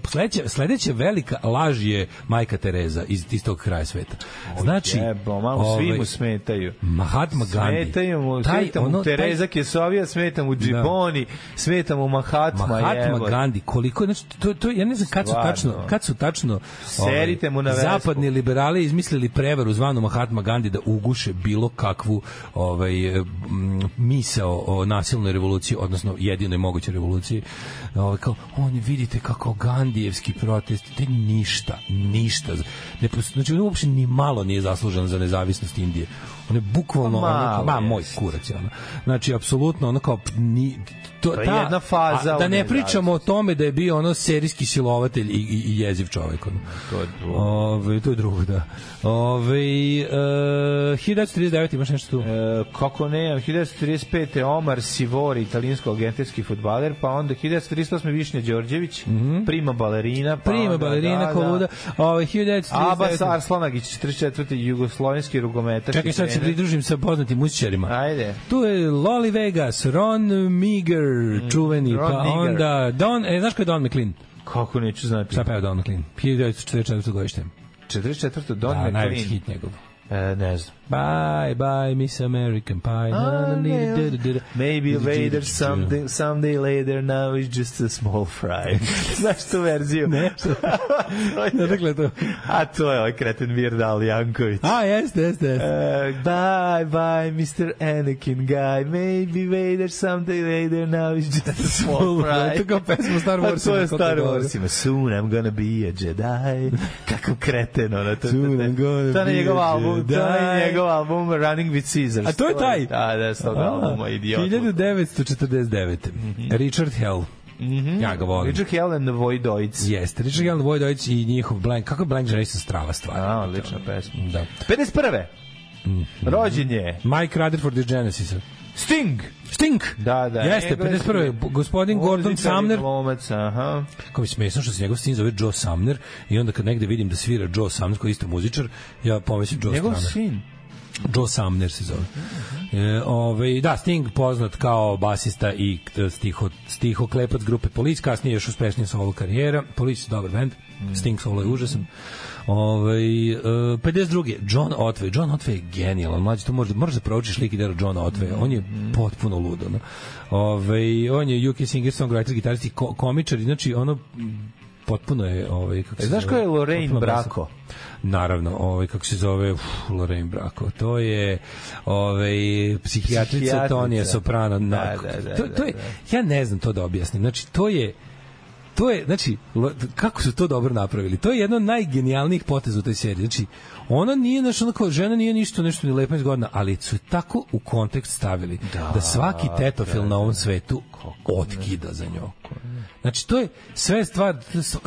sledeća, sledeća velika laž je majka Tereza iz istog kraja sveta. Znači, Jebo, malo svi mu smetaju. Mahatma Gandhi. Smetaju mu, smeta mu Tereza Kesovija, smeta mu Džiboni, smeta mu Mahatma, Da. Mahatma jebote. Gandhi, koliko je, znači, to, to, ja ne znam kad su Stvarno. tačno, kad su tačno ovaj, Serite mu na vespu. zapadni liberali izmislili prevaru zvanu Mahatma Gandhi da uguše bilo kakvu ovaj, m, misao o nasilnoj revoluciji, odnosno jedinoj mogućoj revoluciji. Ovaj, kao, on vidite kako Gandijevski protest, te ništa, ništa. Ne, pos- znači, on uopšte ni malo nije zaslužen za nezavisnost Indije. On je bukvalno, Pa malo ono, ma, jest. moj kurac je ono. Znači, apsolutno, ono kao, ni, to, To je Pa jedna faza a, da u ne nezavisnosti. pričamo o tome da je bio ono serijski silovatelj i, i, i jeziv čovjek. Ono. To je drugo. Ove, to je drugo, da. Ove, e, 1939 imaš nešto tu? E, kako ne, 1935. Omar Sivori, italijansko-agentivski futbaler, pa onda 1938. Višnja Đorđević, prima balerina, pa Mhm. Prima onda, balerina, da, koluda. Ove, 1939. Abas Arslanagić, 44. jugoslovenski rugometaš. Čekaj, i sad se trener. pridružim sa poznatim muzičarima. Ajde. Tu je Lolly Vegas, Ron Meager, čuveni, Mm, Ron pa Meager. onda Don, e, znaš ko je Don McLean? Kako neću znati. Šta peva Don McLean? 1944. godište. 44. Don Da, najveći McLean. hit njegov. E, ne znam. Bye bye Miss American Pie. Na, na, na, da, da, da. Maybe Da, da, da, da, later, da. someday, someday later, now it's just a small fry. (laughs) Znaš tu verziju? (laughs) Ne, šta? (laughs) Odakle to? A to je ovaj kreten Virdal Janković. A, jeste, jeste, jeste. Uh, bye bye, Mr. Anakin guy. Maybe later, someday later, now it's just a small Small fry. fry. To kao pesma Star A Warsima, To je kako Star dobro. Warsima. Soon I'm gonna be a Jedi. Kako kreten, ono. To, (laughs) Soon to- I'm gonna to je be njegov a album, to je Jedi. njegov album Running with Caesars. A to je taj? Da, da, s tog A, albuma, idiot. 1949. Richard Hell. Ja ga volim. Richard Helen Vojdovic. Jeste, Richard Mhm. Hell, Vojdović i njihov Blank. Kako je Blank Generation strava A, stvar? odlična pesma. Da. Mhm. 51. Rođen je Mike Rutherford iz Genesisa. Sting. Stink! Da, da. Jeste, engleski 51. Gospodin Gordon muzičar i Sumner. Glumac, aha. Kako mi je smešno što se njegov sin zove Joe Sumner i onda kad negde vidim da svira Joe Sumner koji je isto muzičar, ja pomislim Joe Njegov Sumner. sin. Joe Sumner se zove. E, ovaj, da, Sting poznat kao basista i e, stiho, stiho klepac grupe Police, kasnije još uspešnija solo karijera. Police je dobar band, Sting solo je užasan. Ovaj e, 52. John Otway. John Otway je genijalan. Mlađi, to možda, možda proučiš lik i delo John Otway. On je potpuno ludo. No? Ovaj on je UK singer, songwriter, gitarist i ko komičar. i Znači, ono, m, potpuno je... Ovaj, kako E, se znaš zove, ko je Lorraine potpuno basan. Bracco? Naravno, ovaj kako se zove, uf, Lorraine Bracco. To je ovaj psihijatrica Psihijatrica. Tonija Soprano. Na, da, da, to, to je, ja ne znam to da objasnim. Znači to je to je, znači, lo- kako su to dobro napravili? To je jedno od najgenijalnijih poteza u toj seriji. Znači, ona nije, znači, ona kao žena nije ništa, nešto ni lepa ni zgodna, ali su je tako u kontekst stavili da, svaki tetofil da, na ovom svetu otkida za njom. Znači, to je sve stvar,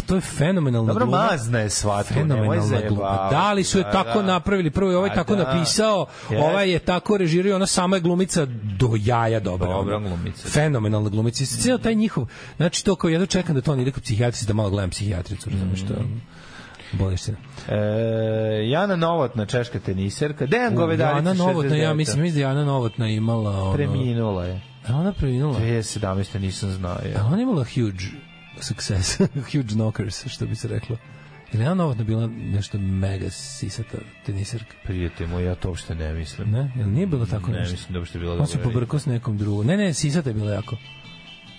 to je fenomenalno Dobro, mazna je svatko, nemoj fenomenalna zajebavati. gluma. Da li su je Da, tako da. napravili? Prvo je ovaj Pa tako da. napisao, Jeste. ovaj je tako režirao, ona sama je glumica do jaja dobra. Dobra ono. glumica. Fenomenalna glumica. Cijel taj njihov, znači to kao jedno čekam da to on ide kod psihijatrice da malo gledam psihijatricu, Mm. razumiješ što boliš se. E, Jana Novotna, češka teniserka. Dejan Govedarica, Jana Novotna, ja 69. mislim, mislim da je Jana Novotna imala... Ono, Preminula je. Je li Ona preminula. 2017. nisam znao. Je. Je li Ona imala huge success, (laughs) huge knockers, što bi se reklo. Ili je Jana Novotna bila nešto mega sisata tenisarka? Prijete moj, ja to uopšte ne mislim. Ne, jel nije bilo tako Ne nešto? mislim da uopšte bilo On se dobro. pobrkao s nekom drugom. Ne, ne, Sisata je bila jako.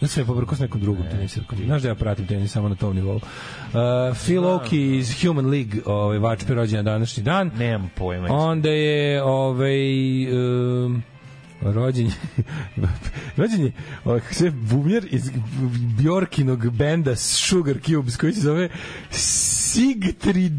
Ja se pobrkao s nekom drugom tenisirkom. Znaš da ja pratim tenis samo na tom nivou. Uh, Phil Oakey iz Human League, ovaj Vačpe rođen na današnji dan. Nemam pojma. Onda je ovaj um, rođen (laughs) rođen je ovaj, kako se bumjer iz Bjorkinog benda Sugar Cubes koji se zove Sigtrid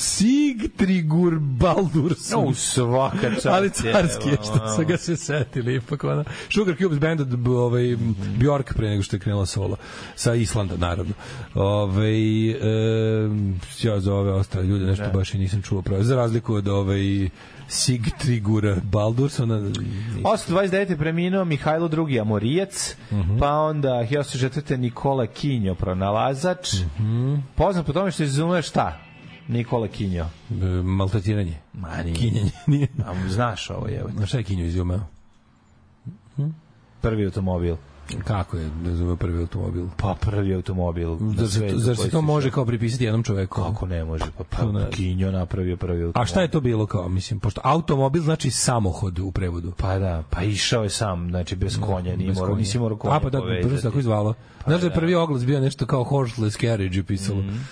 Sigtrigur Baldurson. No, (laughs) svaka čast. Ali carski je što se se ga se setili ipak ona. Sugar Cubes band od b- ovaj, Bjork pre nego što je krenula solo. Sa Islanda, naravno. Ove, e, ja za ove ostale ljude nešto Da. ne. baš i nisam čuo pravo. Za razliku od ovaj, Sigtrigura Baldursona. nisam. 829. je preminuo Mihajlo II. Amorijac, Mhm. pa onda 1804. Nikola Kinjo, pronalazač. Mhm. Poznat po tome što izume šta? Nikola Kinjo. E, maltretiranje. Ma nije. Kinjanje. (laughs) Nije. A, znaš ovaj, ovo je. Na šta je Kinju izumeo? Prvi automobil. Kako je izumeo prvi automobil? Pa prvi automobil. na Zar se, svetu zar koji se to si može kao pripisati jednom čoveku? Kako ne može? Pa, Pa ne. pa Kinjo napravio prvi automobil. A šta je to bilo kao, mislim, pošto automobil znači samohod u prevodu. Pa da, pa išao je sam, znači bez konja, nije Bez morao, konja. nisi morao Pa konja A pa da, prvo se tako izvalo. Znaš da je prvi oglas bio nešto kao horseless carriage je pisalo. Nisam Mhm.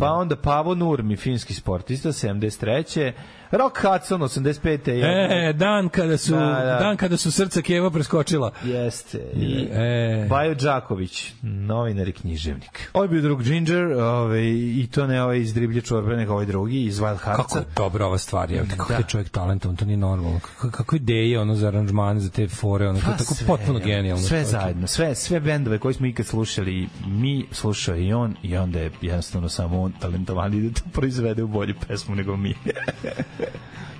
Pa znao. onda Pavo Nurmi, finski sportista, 73. Rock Hudson, 85. je- E, dan kada su, Da, da. dan kada su srca Keva preskočila. Jeste. E. Bajo Đaković, novinar i književnik. Ovo je bio drug Ginger, ovaj, i to ne ovaj iz Driblje Čorbe, nego ovaj drugi, iz Wild Heartsa. Kako je dobra ova stvar, Da. je. kako je čovjek talentovan, to nije normalno. Kako, kako ideje ono za aranžmane, za te fore, ono, to Pa je tako sve, potpuno ja. genijalno. Sve čovječe. zajedno, sve, sve bendove koje smo ikad slušali, mi slušao i on, i onda je jednostavno samo on talentovan i da to proizvede u bolju pesmu nego mi.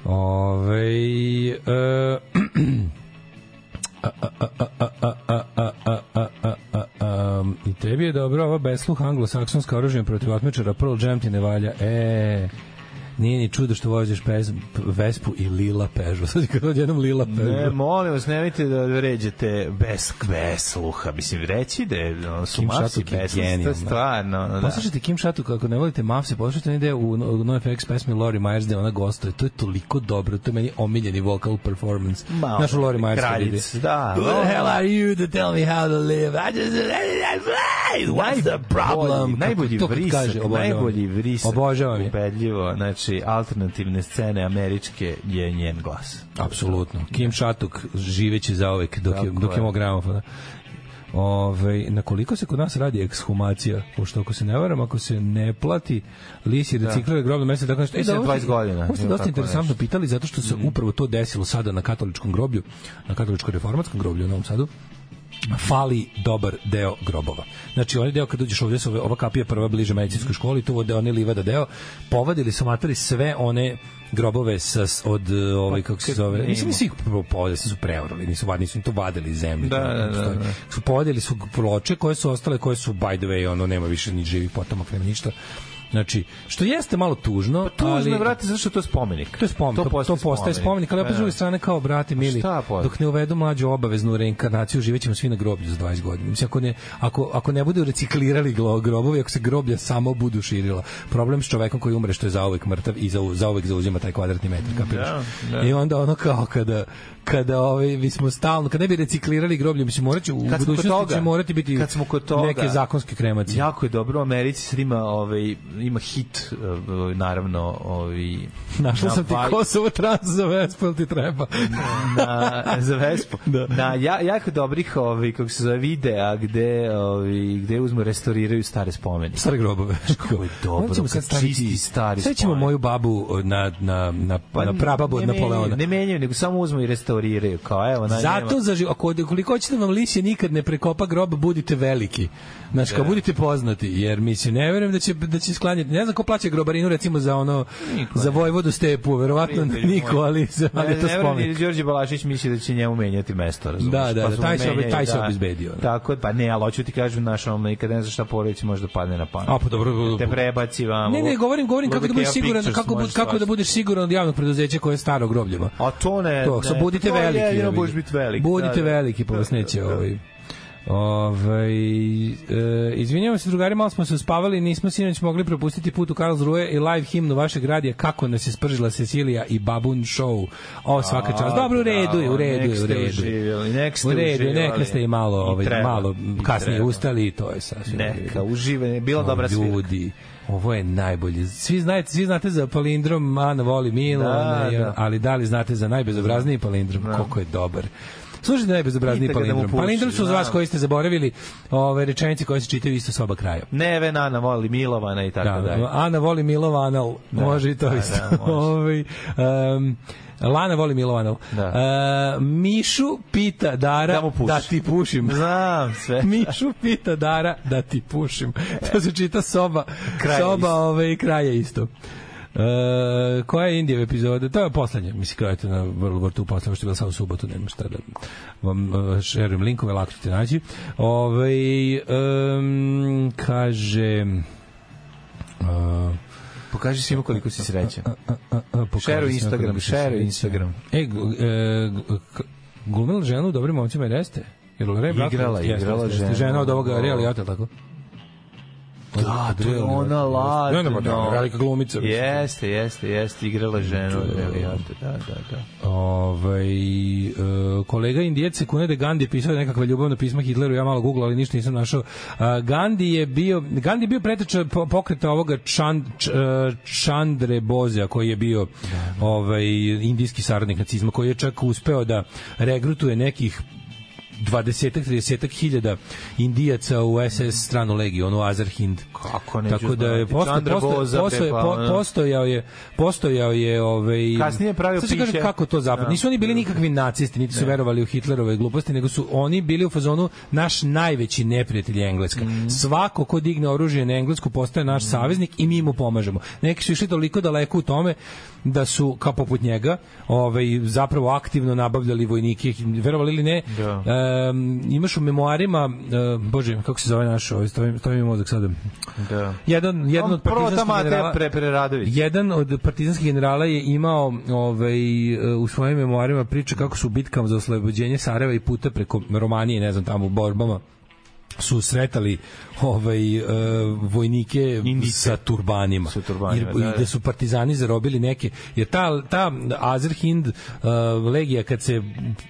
Ove, e, (clears throat) um, I tebi je dobro ova besluh anglosaksonska oružja protiv otmičara Pearl Jam ti ne valja. E, nije ni čudo što voziš pez, Vespu i Lila Peugeot. (laughs) Sad kad odjednom (laughs) Lila ne, Peugeot. molim vas, nemojte da vređate bez, bez sluha. Mislim, reći da je ono, su Kim masi Šatuk je bez, to je genijalno. stvarno. ono, Da. (laughs) Poslušajte Kim Šatu, kako ne volite Mavse, poslušajte ide u no- u NoFX pesmi Lori Myers gde ona gostuje. To je toliko dobro, to je meni omiljeni vocal performance. Malo, Našu Lori Myers kad ide. kraljic, da. Who the hell are you to tell me how to live? I just... What's the problem? Bolji, najbolji Kako to kad vrisak, kaže, obožavam. najbolji vrisak. Obožavam je. Ubedljivo, znači, alternativne scene američke je njen glas. Apsolutno. Kim Šatuk živeći zaovek dok je, Tako dok je. je moj gramofon. Ove, na koliko se kod nas radi ekshumacija, pošto ako se ne varam, ako se ne plati, lis je reciklira grobno mesto, tako nešto. Da. E, da, Mislim, ovo 20 ste- godina, Ovo ste ili dosta tako Mm. interesantno pitali, zato što se upravo to desilo sada na katoličkom groblju, na katoličko-reformatskom groblju u Novom Sadu, fali dobar deo grobova. Znači, onaj deo kad uđeš ovdje, su ove, ova kapija prva bliže medicinskoj školi, tu ovde onaj livada deo, povadili su matali sve one grobove sa, s- od e, ovaj kako Pa, se zove nisu nisi ih prvo povadili su preorali nisu vad nisu im to vadili iz zemlje Da, to ne da, da, postoji. su povadili su ploče koje su ostale koje su by the way ono nema više ni živih potomaka nema ništa znači što jeste malo tužno Pa Tužno, ali ali, vrati, zašto je to spomenik? To je spomenik, to, to, postaje da, postaje spomenik, ali opet s druge strane kao brate mili, Pa šta postaje? dok ne uvedu mlađu obaveznu reinkarnaciju, živećemo svi na groblju za 20 godina. Mislim ako ne ako ako ne budu reciklirali glo- grobove, ako se groblja samo budu širila. Problem s čovekom koji umre što je zauvek mrtav i za zauvek zauzima taj kvadratni metar, kapiraš? da. I onda ono kao kada kada ovaj mi smo stalno kada ne bi reciklirali groblje, mislim moraće u Kad smo kod budućnosti toga, će morati biti kad smo kod toga, neke zakonske kremacije. Jako je dobro u Americi, sad ima, ovaj, ima hit, eh, naravno, ovaj, Našao na sam ti Vaj- Kosovo trans za Vespu, jel ti treba? na, (laughs) za Vespu. Da. Na ja, jako dobrih, ovaj, kako se zove, videa gde, ovaj, gde uzmu, restauriraju stare spomenike. stare grobove. Kako (laughs) je dobro, Onda ćemo kad sad staviti, čisti stari Sad ćemo spomenik. moju babu uh, na, na, na, na prababu od Pa ne menjaju, Napoleona. Ne menjaju, nego samo uzmu i restauriraju. Kao, evo, na, Zato za živ... ako koliko hoćete da vam lisje nikad ne prekopa grob, budite veliki. Znači, Da. kao budite poznati, jer mislim, ne verujem da će, da će sklanjati. Ne znam ko plaća grobarinu, recimo, za ono, za Vojvodu Stepu, verovatno Prijatelj moj. niko, ali, za- ali je to ne, da Ne, spomen. ne, Đorđe Balašić misli da će njemu menjati mesto, razumiješ? Da, da, da, su taj mu se obe- menjaju, taj se obezbedio, da. Tako je, pa ne, ali hoću ti kažem, naš ono, i kad ne znaš šta porodice može da padne na pamet. A, pa dobro, Te prebaci vam. Ne, ne, govorim, govorim kako da Logitech budeš siguran, Pictures kako, može bud, kako da svašta. budeš siguran od javnog preduzeća koje je staro grobljima. A to ne, to, so, ne, budite to je veliki. jedino jebi ga. budeš biti veliki, Budite da, da. veliki, pa Da, vas da, neće da. ovaj Ovaj, e, izvinjavam se drugari, malo smo se uspavali, nismo sinoć mogli propustiti put u Karlsruhe i live himnu vašeg radija kako nas je spržila Cecilija i Babun Show. O, svaka čast. Dobro, u redu je, u redu je, u Nek redu ste je. uživjeli, nek ste U redu, je, uživali. neka ste i malo, I ovaj, treba, malo i kasnije treba. ustali i to je sasvim. u redu. Neka, užive, bila O, dobra svirka. Ljudi, ovo je najbolje. Svi znate, svi znate za palindrom Ana voli Milan, Da, da, da. ali da li znate za najbezobrazniji palindrom? Koliko je dobar. Slušajte najbezobrazniji Pitaj ga da mu palindrom. puši, palindrom su za vas da. koji ste zaboravili ove rečenice koje se čitaju isto s oba kraja. Neve, Nana, voli Milovana i tako dalje. Da, Ana voli Milov Anal, da, može i to da, isto. da, može. Ovaj, um, Lana voli Milov Anal. Da. Uh, Mišu pita Dara Da mu pušiš. da ti pušim. Znam sve. (laughs) Mišu pita Dara da ti pušim. To se čita soba, Kraj je soba isto. ove, kraja isto. E, koja je Indijeva epizoda? To je poslednja, mislim, kao je to na vrlo vrtu poslednja, što je bila samo u subotu, nema šta da vam e, šerujem linkove, lako ćete naći. Ove, um, kaže... e, Pokaži svima koliko si srećan. a, pokaži Šeruj se kako Instagram, bi se šeruj srećan. Instagram. E, gu- e, gu- k- glumila ženu u dobrim momcima i jeste? Jer Lorraine Bracco- Igrala, jeste, igrala jeste, jeste, ženu. Žena od ovoga realitata, tako? Da, to je Adriana, ona jeste. Ne, ne, ladno. pa da, velika glumica. mislim. Jeste, jeste, jeste, igrala ženu. Religijante, da, da, da. Ovaj e, kolega Indijac se kune da je Gandhi pisao nekakva ljubavna pisma Hitleru, ja malo googlao, ali ništa nisam našao. A, Gandhi je bio Gandhi je bio preteča po- pokreta ovoga Čand, Č- e, Čandre Bozea koji je bio ovaj indijski saradnik nacizma koji je čak uspeo da regrutuje nekih 20-30 hiljada indijaca u SS stranu legiju, ono Azerhind. Kako neću Tako da je znati. posto, Čandra posto, Boza, posto, bre, pa po- ono. postojao je postojao je ovaj Kasnije je pravio Sad ću kažem piše. kako to zapad. Da. Nisu oni bili nikakvi nacisti, niti su verovali u Hitlerove gluposti, nego su oni bili u fazonu naš najveći neprijatelj je Engleska. Mhm. Svako ko digne oružje na Englesku postaje naš saveznik i mi mu pomažemo. Neki su išli toliko daleko u tome da su kao poput njega, ovaj zapravo aktivno nabavljali vojnike, verovali ili ne. Da. em, imaš u memoarima, e, bože, kako se zove naš, ovaj stavim, stavim mozak sada. da. Jedan, jedan od partizanskih Prvo generala- Mateja Pre- Preradović. jedan od partizanskih generala je imao ovaj, e, u svojim memoarima priče kako su u bitkama za oslobođenje Sarajeva i puta preko Romanije, ne znam, tamo u borbama su sretali ovaj e, vojnike Indice. sa turbanima, Sa turbanima, jer, da, da. i da su partizani zarobili neke jer ta ta Azerhind e, legija kad se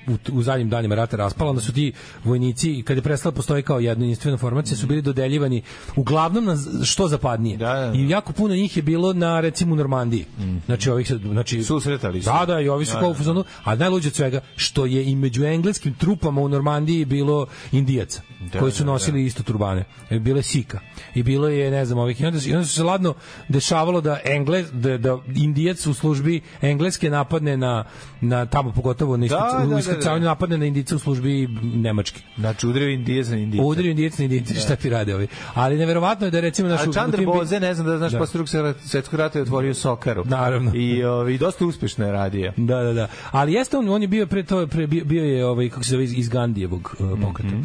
u, u zadnjim danima rata raspala onda su ti vojnici kad je prestala postoji kao jedna jedinstvena formacija su bili dodeljivani uglavnom na z- što zapadnije Da, da, da. i jako puno njih je bilo na recimo u Normandiji. Znači ovih sad- znači Susretali su. Da, da, i ovi su Da, kao u da. fazonu, a najluđe od svega što je i među engleskim trupama u Normandiji bilo Indijaca Da, koji su da, da. nosili isto turbane. E, Bilo je Sika i bilo je ne znam ovih i onda, su- i onda su se ladno dešavalo da Engle da, da Indijac u službi engleske napadne na na tamo pogotovo na da, da, iskrcavanju da. napadne na Indijce u službi nemačke. Znači, udreo Indije za Indije. Udrio Indijac na Indijce, Da. šta ti rade ovi. Ali neverovatno je da recimo naš A u- u Čandar tim bi- Boze, ne znam da znaš, da. posle drugog sveta- svetskog rata je otvorio Sokaru. Naravno. I, o, i dosta uspešno je radio. Da, da, da. Ali jeste on, on je bio pre to pre, bio, bio je ovaj kako se zove iz- iz Gandijevog uh, pokreta.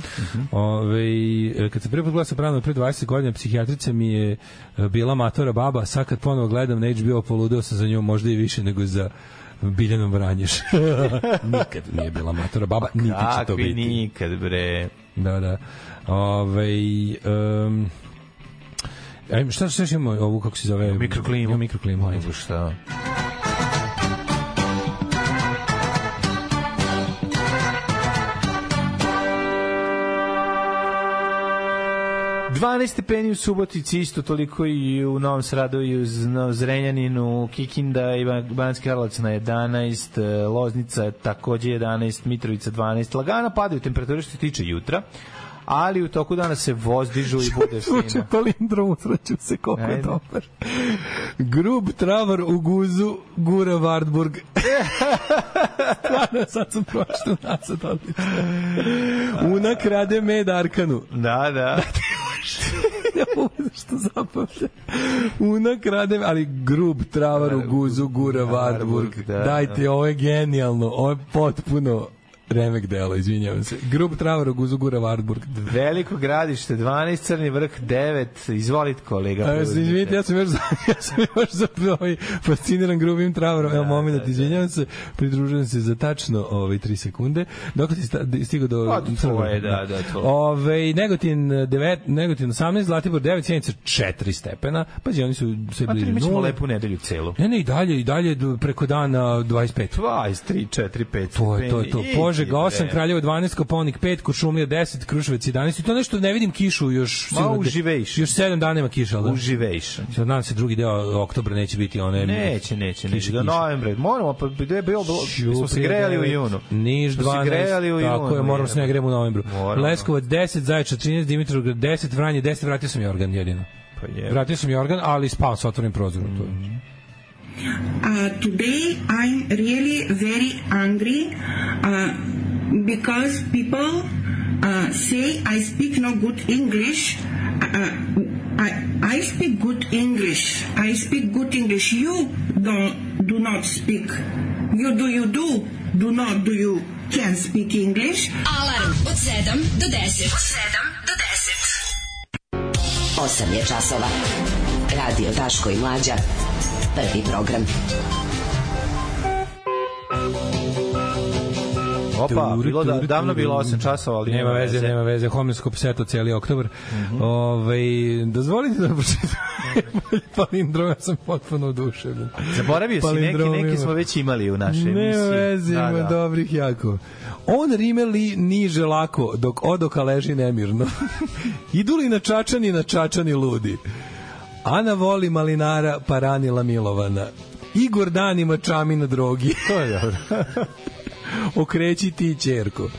Ovaj, e, kad sam prvi put glasao pravno pre 20 godina psihijatrica mi je e, bila matora baba, a sad kad ponovo gledam na HBO poludeo sam za njom možda i više nego za Biljanom (laughs) Vranješ. Nikad nije bila matora baba, niti će to Takvi biti. nikad, bre. Da, da. Ovaj um, Ajme, šta sve imamo ovu, kako se zove? Mikroklimu. da. Mikroklimu, ajde. Nego šta? Dvanaest stepeni u Subotici, isto toliko i u Novom Sradu i u Z- Zrenjaninu, Kikinda i Ban- Banski Karlovac na 11, e, Loznica takođe 11, Mitrovica 12. Lagano padaju temperature što se tiče jutra, ali u toku dana se vozdižu (laughs) i bude Slučaj fino. E, da, palindrom, usreću se koliko je Ajde. dobar. Grub travar u guzu, gura Wartburg. Stvarno, (laughs) sad sam prošao nazad, odlično. Una krade med Arkanu. Da, da. Ne mogu što zapamte. Una krade, ali grub travar u guzu, gura Wartburg. da, Dajte, ovo je genijalno, ovo je potpuno remek delo, izvinjavam se. Grub travar u guzu, gura Wartburg. Veliko gradište 12, Crni vrh 9. Izvolite kolega. A, se preuzmite. Pa E, izvinite, ja sam još, za- (laughs) ja sam još za ovaj fasciniran grubim travarom. Da, Evo moment, izvinjavam se, pridružujem se za tačno ovaj, 3 sekunde. Dok si sta- di- stigao do... Pa, do tvoje, Crnog vrha. da, da, tvoje. Ovaj, Negotin, eh, devet, Negotin 18, Zlatibor 9, Sjenica 4 stepena. Pazi, oni su sve Pa, blizu mi ćemo nule. lepu nedelju celu. Ne, ne, i dalje, i dalje do- preko dana 25. 23, 4, 5. To je to, je to. Požeg Požega 8, bre. Kraljevo 12, Koponik 5, Kuršumlija 10, Kruševac 11. I to nešto ne vidim kišu još. Ma, sigurno de- uživejš. Još 7 dana ima kiša, ali da? Uživejš. Sad nadam se drugi deo oktobra neće biti one... Neće, neće, neće. Kiša, Do kiša. novembra. Moramo, pa gde je bilo, bilo Ću, smo se prije grejali u devet. junu. Niš Smo se 12. grejali u junu. Tako je, moram se ne grem u novembru. Moramo. Leskovac 10, Zaječar 13, Dimitrovgrad 10, Vranje 10, vratio sam Jorgan jedino. Pa je. Vratio sam Jorgan, ali spao sa otvorenim prozorom. To Mm. je. Uh, today I'm really very angry uh, because people uh, say I speak no good English. Uh, I, I speak good English. I speak good English. You don't do not speak. You do you do do not do you can speak English. Alarm od 7 do 10. Od 7 do 8 je časova. Radio Daško i Mlađa. Prvi program. Opa, bilo da, davno bilo 8 časova, ali Mhm. nema veze, nema veze, horoskop seto cijeli oktobar. Ovaj dozvolite da pročitam (laughs) palindrom, ja sam potpuno oduševljen. Zaboravio si neki, neki Palindromima. smo već imali u našoj Ne emisiji. veze, Da, ima da. dobrih jako. On rime li niže lako, dok odoka leži nemirno. (laughs) Idu li na čačani, na čačani ludi. Ana voli malinara, pa ranila Milovana. Igor danima čami na (laughs) drogi. To je dobro. (laughs) Okreći ti čerko.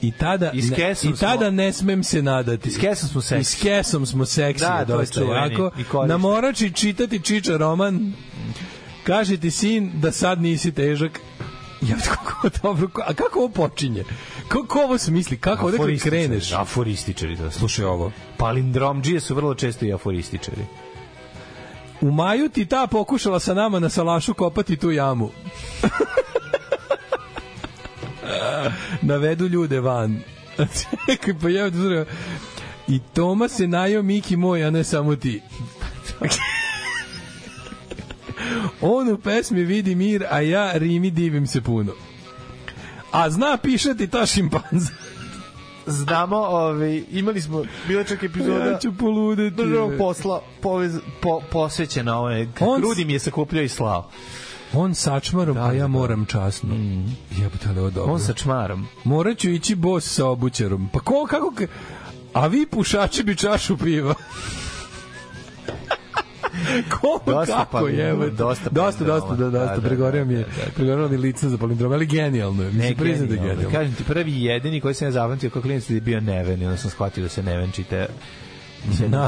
I tada, I s ne, kesom i tada smo- ne smem se nadati. S kesom smo seksi. I s kesom smo seksi. Da, Da, to je dosta čuveni ovako. i korišten. Na morači čitati čiča roman, kaže ti sin da sad nisi težak. Ja kako (laughs) dobro, ko- a kako ovo počinje? Kako ko ovo smisli? Kako odakle Aforističari, kreneš? Aforističari, da. Slušaj, Slušaj ovo. palindromđije su vrlo često i aforističari. U maju ti ta pokušala sa nama na salašu kopati tu jamu. (laughs) Navedu ljude van. Čekaj, pa ja odvrlo. I Toma se najo Miki moj, a ne samo ti. On u pesmi vidi mir, a ja Rimi divim se puno. A zna pišati ta šimpanza. Znamo, ovaj, imali smo, bila čak epizoda... (laughs) Ja ću poludeti. državnog bre. posla povez, po, posvećena ovome. On On... s- Grudi mi je sakupljao i slao. On sačmarom, a ja moram časno. Jebote, ali ovo je dobro. On sa čmarom. Morat ću ići bos sa obućarom. Pa ko, kako... ka- A vi pušači bi čašu piva. (laughs) ko, Dosta kako palindroma, je? dosta pa dosta, palindroma. dosta, da, Da, dosta. da, Pregorio mi je, da, da, da. pregorio mi lice za palindrom, ali genijalno je. Mislim, priznam da je genijalno. genijalno. Kažem ti, prvi i jedini koji sam ja zapamtio kao klinac je bio Neven, i onda sam shvatio da se Neven čite... da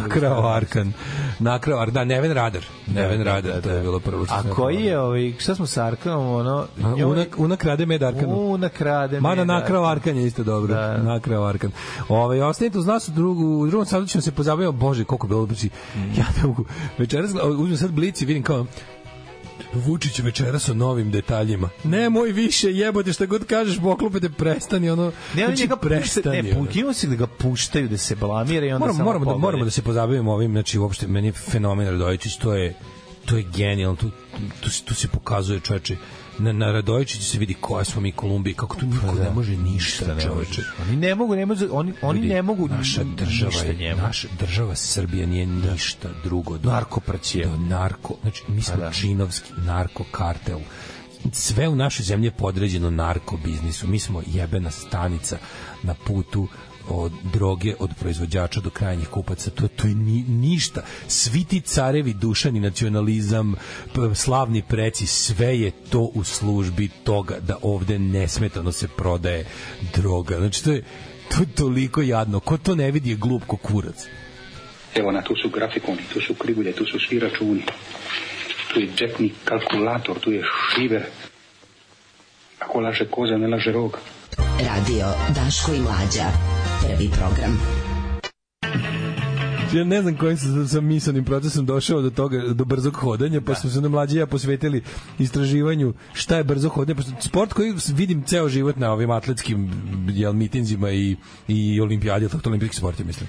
Nakrao Arkan. Nakrao Arkan. Da, Neven Radar. Neven Radar, to je bilo prvo što da, A sam koji napravio. je, ovaj, šta smo sa Arkanom, ono... A, Unak, unak rade med Arkanu. Unak rade. me, Mada da. nakrao Arkan je isto dobro. Da. Nakrao Arkan. Ovaj ostanite uz nas u drugu u drugom satu ćemo se pozabaviti. Bože, koliko je bilo znači. Mm. Ja ne mogu. Večeras gleda- uzmem sad blic i vidim kao Vučić večeras o novim detaljima. Nemoj više jebote šta god kažeš, poklopete prestani ono. Ne, znači, znači, njega pušta, prestani, ne, ono. pukinuo se da ga puštaju da se blamira i onda Moramo, samo moramo, da, pogledaj. moramo da se pozabavimo ovim, znači uopšte meni je fenomen Radojičić, to je to je genijalno, tu, tu, se- tu se pokazuje čoveče, na, na Radojičiću se vidi koja smo mi Kolumbiji, kako tu Pa niko da. ne može ništa, čoveče. Oni ne mogu, ne mogu, oni, oni Ljudi, ne mogu naša država ništa je da. njemu. naša država Srbija nije ništa drugo do Narkopraćija. do narko znači mi smo da. činovski narko kartel sve u našoj zemlji je podređeno narko biznisu mi smo jebena stanica na putu od droge od proizvođača do krajnjih kupaca to to je ni, ništa svi ti carevi dušani nacionalizam p- slavni preci sve je to u službi toga da ovde nesmetano se prodaje droga znači to je to je toliko jadno ko to ne vidi je glup ko kurac Evo na, tu su grafikoni, tu su krivulje, tu su svi računi. Tu je džepni kalkulator, tu je šiver. Ako laže koza, ne laže rog. Radio Daško i Mlađa. Prvi program. Ja ne znam kojim sam, sam misanim procesom došao do toga, do brzog hodanja, pa smo se na mlađi i ja posvetili istraživanju šta je brzo hodanje, pošto sport koji vidim ceo život na ovim atletskim jel, mitinzima i, i olimpijadi, jel tako to olimpijski sport je, mislim.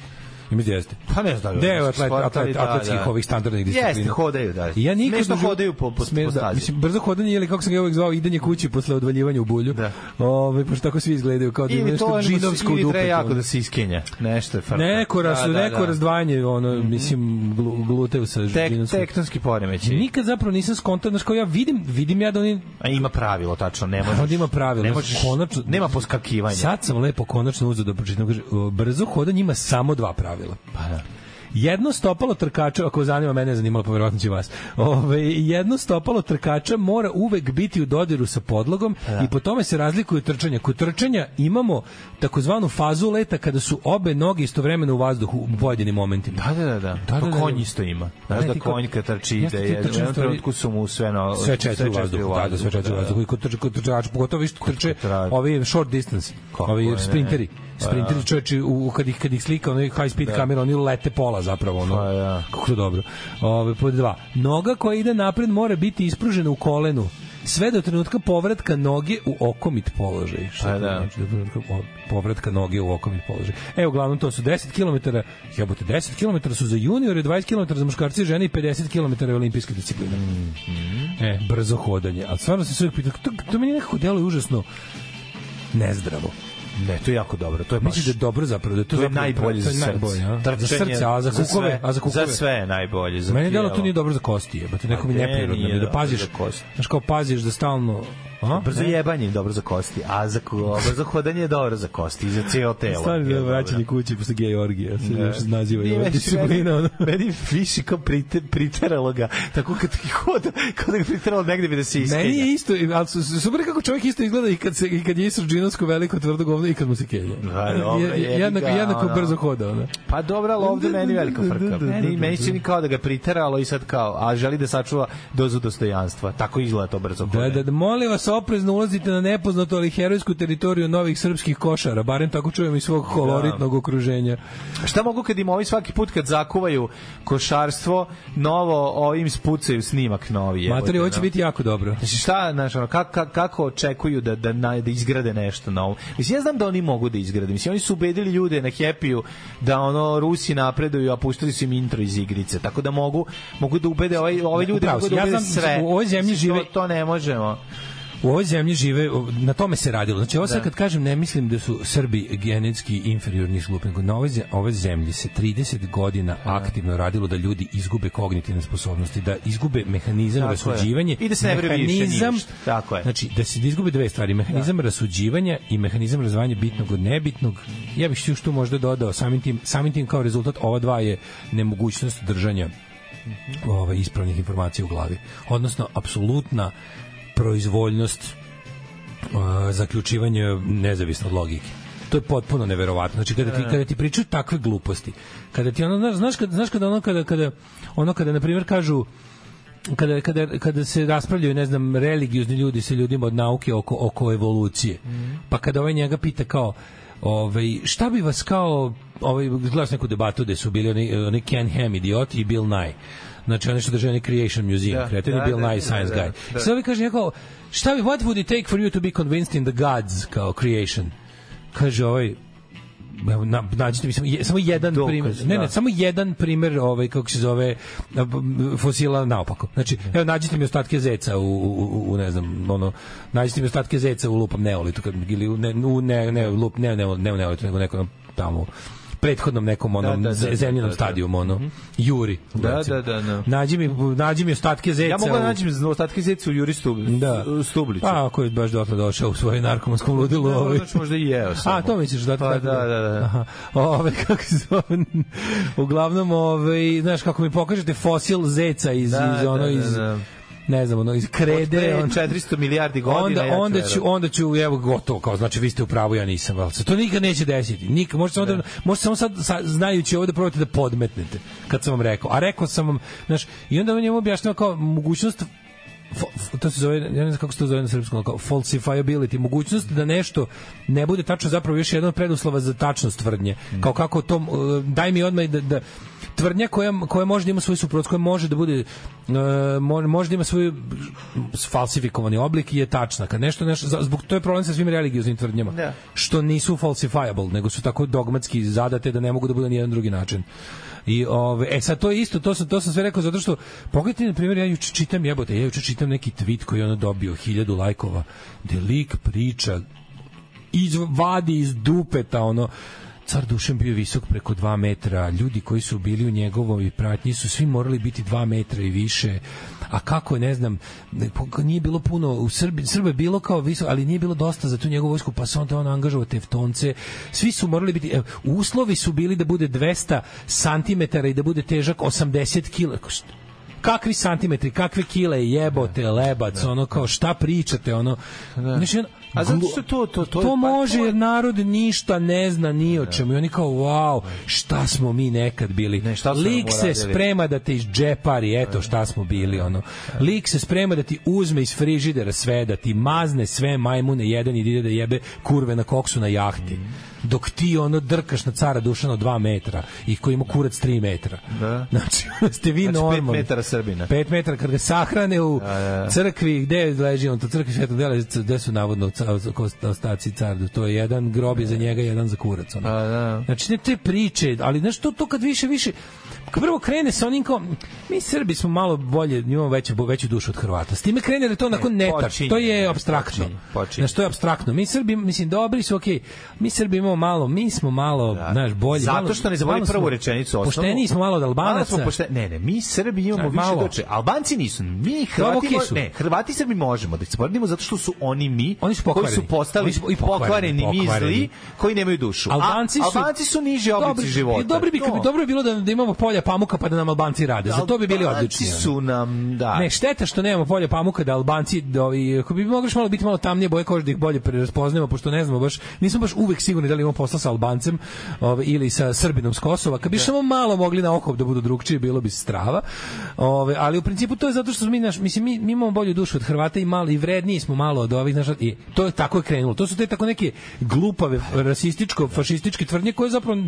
Ja mislim da jeste. Pa ne znam da li Deo je je ono atlet, sporta, atlet, ali da, atletskih da. ovih standardnih disciplina. Jeste, hodaju, da. I Ja nikad Smešno u životu- hodaju po- po- po Smešno, stazi. Mislim, brzo hodanje ili kako sam ga uvek zvao, idenje kući posle odvaljivanja u bulju. Da. Ove, pošto tako svi izgledaju kao da im Ili to nešto ili džinovsko u ili dupe. treba jako ono. da se iskenja. Nešto je frka. Neko, raz, Da, da, neko da. razdvajanje, ono, mislim, glu- gluteu sa Tek, žbinovskom. tektonski poremeći. Nikad zapravo nisam skontao, znaš, kao ja vidim, vidim ja da oni... A ima pravilo, tačno, ne možeš. Onda ima pravilo, Ne znaš, možeš, konačno- nema poskakivanja. Sad sam lepo konačno uzeo da pročitam. Kaže, o, brzo hodanje ima samo dva pravila. Pa da. Jedno stopalo trkača, ako vas zanima mene je zanimalo, pa verovatno će vas. Ove, jedno stopalo trkača mora uvek biti u dodiru sa podlogom Pa da. i po tome se razlikuju trčanja. Kod trčanja imamo takozvanu fazu leta kada su obe noge istovremeno u vazduhu u pojedinim momentima. Da, da, da, da. Da, da, Pa da. konj isto ima. Znaš Ne, da ti kao- konj kad trči ide, Jeste, ti jedan- u trčiš jednom u stvari- trenutku su mu sve na... sve četiri u vazduhu, da, da, sve četiri u vazduhu. I kod trče, kod trčač, pogotovo vi što trče trčača. ovi short distance, Kako je, ovi ne. sprinteri. Pa da. Sprinteri čoveči, u, kad, ih, kad ih slika onaj high speed kamera, oni lete pola zapravo. Ono, Pa da. Kako to dobro. Ove, pod dva. Noga koja ide napred mora biti ispružena u kolenu sve do trenutka povratka noge u okomit položaj. Šta Pa to da. znači do trenutka po- povratka noge u okomit položaj. E, uglavnom to su 10 km, jebote, 10 km su za juniore, 20 km za muškarce i žene i 50 km je olimpijska disciplina. Mhm. E, brzo hodanje. Ali stvarno se sve pitao, to, to meni nekako deluje užasno nezdravo. Ne, to je jako dobro. To je baš... Mislim da je dobro zapravo, da je to, To je zapravo- najbolje za to je srce. najbolje, a? Trčanje za srce, a za kukove, sve, a za kukove. Za sve je najbolje. Za Meni delo tijelo. to nije dobro za kosti, jebote, neko mi A ne, neprirodno, nije mi je da dobro paziš, za kosti. znaš kao paziš da stalno, a? Brzo jebanje je dobro za kosti, a za, ku- brzo hodanje je dobro za kosti i za cijelo telo. Stvari Je da dobro. vraćanje kući posle Georgija, se Da. još naziva i Nije ova već disciplina. Ono. Meni, meni više kao prite, priteralo ga, tako kad hoda, kao da ga priteralo negde bi da se iskenja. Meni je isto, ali su, su, super kako čovjek isto izgleda i kad, se, i kad je isto džinovsko veliko tvrdo govno i kad mu se kenja. Da, dobro, Je- je- jebi jednako, ga, jednako ono. brzo hoda. Ono. Pa dobro, ali ovde meni velika Da, da, frka. da, da, Meni, da. meni čini kao da ga priteralo i sad kao, a želi da sačuva dozu dostojanstva. Tako izgleda to brzo Da, hodanje. da, da, molim vas, oprezno ulazite na nepoznato ali herojsku teritoriju novih srpskih košara, barem tako čujem iz Da. svog koloritnog okruženja. Šta mogu kad im ovi svaki put kad zakuvaju košarstvo, novo ovim spucaju snimak novi. jebote, Matori, ovo će no. biti jako dobro. Znači šta, znači ono, kako, kako, kako očekuju da, da, na, da izgrade nešto novo? Mislim, ja znam da oni mogu da izgrade. Mislim, oni su ubedili ljude na Happy-u da ono, Rusi napreduju, a puštili su im intro iz igrice. Tako da mogu, mogu da ubede ove, ove ljude, Upravo mogu si. da Ja ubede znam, sve. u ovoj zemlji Mislim, to- žive- To ne možemo. u ovoj zemlji žive, o, na tome se radilo. Znači, ovo sad kad kažem, ne mislim da su Srbi genetski inferiorni skupin. Na ovoj, ze- ovoj zemlji se 30 godina aktivno radilo da ljudi izgube kognitivne sposobnosti, da izgube mehanizam Tako je. rasuđivanja. I da se ne brinu više ni mehanizam- ništa. Tako je. Znači, da se izgube dve stvari, mehanizam rasuđivanja i mehanizam razvajanja bitnog od nebitnog. Ja bih još tu možda dodao, samim tim, samim tim kao rezultat ova dva je nemogućnost držanja ovaj, ispravnih informacija u glavi. Odnosno, apsolutna proizvoljnost e, zaključivanje nezavisno od logike. To je potpuno neverovatno. Znači kada ti kada ti pričaju takve gluposti, kada ti ono znaš- znaš kada znaš kada ono kada kada ono kada na primjer kažu kada, kada, kada se raspravljaju, ne znam, religiozni ljudi sa ljudima od nauke oko, oko evolucije, Mhm. pa kada ovaj njega pita kao, ovaj, šta bi vas kao, ovaj, gledaš neku debatu gde su bili oni, oni Ken Ham idiot i Bill Nye, znači oni što drže oni Creation Museum, Da, da, kreteni, da, Bill da, Nye da, Science da, Guy. da. I sad ovi kaže, ja kao, šta bi, what would it take for you to be convinced in the gods, kao creation? Kaže ovaj, evo, na, nađite mi samo, je, samo jedan Dokaz, primer. Ne, da. ne, samo jedan primer ovaj kako se zove a, b- m, fosila naopako. Znači, evo nađite mi ostatke zeca u, u, u- u ne znam, ono nađite mi ostatke zeca u lupam neolitu kad ili u ne u ne ne u lup ne ne ne u neolitu nego nekom tamo prethodnom nekom onom da, da, da, da, zemljinom da, da. stadijumu ono Juri Da, recimo. da, da, da. nađi mi nađi mi ostatke zeca Ja mogu da u- nađem ostatke zecu u Juri Stub, E, da. Stubliću. Pa, ako je baš dotle došao u svoje narkomanskom ludilu. Ne, ovaj. znači možda i jeo samo. A, to mi ćeš dati. Pa, tako da, da, da. Aha. Ove, (laughs) kako se zove? Uglavnom, ove, znaš, kako mi pokažete fosil zeca iz, Da, iz ono, da, da, iz, da. ne znam, ono, iz Od pre krede. on- 400 milijardi godina. onda, ja ću onda, ću, verovati. onda ću, evo, gotovo, kao, znači, vi ste u pravu, ja nisam, ali se to nikad neće desiti. Nikad, možete samo, da, možete samo sad, sa, znajući ovo, da probate da podmetnete, kad sam vam rekao. A rekao sam vam, znaš, i onda on njemu objašnjava kao mogućnost f- to se zove, ja ne znam kako se to zove na srpskom, kao falsifiability, mogućnost da nešto ne bude tačno zapravo još jedan od preduslova za tačnost tvrdnje. Kao kako to, e, daj mi odmah i da, da tvrdnja koja, koja može da ima svoju suprotnost, koja može da bude e, mo- može da ima svoj falsifikovani oblik i je tačna. Kad nešto, nešto, za- zbog to je problem sa svim religioznim tvrdnjama. Da. Što nisu falsifiable, nego su tako dogmatski zadate da ne mogu da bude ni jedan drugi način. I ove, e sad to je isto, to sam, to sam sve rekao zato što, pogledajte na primjer, ja juče čitam jebote, ja juče čitam neki tweet koji je ono dobio hiljadu lajkova, gde lik priča iz, vadi iz dupeta ono car Dušan bio visok preko 2 metra ljudi koji su bili u njegovoj pratnji su svi morali biti 2 metra i više a kako je, ne znam ne, po- nije bilo puno u Srbiji Srba je bilo kao visoko ali nije bilo dosta za tu njegovu vojsku pa se onda on angažovao teftonce svi su morali biti e, uslovi su bili da bude 200 cm i da bude težak 80 kg kakvi santimetri, kakve kile, jebote, lebac, ono kao šta pričate, ono. Znači, ono, A zato što to- to- to je- to pa može to je- Da. jer narod ništa ne zna ni o čemu i oni kao wow, šta smo mi nekad bili. Ne, šta su nam Lik se uradili? sprema da te iz džepari, eto šta smo bili ono. Lik se sprema da ti uzme iz frižidera sve, da ti mazne sve majmune jedan i da ide da jebe kurve na koksu na jahti. Dok ti ono drkaš na cara Dušana od 2 metra i koji ima kurac 3 metra. Da. Znači, ste vi Znači, pet normalni. metara Srbina. 5 metara kad ga sahrane u Da, crkvi gde leži on to crkvi Svetog Dela gde su navodno ca- kost- ostaci cardu to je jedan grob je za njega jedan za kurac ono. da. znači ne te priče ali znaš to, to kad više više kad prvo krene sa onim kao mi Srbi smo malo bolje imamo veću veću dušu od Hrvata s time krene da je to onako Ne, netač E, počinje, to je ne, apstraktno počinje, počinje. znači to je apstraktno mi Srbi mislim dobri su okej mi Srbi imamo malo mi smo malo Da. znaš bolji Zato malo- što ne zaboravi malo smo- prvu rečenicu osnovnu. pošteniji smo malo od Malo Albanaca smo pošte... Ne, ne, mi Srbi imamo Znaš, više malo. malo. doče. Albanci nisu. Mi Dobro, Hrvati, okej mo- su. ne, Hrvati i Srbi možemo da ih sporedimo zato što su oni mi Oni su koji pokvareni. su postali Oni su i pokvareni, pokvareni, mi pokvareni. zli, koji nemaju dušu. Albanci A, su, Albanci su niži oblici Dobri- života. Dobro bi, To. dobro bi bilo da, da imamo polja pamuka pa da nam Albanci rade. Za to bi bili odlični. Albanci ono. su nam, da. Ne, šteta što nemamo polja pamuka da Albanci, da, ovi, ako bi mogli još malo biti malo tamnije boje kože da ih bolje prepoznajemo, pošto ne znamo baš, nismo baš uvek sigurni da li imamo posla sa Albancem ove, ili sa Srbinom s Kosova. Kad bi samo malo mogli na oko da budu drugčiji, bilo bi strava. Ove, ali u principu to je zato što smo mi, naš, mislim, mi, mi imamo bolju dušu od Hrvata i, malo, i vredniji smo malo od ovih, naša, i to je tako je krenulo. To su te tako neke glupave rasističko-fašističke tvrdnje koje zapravo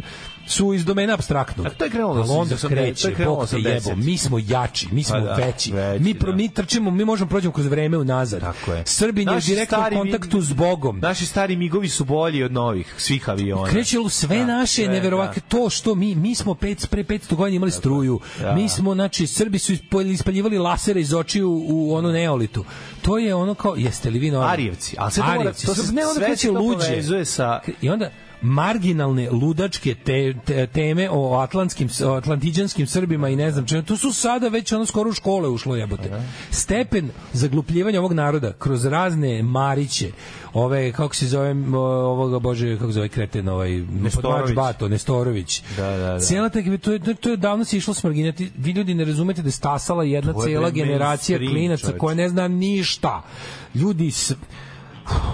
su iz domena abstraktnog. A to je krenulo Ali sa- onda sa- to je kreće, krenulo Bog te 80. jebo, mi smo jači, mi smo Pa da, veći. veći, mi, pro, da. mi trčimo, mi možemo prođemo kroz vreme unazad. Tako je. Srbin je u Naši direktnom stari mi- kontaktu s Bogom. Naši stari migovi su bolji od novih, svih aviona. Kreće u sve Da, naše sve, neverovatno to što mi mi smo pet pre 500 godina imali struju. da. Mi smo znači Srbi su ispalj- ispaljivali lasere iz očiju u, u ono neolitu. To je ono kao jeste li vi normalni? Arijevci. Ali sve to mora- Arijevci. to se- Sve- ne, onda sve kreće se to luđe. povezuje sa- I onda marginalne ludačke te, te, teme o atlantskim o atlantiđanskim Srbima i ne znam čemu to su sada već ono skoro u škole ušlo jebote stepen zaglupljivanja ovog naroda kroz razne Mariće ove kako se zove o, ovoga bože kako se zove kreten ovaj podmač Nestorović. Bato Nestorović Da, da, da. cela ta to je to je davno se išlo smrginjati vi ljudi ne razumete da je stasala jedna To je cela bre generacija mainstream, klinaca čoveče. koja ne zna ništa ljudi s,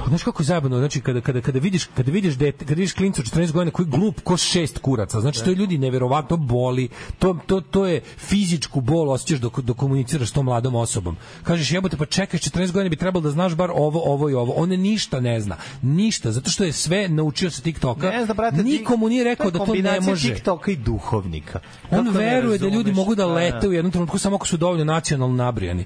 znaš kako je zajebano, znači kada kada kada vidiš kada vidiš dete, kada vidiš klinca od 14 godina koji je glup ko šest kuraca, znači to Da. je ljudi neverovatno boli, to to to je fizičku bol osećaš dok dok komuniciraš s tom mladom osobom. Kažeš jebote pa čekaš 14 godina bi trebalo da znaš bar ovo ovo i ovo. On ništa ne zna, ništa, zato što je sve naučio sa TikToka. Ne znam, brate, Niko mu nije rekao je da to ne kombinacija može. TikToka i duhovnika. On Kako ne veruje da ljudi razumeš? mogu da Da, lete da. u jednom trenutku samo ako su dovoljno nacionalno nabrijani.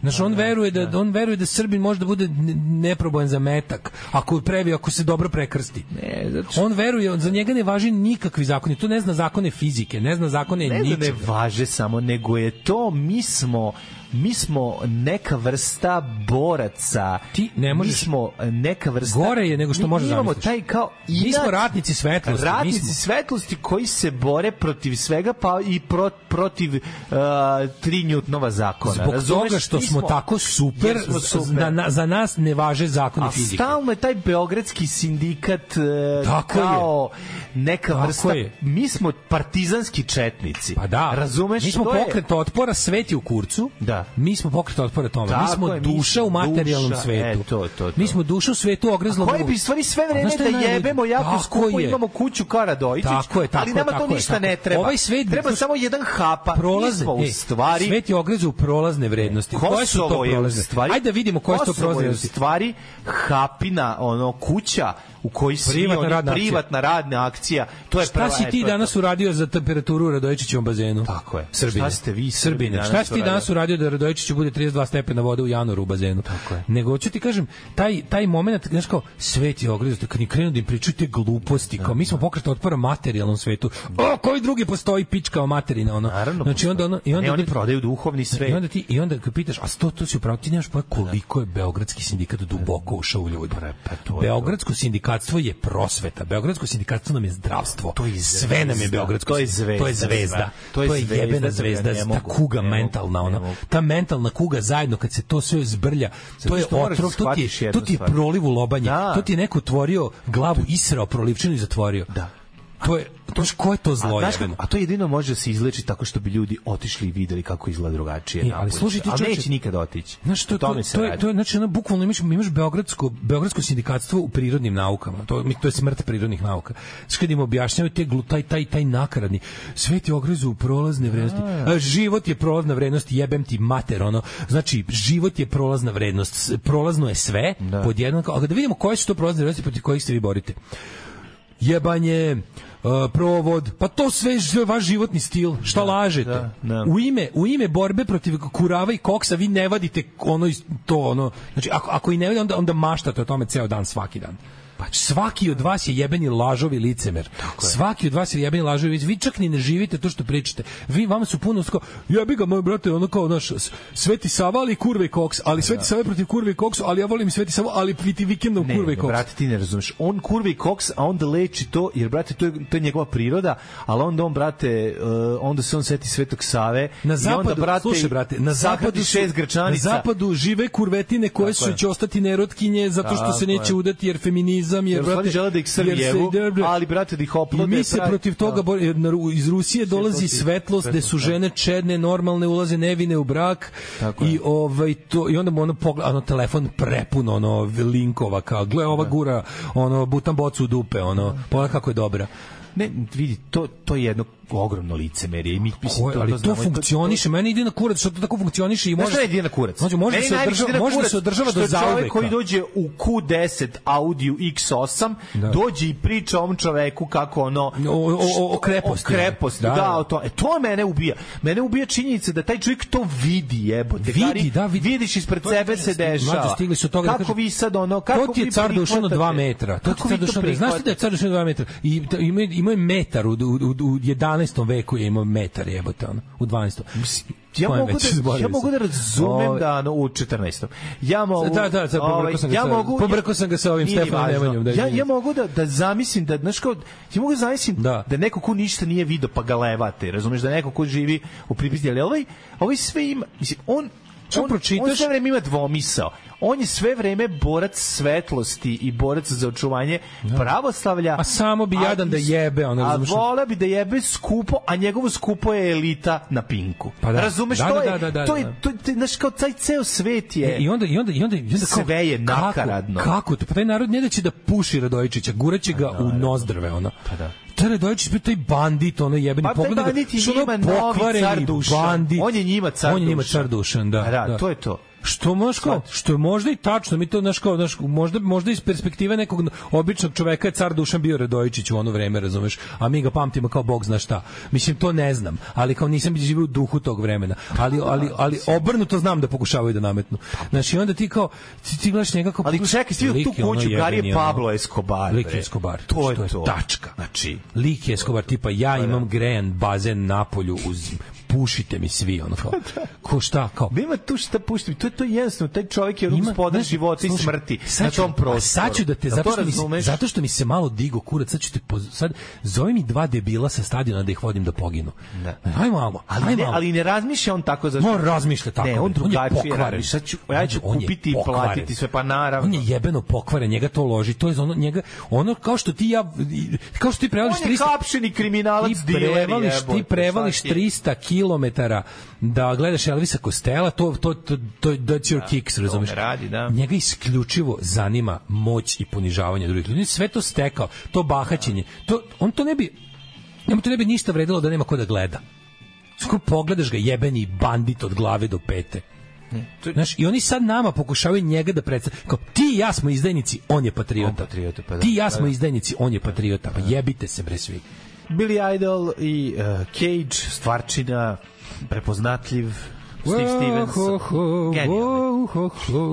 Znaš, on veruje da on veruje da Srbin može da bude ne- neprobojan za metak ako previ ako se dobro prekrsti. Ne, zato što- On veruje, on- za njega ne važi nikakvi zakoni. To ne zna zakone fizike, ne zna zakone ne da ne ničega. važe samo, nego je to mi smo mi smo neka vrsta boraca. Ti ne možeš- Mi smo neka vrsta... Gore je nego što mi, možeš mi imamo zamisliš. taj kao... Mi smo inat- ratnici svetlosti, mi da- Ratnici smo. svetlosti koji se bore protiv svega, pa i pro, protiv uh, tri Newtonova zakona. Zbog Razumeš? toga što Mi smo tako super, jer smo super. Na, na, za nas ne važe zakoni A fizike. stalno je taj beogradski sindikat e, Tako je. kao neka Tako vrsta... je. Mi smo partizanski četnici. Pa da, Razumeš? mi smo to je- pokret otpora, sveti u kurcu, Da. Da. Mi smo pokret otpora tome. mi Tako smo je, mi duša u smo materijalnom duša, svetu. e, to, to, to. Mi smo duša u svetu ogrezlo. Koji bi stvari sve vreme da jebemo jako skupo, imamo kuću Kara Dojičić, Tako je, tako ali je, nama to tako je, ništa tako je. ne treba. Ovaj svet- treba samo jedan hapa. Mi prolazne smo u e, stvari... svet je ogrezao u prolazne vrednosti. koje su to Kosovo je u prolazne? stvari... Ajde da vidimo koje su to Kosovo prolazne je u vrednosti. stvari hapina, ono, kuća u kojoj svi Privatna oni- radna akcija. privatna radna akcija. To je Pa Šta prva- si e, ti to je danas uradio za temperaturu u Radojičićevom bazenu? Tako je. Srbine. Šta ste vi, Srbi, Srbine? danas Šta si ti uradili? danas uradio da Radojičiću bude 32 stepena vode u januaru u bazenu? Tako je. Nego hoću ti kažem, taj, taj moment, znaš kao, svet je ogrezao, kad im krenu da im pričaju te gluposti, kao mi smo pokret otpora materijalnom svetu. O, koji drugi postoji pička o materina, ono. Naravno, znači, onda, ono, i onda ne, oni ti- prodaju duhovni svet. I onda ti i onda kad pitaš, a sto to si upravo ti nemaš pojma koliko je beogradski sindikat duboko ušao u ljude. pa to je to. Beogradsko sindikatstvo je prosveta, beogradsko sindikatstvo nam je zdravstvo. To je sve nam je zvezda, beogradsko. to je sin- zvezda, da, To je zvezda. to je To je zvezda, jebena to ja zvezda, ne ta mogu, ne kuga mogu, mentalna ne ona. mogu. Ta mentalna kuga zajedno kad se to sve zbrlja, to je što moraš da otrov, to ti shvatiš je, jednu to ti je stvar. proliv u lobanje. Da. To ti je neko otvorio glavu, israo prolivčinu i zatvorio. Da. To je, to je, ko je to A, zlo znaš jebeno? kako, a to jedino može da se izleči tako što bi ljudi otišli i videli kako izgleda drugačije. E, ali napolje. slušaj ti, ali čoveče, neće nikad otići. Znaš, to, O to, tome se to, je, radi. to je, znači, ono, bukvalno imaš, imaš beogradsko, beogradsko sindikatstvo u prirodnim naukama. To, mi- to je smrt prirodnih nauka. Znaš, kad im objašnjavaju te glu, taj, taj, taj nakaradni, svet je ogrezu u prolazne vrednosti. A, život je prolazna vrednost, jebem ti mater, ono. Znači, život je prolazna vrednost. S- Prolazno je sve, Da. pod jednako. A da vidimo koje su to prolazne vrednosti protiv kojih se vi borite jebanje, uh, provod, pa to sve je vaš životni stil. Šta lažete? da, da. U ime u ime borbe protiv kurava i koksa vi ne vadite ono iz- to ono. Znači ako ako i ne vadite onda onda maštate o tome ceo dan svaki dan. Pa svaki od vas je jebeni lažovi licemer. Svaki od vas je jebeni lažovi licemer. Vi čak ni ne živite to što pričate. Vi vama su puno sko, jebi ga moj brate, ono kao naš Sveti Sava ali kurve i koks, Da. ali Sveti Sava je protiv kurve i koksu, ali ja volim Sveti Sava, ali viti vikendom Ne, kurve i ne, koks. brate, ti ne razumeš. On kurvi koks, a onda leči to, jer, brate, to je, to je njegova priroda, ali onda on, brate, uh, onda se on seti Svetog Save. Na zapadu, i onda, brate, slušaj brate, na sahrani zapadu su- šest grčanica. Na zapadu žive kurvetine koje Tako su je. će ostati nerotkinje zato što Tako se neće je. udati jer feminizam jer, Jer u stvari žele da ih Srbi jer se- jebu, da, da. ali, brate, da ih oplode, I mi se pravi- protiv toga Da. bor- jer na Ru- iz Rusije dolazi Svjetlosti. svetlost gde su Svetlost, da. žene čedne, normalne ulaze nevine u brak Tako i je. ovaj to i onda mu ono pogleda ono telefon prepun ono linkova kao gle ova Da. gura ono butan bocu u dupe ono pogledaj kako je dobra. Ne, vidi, to, to je jedno ogromno licemerje. I mi, mislim, Ko, to, ali to to, znamo i to- funkcioniše, meni ide na kurac što to tako funkcioniše i Znaš Znači, može. šta je ide na kurac? Može, može da Meni se najviše održava, ide na može da kurac se održava što do Čovjek zauvek. koji dođe u Q10 Audiju X8, Da. dođe i priča ovom čoveku kako ono... O- o- o- o kreposti. O kreposti, da. Da. o to, e, to mene ubija. Mene ubija činjenica da taj čovjek to vidi, jebote. Vidi, Gari, da, vidi. Vidiš ispred To je- sebe se dešava. Mlađo, stigli su od toga da Kako kažem- vi sad ono... Kako To ti je vi car Dušan od 2 prihvatate? metra. To ti Kako je vi car Dušan. od- Znaš ti da je car Dušan od 2 metra? I da, ima ima je metar u, u, u, u 11. veku je imao metar jebote ono, u 12. ja Pojma mogu već, da zaboravio ja sam. mogu da razumem Ove- da no, u 14. Ja mogu ovaj, Da, da, da, pobrkao sam ga sa- pobrkao sam ga sa ovim Nije ni Stefanom važno. Nemanjom, da, ja ja izvini. mogu da da zamislim da znaš kao ja mogu da zamislim da, Da. da neko ko ništa nije video pa ga levate, razumeš da neko ko živi u pripisci, ali ovaj ovaj sve ima mislim on Što on, pročitaš- on sve vreme ima dvomisao. On je sve vreme borac svetlosti i borac za očuvanje pravoslavlja. Da. A samo bi a jadan da is- jebe, ono, A razumeš? vola bi da jebe skupo, a njegovo skupo je elita na pinku. Pa da. Razumeš, Da, to da, je, da, da, da, to je, da. E, to, to, znaš, kao taj ceo svet je... I onda i onda i onda i onda kao- Sve je kako- nakaradno. Kako to? Pa taj narod ne da će da puši Radojičića, guraće ga u nozdrave ona. Pa da. Taj Radojičić bio taj bandit, ono jebeni Pa taj pogleda. bandit je što ono njima novi pokvareni car Dušan. bandit. On je njima car On je njima Dušan. car Dušan, da. Pa da, to je to. Što možeš kao, što je možda i tačno, mi to znaš kao, znaš, možda, možda iz perspektive nekog običnog čoveka je car Dušan bio Radojičić u ono vreme, razumeš, a mi ga pamtimo kao Bog zna šta. Mislim, to ne znam, ali kao nisam živio u duhu tog vremena, ali, Da, ali, ali obrnuto znam da pokušavaju da nametnu. Znaš, i onda ti kao, ti, ti gledaš njega kao... Ali čekaj, svi tu Lik je ono kuću, Gari je jebeni, ono. Pablo Escobar. Lik bre. je Escobar. To je što to. Tačka. Znači, Lik je Escobar, tipa Da, ja imam grejan bazen na polju uz pušite mi svi, ono (laughs) kao, Da. ko šta, kao, nema tu šta pušti, to je to je jednostavno, taj čovjek je ima- gospodar znaš, života i slušaj, smrti sad na ću- tom prostoru. a Sad ću da te, Jel zato to što, mi, se- razumeš? zato što mi se malo digo kurac, sad ću te, poz- sad, zove mi dva debila sa stadiona da ih vodim da poginu. Da. Aj malo, Ali aj ne, malo. ali ne razmišlja on tako za On razmišlja tako. Ne, on bre. je drugačije pokvaren. radi. Sad ću, ja ću On je kupiti i pokvaren. platiti sve, pa naravno. On je jebeno pokvaren, njega to loži. To je ono, njega, ono kao što ti ja, kao što ti prevališ On je 300 hapšeni kriminalac ti dileri, prevališ, jebote, ti prevališ šta ti je? 300 kg kilometara da gledaš Elvisa Kostela, to, to, to, to that's your da, kicks, razumeš? radi, da. Njega isključivo zanima moć i ponižavanje drugih ljudi. Sve to stekao, to bahaćenje. Da. To, on to ne bi, njemu to ne bi ništa vredilo da nema ko da gleda. Skoro pogledaš ga jebeni bandit od glave do pete. To... Znaš, i oni sad nama pokušavaju njega da predstavljaju. Kao, ti i ja smo izdajnici, on je patriota. On patriota, pa da. Ti i ja smo izdajnici, on je patriota. Pa jebite se, bre, svi. Billy Idol i uh, Cage, stvarčina, prepoznatljiv, Steve Stevens. Genijalni.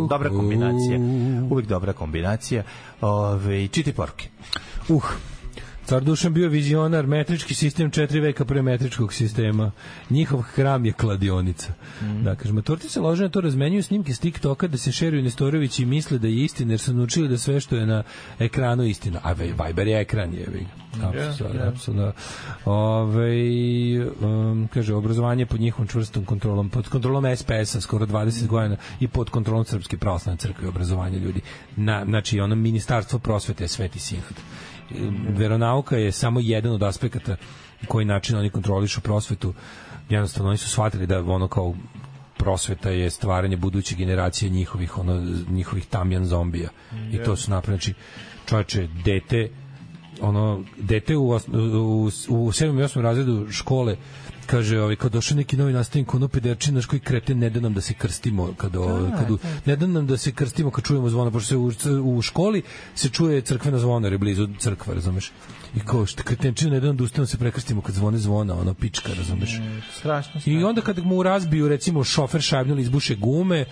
Dobra kombinacija. Uvijek dobra kombinacija. Ove, čiti porke. Uh, Car Dušan bio vizionar, metrički sistem četiri veka pre metričkog sistema. Njihov hram je kladionica. Mm. Da, kaže, maturti se lože na to razmenjuju snimke s TikToka da se šeruju Nestorović i misle da je istina, jer su naučili da sve što je na ekranu je istina. A ve, Viber je ekran, je vi. Apsolutno, apsolutno. Ove, um, kaže, obrazovanje pod njihovom čvrstom kontrolom, pod kontrolom SPS-a skoro 20 godina i pod kontrolom Srpske pravoslavne crkve i obrazovanja ljudi. Na, znači, ono ministarstvo prosvete, sveti sinod veronauka je samo jedan od aspekata koji način oni kontrolišu prosvetu. Jednostavno oni su shvatili da ono kao prosveta je stvaranje buduće generacije njihovih ono njihovih tamjan zombija. I to su napravili znači čoveče dete ono dete u os- u, u, u 7. i 8. razredu škole kaže ovaj kad došao neki novi nastavnik ono pederčina koji kreten ne da nam da se krstimo kad o, kad u, ne da nam da se krstimo kad čujemo zvona pošto se u, u školi se čuje crkvena zvona jer je blizu crkva razumeš i kao što kretenčina ne da nam da ustanemo se prekrstimo kad zvone zvona ono pička razumeš Strašno. i onda kad mu razbiju recimo šofer šajbnuli izbuše gume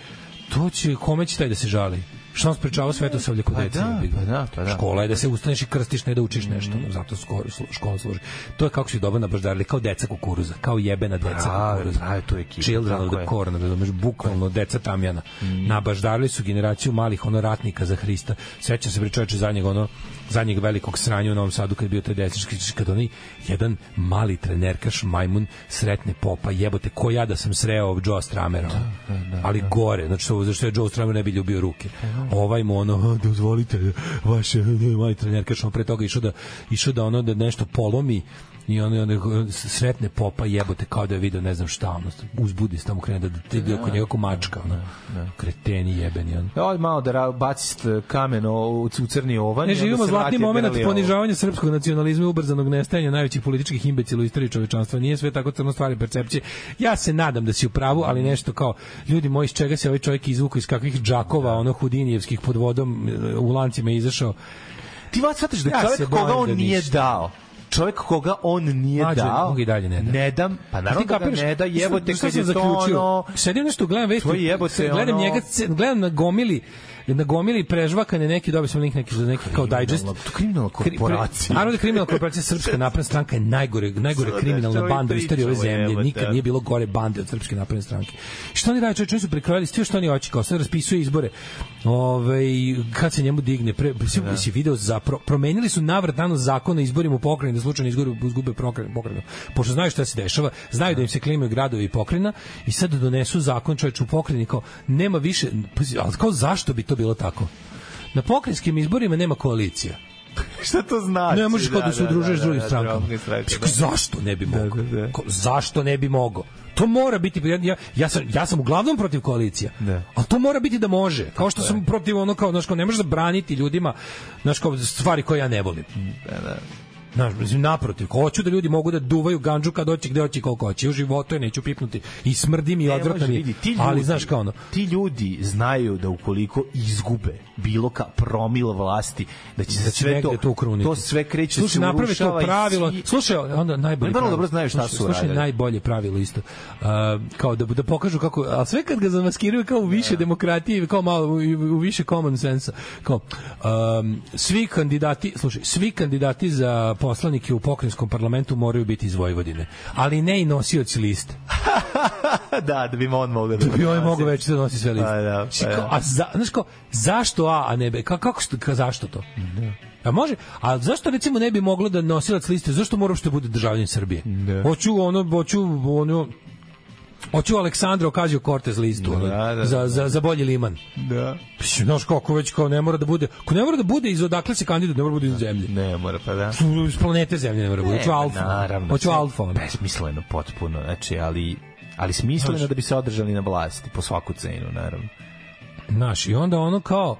to će kome će taj da se žali Šta nas pričava svetosavlje kod Pa dece? da, jebi ga? pa da, Mhm. pa da. Škola je da se ustaneš i krstiš, ne da učiš nešto. Zato skoro slu- škola služi. To je kako su dobro nabaždarili, kao deca kukuruza, kao jebena deca Prave, kukuruza. prave tu ekipu, Children of tako the je. corn, da razumeš, bukvalno deca tamjana. Nabaždarili su generaciju malih ono ratnika za Hrista. Sećam se bre čoveče zadnjeg ono zadnjeg velikog sranja u Novom Sadu kad je bio taj desnički kad onaj jedan mali trenerkaš majmun sretne popa jebote ko ja da sam sreo Joe Stramera da, da, ali gore znači što zašto je Joe Stramer ne bi ljubio ruke ovaj mu ono "A, dozvolite vaše ne, mali trenerkaš on pre toga išao da išao da ono da nešto polomi i on on sretne popa jebote kao da je video ne znam šta ono uzbudi se tamo krene da te ide oko njega ko mačka ono Da, kreteni jebeni on Oj, malo da ra- baci st- kamen o- u, c- u crni ovan. Ne i onda živimo se zlatni vrati moment Berliozu. ponižavanja srpskog nacionalizma i ubrzanog nestajanja najvećih političkih imbecila u istoriji čovečanstva. Nije sve tako crno stvari percepcije. Ja se nadam da si u pravu, ali nešto kao ljudi moji iz čega se ovaj čovjek izvukao iz kakvih džakova, ono hudinijevskih pod vodom e, u lancima je izašao. Ti vas shvataš da Ja čovjek se koga bojim on da nije ništa. dao čovjek koga on nije Mlađe, dao. on ga i dalje ne da. Ne dam, pa naravno Ti da ga kapiraš? ne da, Šta- jebote šta kad sam je to zaključio? ono... Sedim nešto, gledam vesti, Tvoj jebote, gledam ono- njega, c- gledam na gomili na gomili prežvakane neki dobio sam link neki za neki kao Kriminalna- digest to kriminalna korporacija. Naravno da je kriminalna korporacija Srpska napredna stranka je najgore najgore Sada kriminalna čovjek banda u istoriji ove pričao, zemlje. jebote. Nikad nije bilo gore bande od Srpske napredne stranke. I Šta oni rade? Čovječe, oni su prekrojili sve što oni hoće, kao sad raspisuje izbore. Ovaj kad se njemu digne, pre, si, si video za pro, promenili su navrat dano zakon o izborima u pokrajini, da slučajno izgore izgube pokrajinu. pokrajinu. Pošto znaju šta se dešava, znaju da im se klimaju gradovi i pokrajina i sad da donesu zakon čovječe u pokrajini kao nema više, pazi, ali kao zašto bi to bilo tako? Na pokrajinskim izborima nema koalicija. Šta to znači? Ne možeš kao da se udružuješ s drugim strankama. drugim Čekaj, Zašto ne bi Da, mogao? da, da. Ko- Zašto ne bi mogao? To mora biti ja, ja, ja sam ja sam uglavnom protiv koalicija. Da. Ali to mora biti da može. Kao što sam protiv ono kao znači ne možeš da braniti ljudima znači kao stvari koje ja ne volim. Da, Znaš, mislim, naprotiv, ko hoću da ljudi mogu da duvaju ganđu kad hoće, gde hoće, i koliko hoće. U životu je neću pipnuti. I smrdim i Ne odvrtan može, je. vidi, ti ljudi- Ali, znaš, kao ono, Ti ljudi znaju da ukoliko izgube bilo ka promil vlasti, da će se da će sve to, negde to ukruniti. to sve kreće, da Slušaj, se naprave to urušava i pravilo. svi- (laughs) Slušaj, onda najbolje. Ne, vrlo pravilo. dobro znaju šta Slušaj, su Slušaj, radili. najbolje pravilo isto. Uh, kao da, da pokažu kako, a sve kad ga zamaskiraju kao u Da. više demokratije, kao malo u, u više common sense kao um, svi kandidati, slušaj, svi kandidati za poslanike u pokrajinskom parlamentu moraju biti iz Vojvodine, ali ne i nosioci liste. da, da bi on mogao da... Da bi ovaj mogao već da nosi sve liste. Pa da, Mislim, pa da. kao, a za, znaš kao, zašto A, a ne B? Ka, kako, što- ka, zašto to? A može, a zašto recimo ne bi moglo da nosilac liste, zašto mora što bude državljanin Srbije? Da. Hoću ono, hoću ono, Hoću Aleksandra Okazio Cortez listu ono, Da, da, za, da. za, za bolji liman. Da. Mislim, znaš kako već kao ne mora da bude, ko ne mora da bude iz odakle se kandidat, ne mora da bude iz zemlje. Ne mora, pa da. Iz planete zemlje ne mora da bude, hoću ma alfa. Naravno. hoću sve alfa. ono. Besmisleno, potpuno. Znači, ali ali smisleno da bi se održali na vlasti po svaku cenu, naravno. Znaš, i onda ono kao,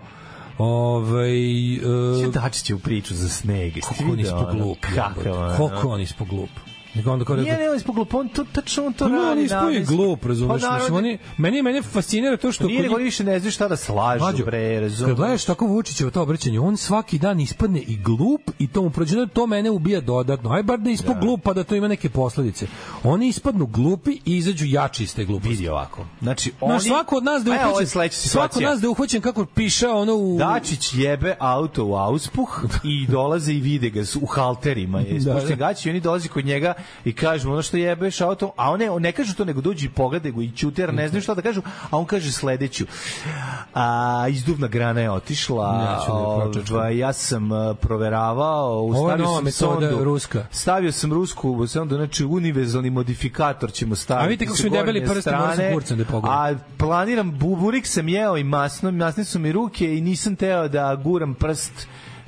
ovaj... e, Sve Dačiće u priču za sneg. jesi Kako on vidio ono? ispoglup. Kakav ono? Kako on ispoglup. Nego onda kao da Nije, ne, on ispoglup, on to, tačno on to Pa ne, on radi. ispao je namenski. glup, razumeš? Pa Pa, naravno, oni, meni, meni fascinira to što... Nije kod nego njih- više ne znaju šta da slažu, Mlađo, bre, razumeš? Kad gledaš tako Vučićevo to obraćanje, on svaki dan ispadne i glup i to mu prođe, da to mene ubija dodatno. Aj bar da ispo Da. glup, pa da to ima neke posledice. Oni ispadnu glupi i izađu jači iz te gluposti. Vidi ovako. Znači, oni... Znaš, svako od nas da A je evo, ovo je uhvaćen, sledeća svako od situacija. Da, nas da je uhvaćen kako piše ono u... Dačić jebe auto u auspuh i dolaze i vide ga s- u halterima. Je, Da, da, da. gaći i oni dolaze kod njega i kažu ono što jebeš auto, a one ne kažu to nego dođu i pogledaju ga i ćute jer ne znaju šta da kažu, a on kaže sledeću. A, izduvna grana je otišla, Ja ću da je pročačkam. ovaj, ja sam eh, proveravao, je stavio nova sam metoda, sondu, ruska. stavio sam rusku sondu, znači univerzalni modifikator ćemo staviti. A vidite kako sa su mi debeli gornje prsti, moram sa strane, kurcem da je pogledam. A planiram buburik sam jeo i masno, masne su mi ruke i nisam teo da guram prst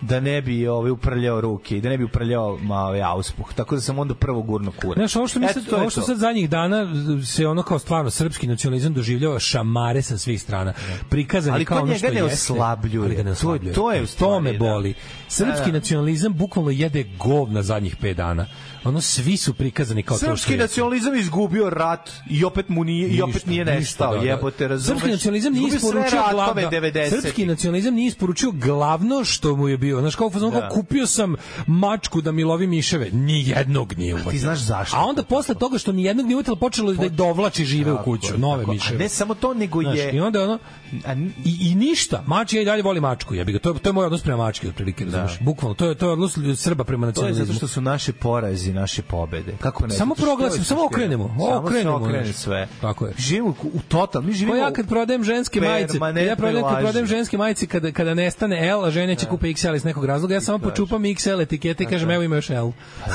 da ne bi ovaj uprljao ruke i da ne bi uprljao ma, ovaj auspuh. Tako da sam onda prvo gurno kurac. Pa Znaš, ovo što, mi Eto, sad, to je ovo što to. sad zadnjih dana se ono kao stvarno srpski nacionalizam doživljava šamare sa svih strana. Prikazan je Ali kao to ono što njega ne jeste. oslabljuje. Ali ga To ne je- oslabljuje. to je u stvari, me da. boli. Srpski Da, da. nacionalizam bukvalno jede govna zadnjih 5 dana. Ono, svi su prikazani kao to što Srpski jesu. nacionalizam izgubio rat i opet mu nije i opet Ništa, nije ništa, nestao. da, da. Jebote, razumeš? Srpski nacionalizam nije Izgubio sve isporučio ratove glavno. 90-ih. Srpski nacionalizam nije isporučio glavno što mu je bio. Znaš, kao, fazon, Da. kao kupio sam mačku da mi lovi miševe. Ni jednog nije uvatio. znaš zašto? A onda posle toga što ni jednog nije uvatio, počelo Pa je da je dovlači žive u kuću. Tako je, Nove tako je. A miševe. ne samo to, nego Znaš, je... I onda je ono, A n- i, i ništa. Mač ja i dalje volim mačku, jebi ga. To je, to je moj odnos prema mački, otprilike, razumeš? Bukvalno, to je, to je odnos Srba prema Da. To je nacionalizmu. zato što su naše porazi, naše pobede. Kako ne? Samo Zato što je proglasimo, samo suština. okrenemo, Samo se okrenemo, okrene znaš. sve. Tako je. Živimo u- u total, mi živimo... Pa ja kad prodajem ženske majice, kad ja prodajem, kad permanentnoj prodajem laži. Da. ženske majice kada kada nestane L, a žene će kupe XL iz nekog razloga, ja samo počupam XL etikete i kažem evo ima još L. (laughs)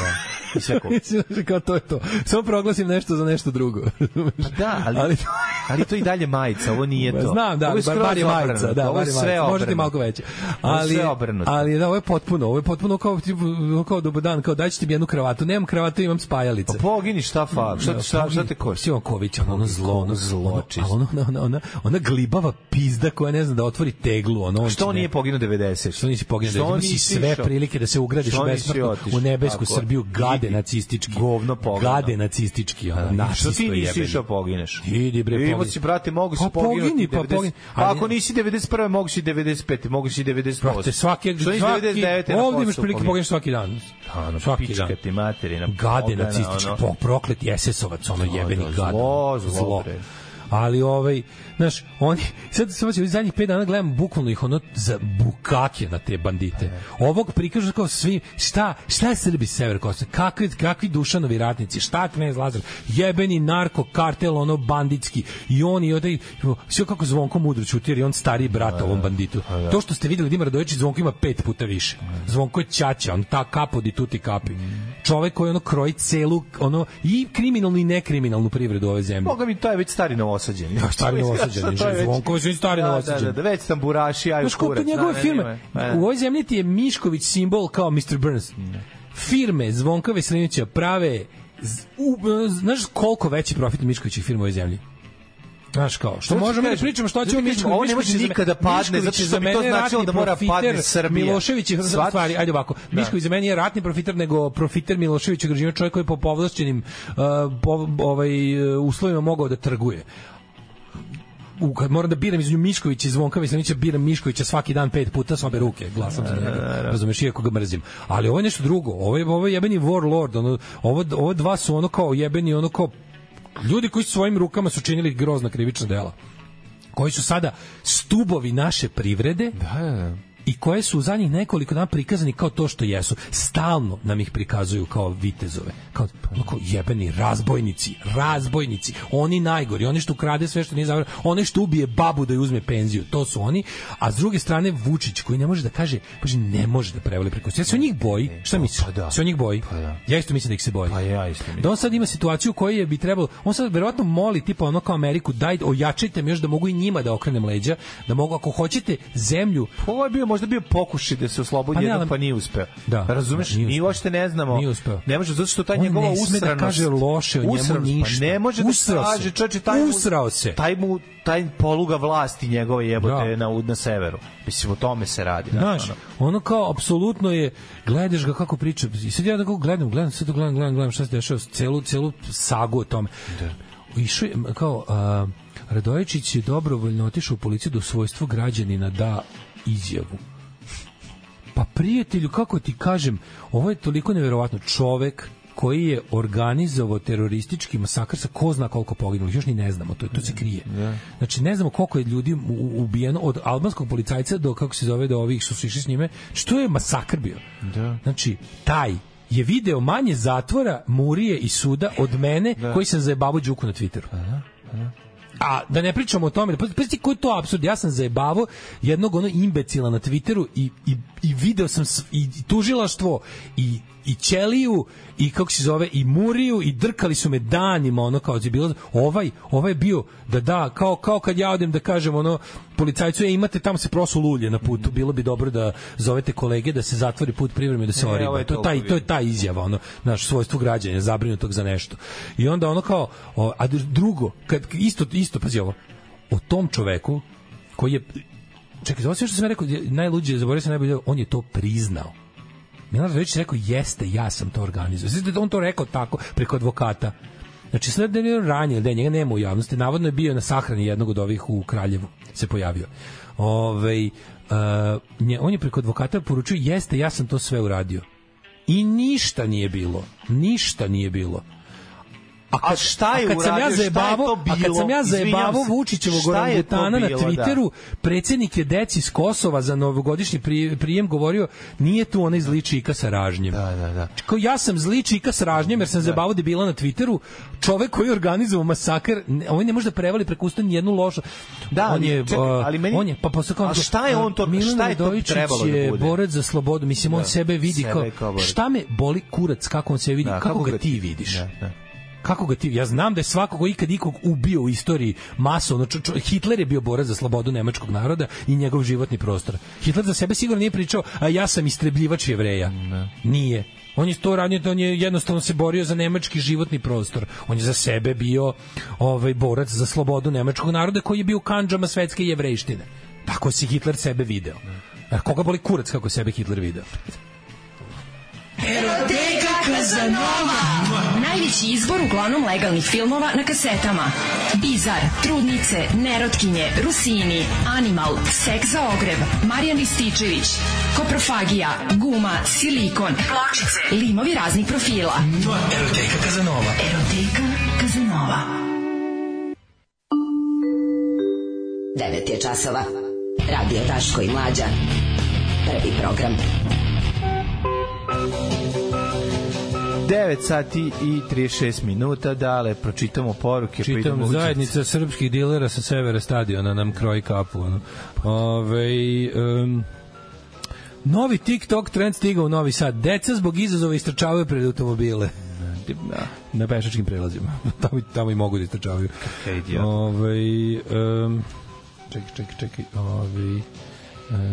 I sve kupi. Mislim, kao to je to. Samo proglasim nešto za nešto drugo. Da, ali, ali, (laughs) Ali- to i dalje majica, ovo (laughs) nije to. Znam, da, Ovo ali je bar, skroz bar je majica. obrnuto, Da, ovo je bar je sve majica. Možete obrnuto. malo veće. Ovo je Ali, sve obrnuto. ali da, ovo je potpuno, ovo je potpuno kao, tipu, kao dobar dan, kao daći ti mi jednu kravatu. Nemam kravatu, imam spajalice. Pa pogini šta fa, šta, Da, šta, šta, te kosi? Sivan Ković, ono, ono zlo, ono zlo, zločist. ono, ona, ona, ona, ona glibava pizda koja ne zna da otvori teglu, ono, on će Što on ne- nije poginuo 90? Što nisi poginuo? Što Što nisi nisi sve išao? prilike da se ugradiš Što nisi besplatno otišao? u nebesku Tako je. Srbiju gade Idi. nacistički. Govno pogledano. Gade nacistički, ono, Što nacisto ti nisi jebeni. išao pogineš? Idi bre, Imao pogini. si, brate, mogu si Pa poginuti pogini, pa 90. pogini. Pa Ali- ako nisi 91. mogu si 95. Mogu si 98. Brate, svaki, Što nisi svaki, 99. na ovdje imaš poslu prilike pogineš? pogineš svaki dan. Pa, ono, svaki pička dan. ti materina. Gade pogana, nacistički, ono. po, proklet jesesovac, ono jebeni da, gad. zlo, ono, zlo, bre. Ali ovaj, znaš, oni, sad se hoće, zadnjih 5 dana gledam bukvalno ih ono za bukake na te bandite. Ovog prikažu kao svi, šta, šta je Srbi iz Sever Kosta, kakvi, kakvi dušanovi ratnici, šta knez Lazar, jebeni narko, kartel, ono banditski, i on i odaj, sve kako Zvonko mudro čuti, jer je on stari brat ovom banditu. To što ste videli Dimara Doječić, Zvonko ima pet puta više. Zvonko je ćaća, on ta kapo di tuti kapi. Čovek koji ono kroji celu, ono, i kriminalnu i nekriminalnu privredu ove zemlje. Boga mi, to je već stari novosađeni. (laughs) Da, stari novosađeni, To je već- Zvonko Vasić je stari Da, novosađeni. Da, da, da, već tamburaši, aj u Znaš kako kurac. kod njegove da, ne, firme? nema, ma, da. U ovoj zemlji ti je Mišković simbol kao Mr. Burns. Firme Zvonka Veselinovića prave z- u, znaš koliko veći profit Miškovićih firma u ovoj zemlji? Znaš kao, što Sad ću možemo da kažem, pričamo, šta sad ćemo ću kažem, Mišković, ovo ne može Mišković je za nikada me- padne, Mišković zato je što za bi to mene značilo ratni da mora profiter, padne Srbija. Milošević je, Shvatiš? stvari, ajde ovako, Da. Mišković za mene je ratni profiter nego profiter Miloševića građevina čovjek koji je po povlašćenim uh, po, ovaj, uh, uslovima mogao da trguje u, kad moram da biram između Miškovića i Zvonka Veselinovića, biram Miškovića svaki dan pet puta s obe ruke, glasam Da, za njega. Razumeš, iako ga mrzim. Ali ovo je nešto drugo. Ovo je, ovo je jebeni warlord. Ono, ovo, ovo dva su ono kao jebeni, ono kao ljudi koji su svojim rukama su činili grozna krivična dela koji su sada stubovi naše privrede Da, da, da. i koje su u zadnjih nekoliko dana prikazani kao to što jesu. Stalno nam ih prikazuju kao vitezove. Kao, ono kao jebeni razbojnici, razbojnici, oni najgori, oni što ukrade sve što nije zavrano, oni što ubije babu da ju uzme penziju, to su oni. A s druge strane Vučić koji ne može da kaže, paži, ne može da prevali preko sebe. Ja se o njih boji, šta misliš? Pa da. Se o njih boji? Pa da. Ja isto mislim da ih se boji. Pa ja isto mislim. Da on sad ima situaciju koju je bi trebalo, on sad verovatno moli tipa ono kao Ameriku, daj ojačajte me još da mogu i njima da okrenem leđa, da mogu ako hoćete zemlju. Pa Ovo je bio možda bio pokušaj da se oslobodi pa Pa ne, jedan, ali- pa nije uspeo. Da. Razumeš? Da, nije Mi uspeo. uopšte ne znamo. Nije uspeo. Ne može, zato što ta On njegova ne sme da usranost... kaže loše o njemu usranost, ništa. Pa ne može Usrao da se. kaže, čoče, taj mu- Usrao se. Taj mu, taj poluga vlasti njegove jebote Da. na, na severu. Mislim, o tome se radi. Znaš, ono kao apsolutno je gledaš ga kako priča. I sad ja tako gledam, gledam, sad to gledam, gledam, gledam šta se dešava, celu celu sagu o tome. Da. Išao je m, kao a, Radojičić je dobrovoljno otišao u policiju da u svojstvu građanina da izjavu. Pa prijatelju, kako ti kažem, ovo je toliko neverovatno čovek koji je organizovao teroristički masakr sa ko zna koliko poginulih, još ni ne znamo, to, je- to se krije. Znači, ne znamo koliko je ljudi u- u- ubijeno od albanskog policajca do, kako se zove, do ovih što su išli s njime. Što je masakr bio? Da. Znači, taj je video manje zatvora, murije i suda od mene koji sam zajebavao Đuku na Twitteru. A da ne pričamo o tome, pa pa ti koji je to apsurd, ja sam zajebavao jednog ono imbecila na Twitteru i, i, i video sam s, i tužilaštvo i, i Ćeliju i kako se zove i Muriju i drkali su me danima ono kao da je bilo ovaj ovaj je bio da da kao kao kad ja odem da kažem ono policajcu je imate tamo se prosu lulje na putu Mhm. bilo bi dobro da zovete kolege da se zatvori put privremeno i da se E, ovo orima je to je toliko taj to je video. ta izjava ono naš svojstvo građana zabrinutog za nešto i onda ono kao o, a dru- drugo kad isto isto pazi ovo o tom čoveku koji je čekaj ovo sve što da sam ja rekao je najluđe zaboravio sam najbolje on je to priznao Milan Radović je rekao jeste ja sam to organizovao znači da on to rekao tako preko advokata Znači, sve da je on ranjen, da je njega nema u javnosti. Navodno je bio na sahrani jednog od ovih u Kraljevu, se pojavio. Ove, uh, on je preko advokata poručio, jeste, ja sam to sve uradio. I ništa nije bilo. Ništa nije bilo. A, kad, šta je a kad sam ja E, uradio, šta zajebavao, je to bilo? a kad sam ja Izvinjavam zajebavao se. Vučićevog Šta je to orangutana na bilo, da? Twitteru, predsjednik je deci iz Kosova za novogodišnji pri- prijem govorio nije tu ona iz Ličika sa ražnjem. Da, da, da. Kao ja sam zli čika s ražnjem jer sam da. zabavao debila na Twitteru, čovek koji je organizovao masakr, ne- ovaj ne može da prevali preko usta ni jednu lošu. Da, on ali je, čekaj, a, ali meni- on je, pa posle kao- A šta je on to- Milan šta je to Radojičić trebalo da je bude? borac za slobodu, mislim, on Da, sebe vidi sebe kao, kao borac. šta me boli kurac kako on sebe vidi, Da, kako, ga ti vidiš. Da, da. Kako ga ti? Ja znam da je svako ko je ikad ikog ubio u istoriji masovno. Čo, čo, Hitler je bio borac za slobodu nemačkog naroda i njegov životni prostor. Hitler za sebe sigurno nije pričao, a ja sam istrebljivač jevreja. Nije. On je to radio, on je jednostavno se borio za nemački životni prostor. On je za sebe bio ovaj borac za slobodu nemačkog naroda koji je bio u kanđama svetske jevrejštine. Tako si Hitler sebe video. A koga boli kurac kako je sebe Hitler video? Eroteka Kazanova. Najveći izbor uglavnom legalnih filmova na kasetama. Bizar, Trudnice, Nerotkinje, Rusini, Animal, Sek za ogreb, Marijan Rističević, Koprofagija, Guma, Silikon, Pločice, limovi raznih profila. Eroteka Kazanova. Eroteka Kazanova. 9 je časova. Radio Daško i Mlađa. Prvi program. 9 sati i 36 minuta, dale, pročitamo poruke. pa idemo Čitam, u zajednica srpskih dilera sa severa stadiona nam kroji kapu. Ono. Ove, um, novi TikTok trend stigao u Novi Sad. Deca zbog izazova istrčavaju (laughs) pred automobile. Na, na pešačkim prelazima. (laughs) tamo, i- tamo i mogu da istrčavaju. Kaj idiot. Ove, um, čekaj, čekaj, čekaj. Ove,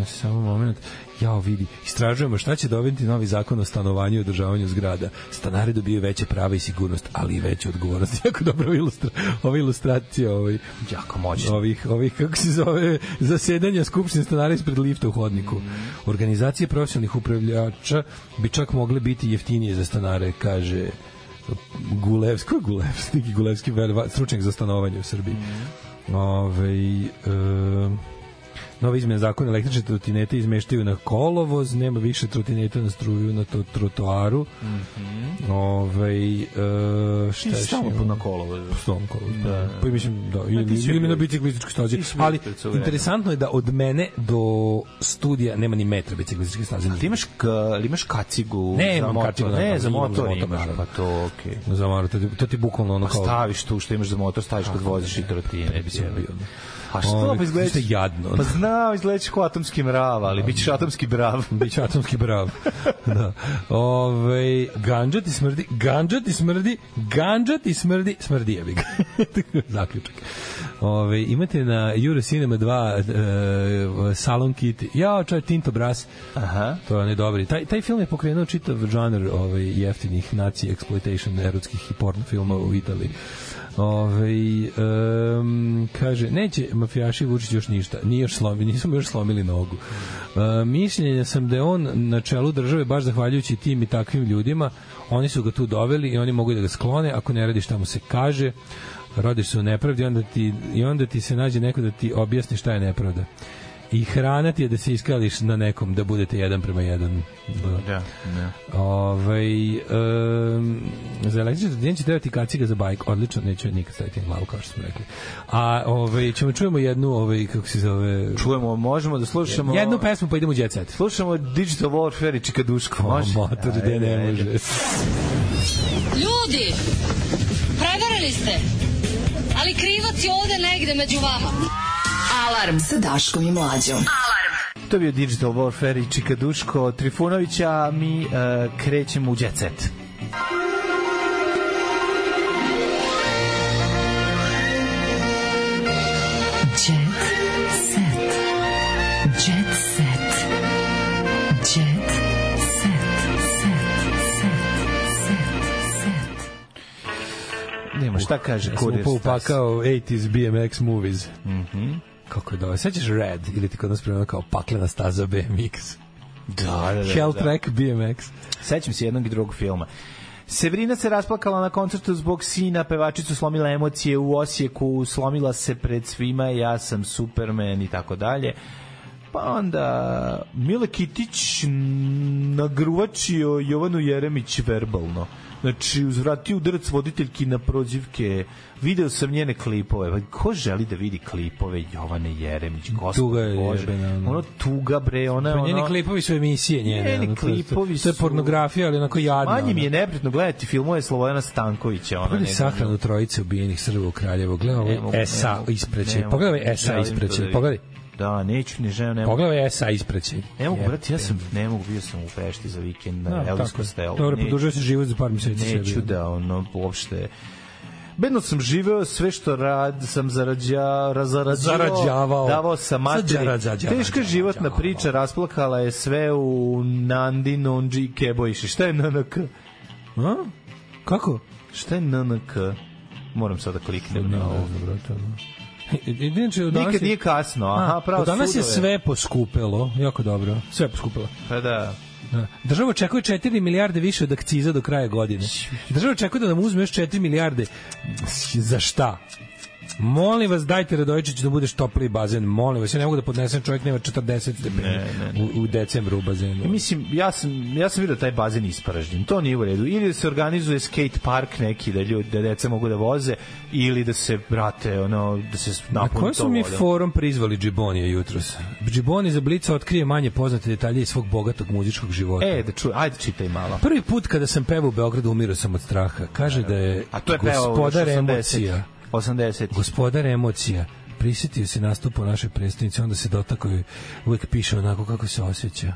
e, samo moment. Jao, vidi, istražujemo šta će dobiti novi zakon o stanovanju i održavanju zgrada. Stanari dobiju veće prava i sigurnost, ali i veću odgovornost. (laughs) Jako dobro ilustra, ova ilustracija ovaj, Jako moćno. ovih, ovih, kako se zove, zasedanja skupštine stanara ispred lifta u hodniku. Organizacije profesionalnih upravljača bi čak mogle biti jeftinije za stanare, kaže Gulevski, (laughs) ko je Gulevski? Niki Mhm. Gulevski, vele- va- stručnjak za stanovanje u Srbiji. Ove, e, Nove izmene zakona električne trotinete izmeštaju na kolovoz, nema više trotineta na struju na to trotoaru. Mhm. Ovaj e, šta Ti je si stalno još? na kolovozu. Stalno na kolovozu. Da, da. Pa mislim da ti ili, si ili na uvijek- biciklističkoj stazi. ti si uvijek Ali pred suverenom. interesantno je da od mene do studija nema ni metra biciklističke staze. Ti imaš, ka, imaš kacigu Ne, za imam motor? kacigu, da, ne, naravno, za imam za motor motor, imaš, naravno. pa to okej. Okay. Za motor, to ti, to ti bukvalno ono Pa kao... staviš tu što imaš za motor, staviš kad voziš i trotine. bi se jebi ga. bio. A što Ovi, pa izgledaš? isto Ovaj, jadno. Pa znam, izgledaš kao atomski mrav, ali bit ćeš atomski brav. Biće atomski brav. (laughs) da. Ove, ganđa ti smrdi, ganđa ti smrdi, ganđa ti smrdi, smrdi je bi ga. (laughs) Zaključak. Ove, imate na Euro Cinema 2 e, Salon Kit. Ja, čaj, Tinto Brass. Aha. To je ne dobri. Taj, taj film je pokrenuo čitav žanar ovaj, jeftinih naci exploitation erotskih i porno filmova u Italiji. Ove, um, kaže, neće mafijaši Vučić još ništa, nije još slomi, nisu mu još slomili nogu. E, mišljenja sam da je on na čelu države baš zahvaljujući tim i takvim ljudima, oni su ga tu doveli i oni mogu da ga sklone ako ne radi šta mu se kaže rodiš se u nepravdi onda ti, i onda ti se nađe neko da ti objasni šta je nepravda i hrana ti je da se iskališ na nekom da budete jedan prema jedan da. Da, da. Ovaj um, za električni trotinet će trebati kaciga za bajk, odlično, neću je nikad staviti na glavu, kao što smo rekli. A ovaj, ćemo čujemo jednu, ovaj, kako se zove... Čujemo, možemo da slušamo... Jednu pesmu, pa idemo u Jet Set. Slušamo Digital Warfare i Čika Duško, može? motor, Ajde, gde ne ajde. može. Ljudi, prevarili ste. Ali krivac je ovde negde među vama. Alarm sa Daškom i Mlađom. To je bio Digital Warfare i Čika Duško Trifunovića, a mi e, krećemo u Jet Set. Jet set. Jet set. Jet set. Nema šta kaže Ja sam kurir. upao šta se- upakao 80s BMX movies. Mhm. Kako je dobro. Sećaš Red ili ti kod nas prema kao paklena staza BMX? Da, da, da. Hell da. Track BMX. Sećam se jednog i drugog filma. Severina se rasplakala na koncertu zbog sina, pevačicu slomila emocije u Osijeku, slomila se pred svima, ja sam Superman i tako dalje. Pa onda Mile Kitić mm, nagruvačio Jovanu Jeremić verbalno. Znači, uzvratio udarac voditeljki na prozivke. Video sam njene klipove. Pa, Ko želi da vidi klipove Jovane Jeremić? Tuga Gospod je Bože. jebena, ono. Ono tuga, bre. Ona, Pa ono, njeni klipovi su emisije njene. Njeni ono, to- to- klipovi To je su- pornografija, ali onako jadna. Manje mi ono. je neprijatno gledati filmove Slobodana Stankovića. Ona da, Pogledaj nego- sahranu trojice ubijenih Srba u Kraljevo. Gledaj Ne mogu, ovaj ne SA mogu, ne isprećaj. mogu, Pogledaj ne ovaj SA želim to da isprećaj. vidim. Pogledaj. Da, neću, ne želim, ne mogu. Pogledaj ovaj SA isprećaj. Ne mogu, brate, ja sam, ne mogu, bio sam u Pešti za vikend na Da, no, Elvis tako je. Costello. Dobro, Neću- produžio se život za par meseci Neću sebi. da, ono, uopšte... Bedno sam živeo, sve što rad, sam zarađa, razarađivao, Zarađavao. davao sam materi. Zarađa- zarađa- Teška životna priča rasplakala je sve u Nandi, Nonđi i Kebojši. Šta je NNK? A? Kako? Šta je NNK? Moram sad da kliknem na ovo. Inače, od danas Nikad je- nije kasno, aha, A, pravo od danas je sudove. sve poskupelo, jako dobro. Sve poskupelo. Pa da. Da. Država očekuje 4 milijarde više od akciza do kraja godine. Država očekuje da nam uzme još 4 milijarde. Za šta? Molim vas, dajte Radojičiću da budeš topliji bazen. Molim vas, ja ne mogu da podnesem, čovjek nema 40 stepeni u, u decembru u bazenu. I E, Mislim, ja sam, ja sam vidio da taj bazen ispražnjen. To nije u redu. Ili da se organizuje skate park neki da ljudi, da deca mogu da voze, ili da se, brate, ono, da se Na napuni kojem to su mi vodom. forum prizvali Džibonija jutros? Džiboni za Blica otkrije manje poznate detalje iz svog bogatog muzičkog života. E, da čuj, ajde čitaj malo. Prvi put kada sam pevao u Beogradu umirao sam od straha. Kaže da je, E, A to je peo gospodar emocija. 80. Gospodar emocija. Prisetio se nastupa u našoj predstavnici, onda se dotakao i uvek piše onako kako se osjeća.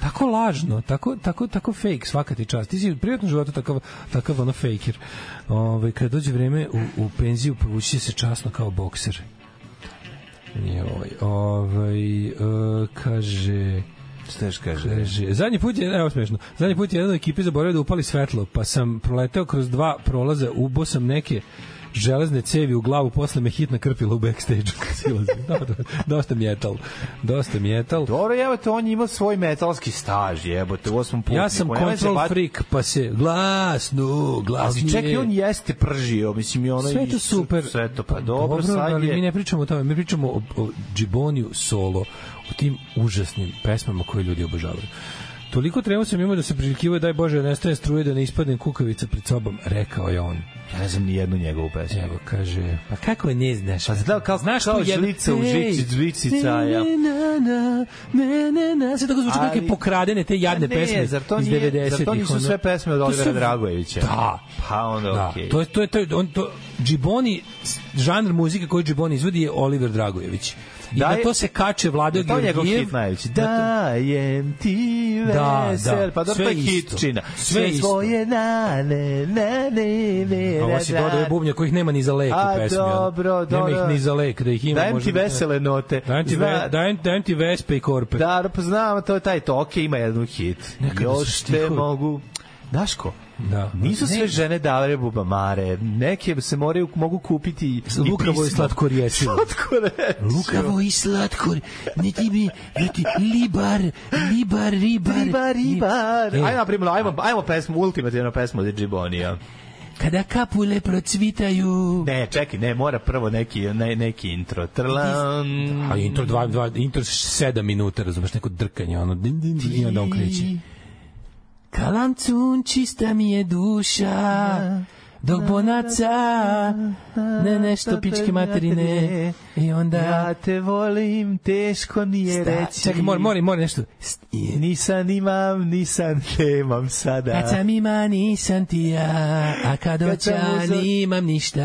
Tako lažno, tako, tako, tako fake, svaka ti čast. Ti si u prijatnom životu takav, takav ono fejkir. Ove, kada dođe vreme u, u penziju, provući se časno kao bokser. Nije ovaj. Ovaj, e, kaže... Šta još kaže? Kaže, zadnji put je, evo smešno, zadnji put je jedan u ekipi zaboravio da upali svetlo, pa sam proleteo kroz dva prolaza, ubo sam neke železne cevi u glavu, posle me hitna krpila u backstage-u kad silazim. (laughs) Da, da, dosta mjetal. Dosta mjetal. Dobro, jebote, on ima svoj metalski staž, jebote, u osmom putniku. Ja sam Nemoj se control bat- freak, pa se glasno, glasnije. Ali čekaj, on jeste pržio, mislim i ono e. sve je to i super. Sve to, pa dobro, sad ali je- mi ne pričamo o tome, mi pričamo o, o Džiboniju solo, o tim užasnim pesmama koje ljudi obožavaju. Toliko trebao sam imao da se priželjkivao daj Bože da nestane struje da ne ispadne kukavica pred sobom, rekao je on. Ja ne znam ni jednu njegovu pesmu. Evo, kaže, pa kako je ne znaš? Pa Da, kao, znaš kao tu jednu- žlica u žici, Ej, žvicica, ja. ne, ne, ne, ne, ne, ne, sve tako zvuči kao neke Ali- pokradene te jadne Ne, pesme zar to iz nije- 90-ih. zar to nisu ono. sve pesme od To Olivera su- Dragojevića? Da. Pa onda da, okej. To je to je to je, on to Džiboni žanr muzike koji Džiboni izvodi je Oliver Dragojević. I Da da je- Da, na to se kače Vlado To je njegov Georgijev. Da, hit najveći. Da, Na to- Dajem ti Da, vesel. da. Pa dobro, Sve to je isto. hit čina. Sve isto. svoje nane, nane, ne, A Ovo si dodao je bubnja kojih nema ni za lek da, A, u pesmi. ono. dobro, dobro. Nema ih ni za lek, da ih ima. Dajem možda ti bi- vesele note. Dajem ti, Zna- ve, dajem, dajem ti vespe i korpe. Da, pa znam, to je taj to. Okej, ima jednu hit. Nekada Još su te stihovi- mogu... Daško, Da. Nisu sve Ne, žene dale bubamare. Neke se moraju mogu kupiti i Lukavo i pismo. slatko rječilo. Lukavo i slatko, ne ti mi, ne ti, libar, libar, ribar. Riba, riba. E. Ajmo, napravimo, ajmo, ajmo pesmu, ultimativnu pesmu od Džibonija. Kada kapule procvitaju. Ne, čekaj, ne, mora prvo neki, ne, neki intro. Trlan. A intro 2 2 intro 7 minuta, razumeš, neko drkanje, ono din din din i onda on kreće. Kalancun čista mi je duša. Dok bonaca ne nešto pičke materine i onda Ja te volim, teško nije Da, reći. čekaj, mora, mora, mora nešto. St- i- Nisan imam, nisan nemam sada. Kad sam ima nisam ti ja, a kad Da. Kad sam oća uzor- nimam ništa.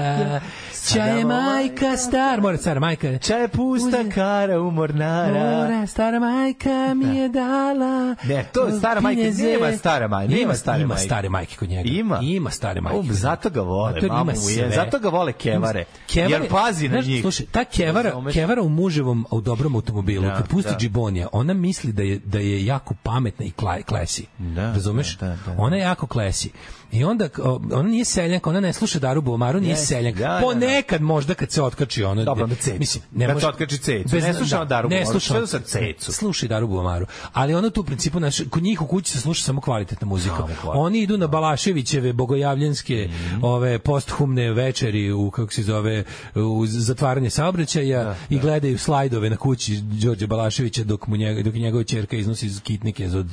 Ča je Sada moja- majka star, mora car, majka. Ča je pusta kara umornara. Mora, stara majka mi je dala. Da. Ne, to je stara majka, pinjeze. nema stara majka, nema stare ima majke. stare majke kod njega. Ima. Ima stare majke. Um, zato ga vole, Zato jer mamu ima mu je. sve. Zato ga vole kevare. Jer pazi na znaš, njih. Slušaj, ta kevara, Razumeš? kevara u muževom a u dobrom automobilu, Da, kad pusti da. Džibonija, ona misli da je, da je jako pametna i kla, klesi. Da, Razumeš? da, da, da. Ona je jako klesi. I onda, k- o, ona nije seljanka, ona ne sluša Daru Buomaru, nije Jeste, seljanka. da, da, da. Ponekad možda kad se otkači ona. Dobro, onda cecu. Mislim, ne Kad može- da, se otkači cecu. Ne sluša ona Daru Ne Buomaru, sluša ona- sve do sad cecu. Slušaj Daru Buomaru. Ali ona tu u principu, naš, kod njih u kući se sluša samo kvalitetna muzika. Samo kvalitetna. Mhm. Oni idu na Balaševićeve bogojavljenske ove posthumne večeri u kako se zove u zatvaranje saobraćaja Da, i gledaju slajdove na kući Đorđe Balaševića dok mu njega, dok njegova ćerka iznosi iz kitnike od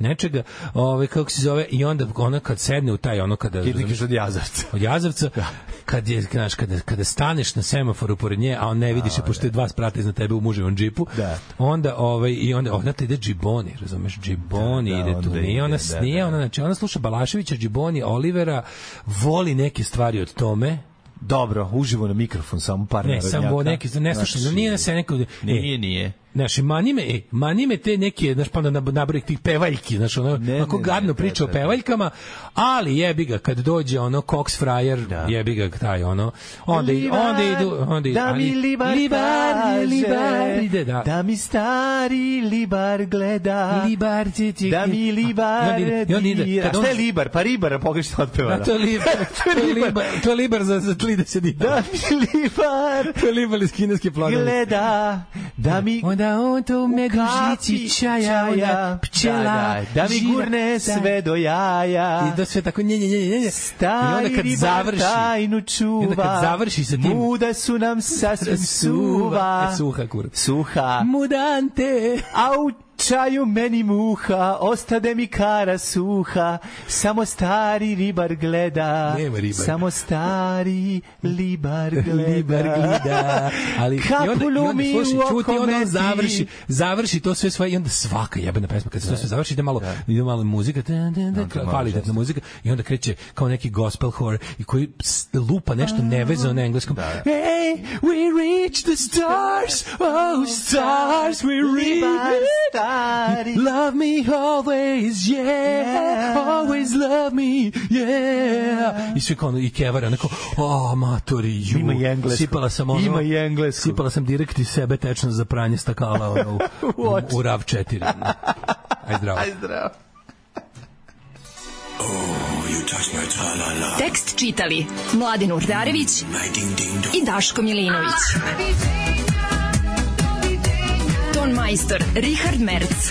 nečega, ove, kako se zove, i onda ona kad sedne u taj, ono kada... Kitnik je od jazavca. od jazavca, Da. kad je, znaš, kada, kada staneš na semaforu pored nje, a on ne vidiš, je, pošto je dva sprata iznad tebe u muževom džipu, Da. onda, ovaj, i onda, onda te ide džiboni, razumeš, džiboni Da, da, ide tu, onda nije ona, ide, da, nije da. ona, znači, ona sluša Balaševića, džiboni, Olivera, voli neke stvari od tome, Dobro, uživo na mikrofon, samo par ne, narodnjaka. samo neki, ne slušaj, Znači, nije se neko... Nije, nije. Znaš, i mani me, e, mani me te neke, znaš, pa onda nabrojih tih pevaljki, znaš, ono, Ne, onako ne, gadno ne, priča da, o da. pevaljkama, ali jebi ga, kad dođe ono Cox Fryer, Da. jebi ga taj, ono, onda, i- Libar, onda idu, onda idu, da mi libar, libar, kaže, libar, ide, da. da mi stari libar gleda, Libar, ti, ti, da mi libar I onda ide- i onda ide, dira. kad A šta je on- libar? Pa ribar, pogrešno otpeva. da. A to je (laughs) libar, to je libar, to je libar za, za 30 dinara. Da mi libar To je libar iz kineske plodove. gleda, da mi Onda on to u medu kapi žici čaja, ona pčela, da, da, da mi žira, gurne sa- sve do jaja. I da sve tako nje, nje, nje, nje, nje. I Taj onda kad ribar završi, tajnu čuva. I onda kad završi sa tim- Muda su nam sasvim (laughs) suva. E, suha, kurva. Suha. Mudante. A u čaju meni muha, ostade mi kara suha, samo stari ribar gleda, Nema ribar. samo stari (laughs) libar gleda. Libar glida. Ali i onda, i onda, Kapulu mi slušaj, u čuti, i onda on okometi. završi, završi to sve svoje i onda svaka jebena pesma kad se to sve završi ide malo ide malo muzika, da, da, da, to je malo kvalitetna muzika i onda kreće kao neki gospel hor i koji ps- lupa nešto nevezano na engleskom. Hey, we reach the stars, oh stars, we Libar reach stari. Love me always, yeah, Yeah. always love me, yeah. I svi kao ono, i kevara, onako, o, matori, ju. Ima i englesko. Sipala sam ono, Ima i englesko. Sipala sam direkt iz sebe tečno za pranje stakala ono, u, (laughs) U oči. u, RAV 4. (laughs) Aj zdravo. Aj zdravo. Oh, you touch my tra-la-la. Tekst čitali Mladin Urdarević i Daško Milinović. Ton majstor Richard Merc.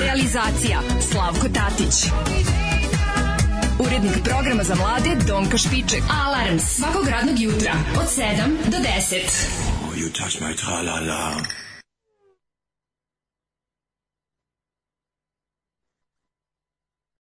Realizacija Slavko Tatić. Urednik programa za mlade Donka Špiček. Alarms svakog radnog jutra od 7 do 10. Oh, you touch my tra-la-la.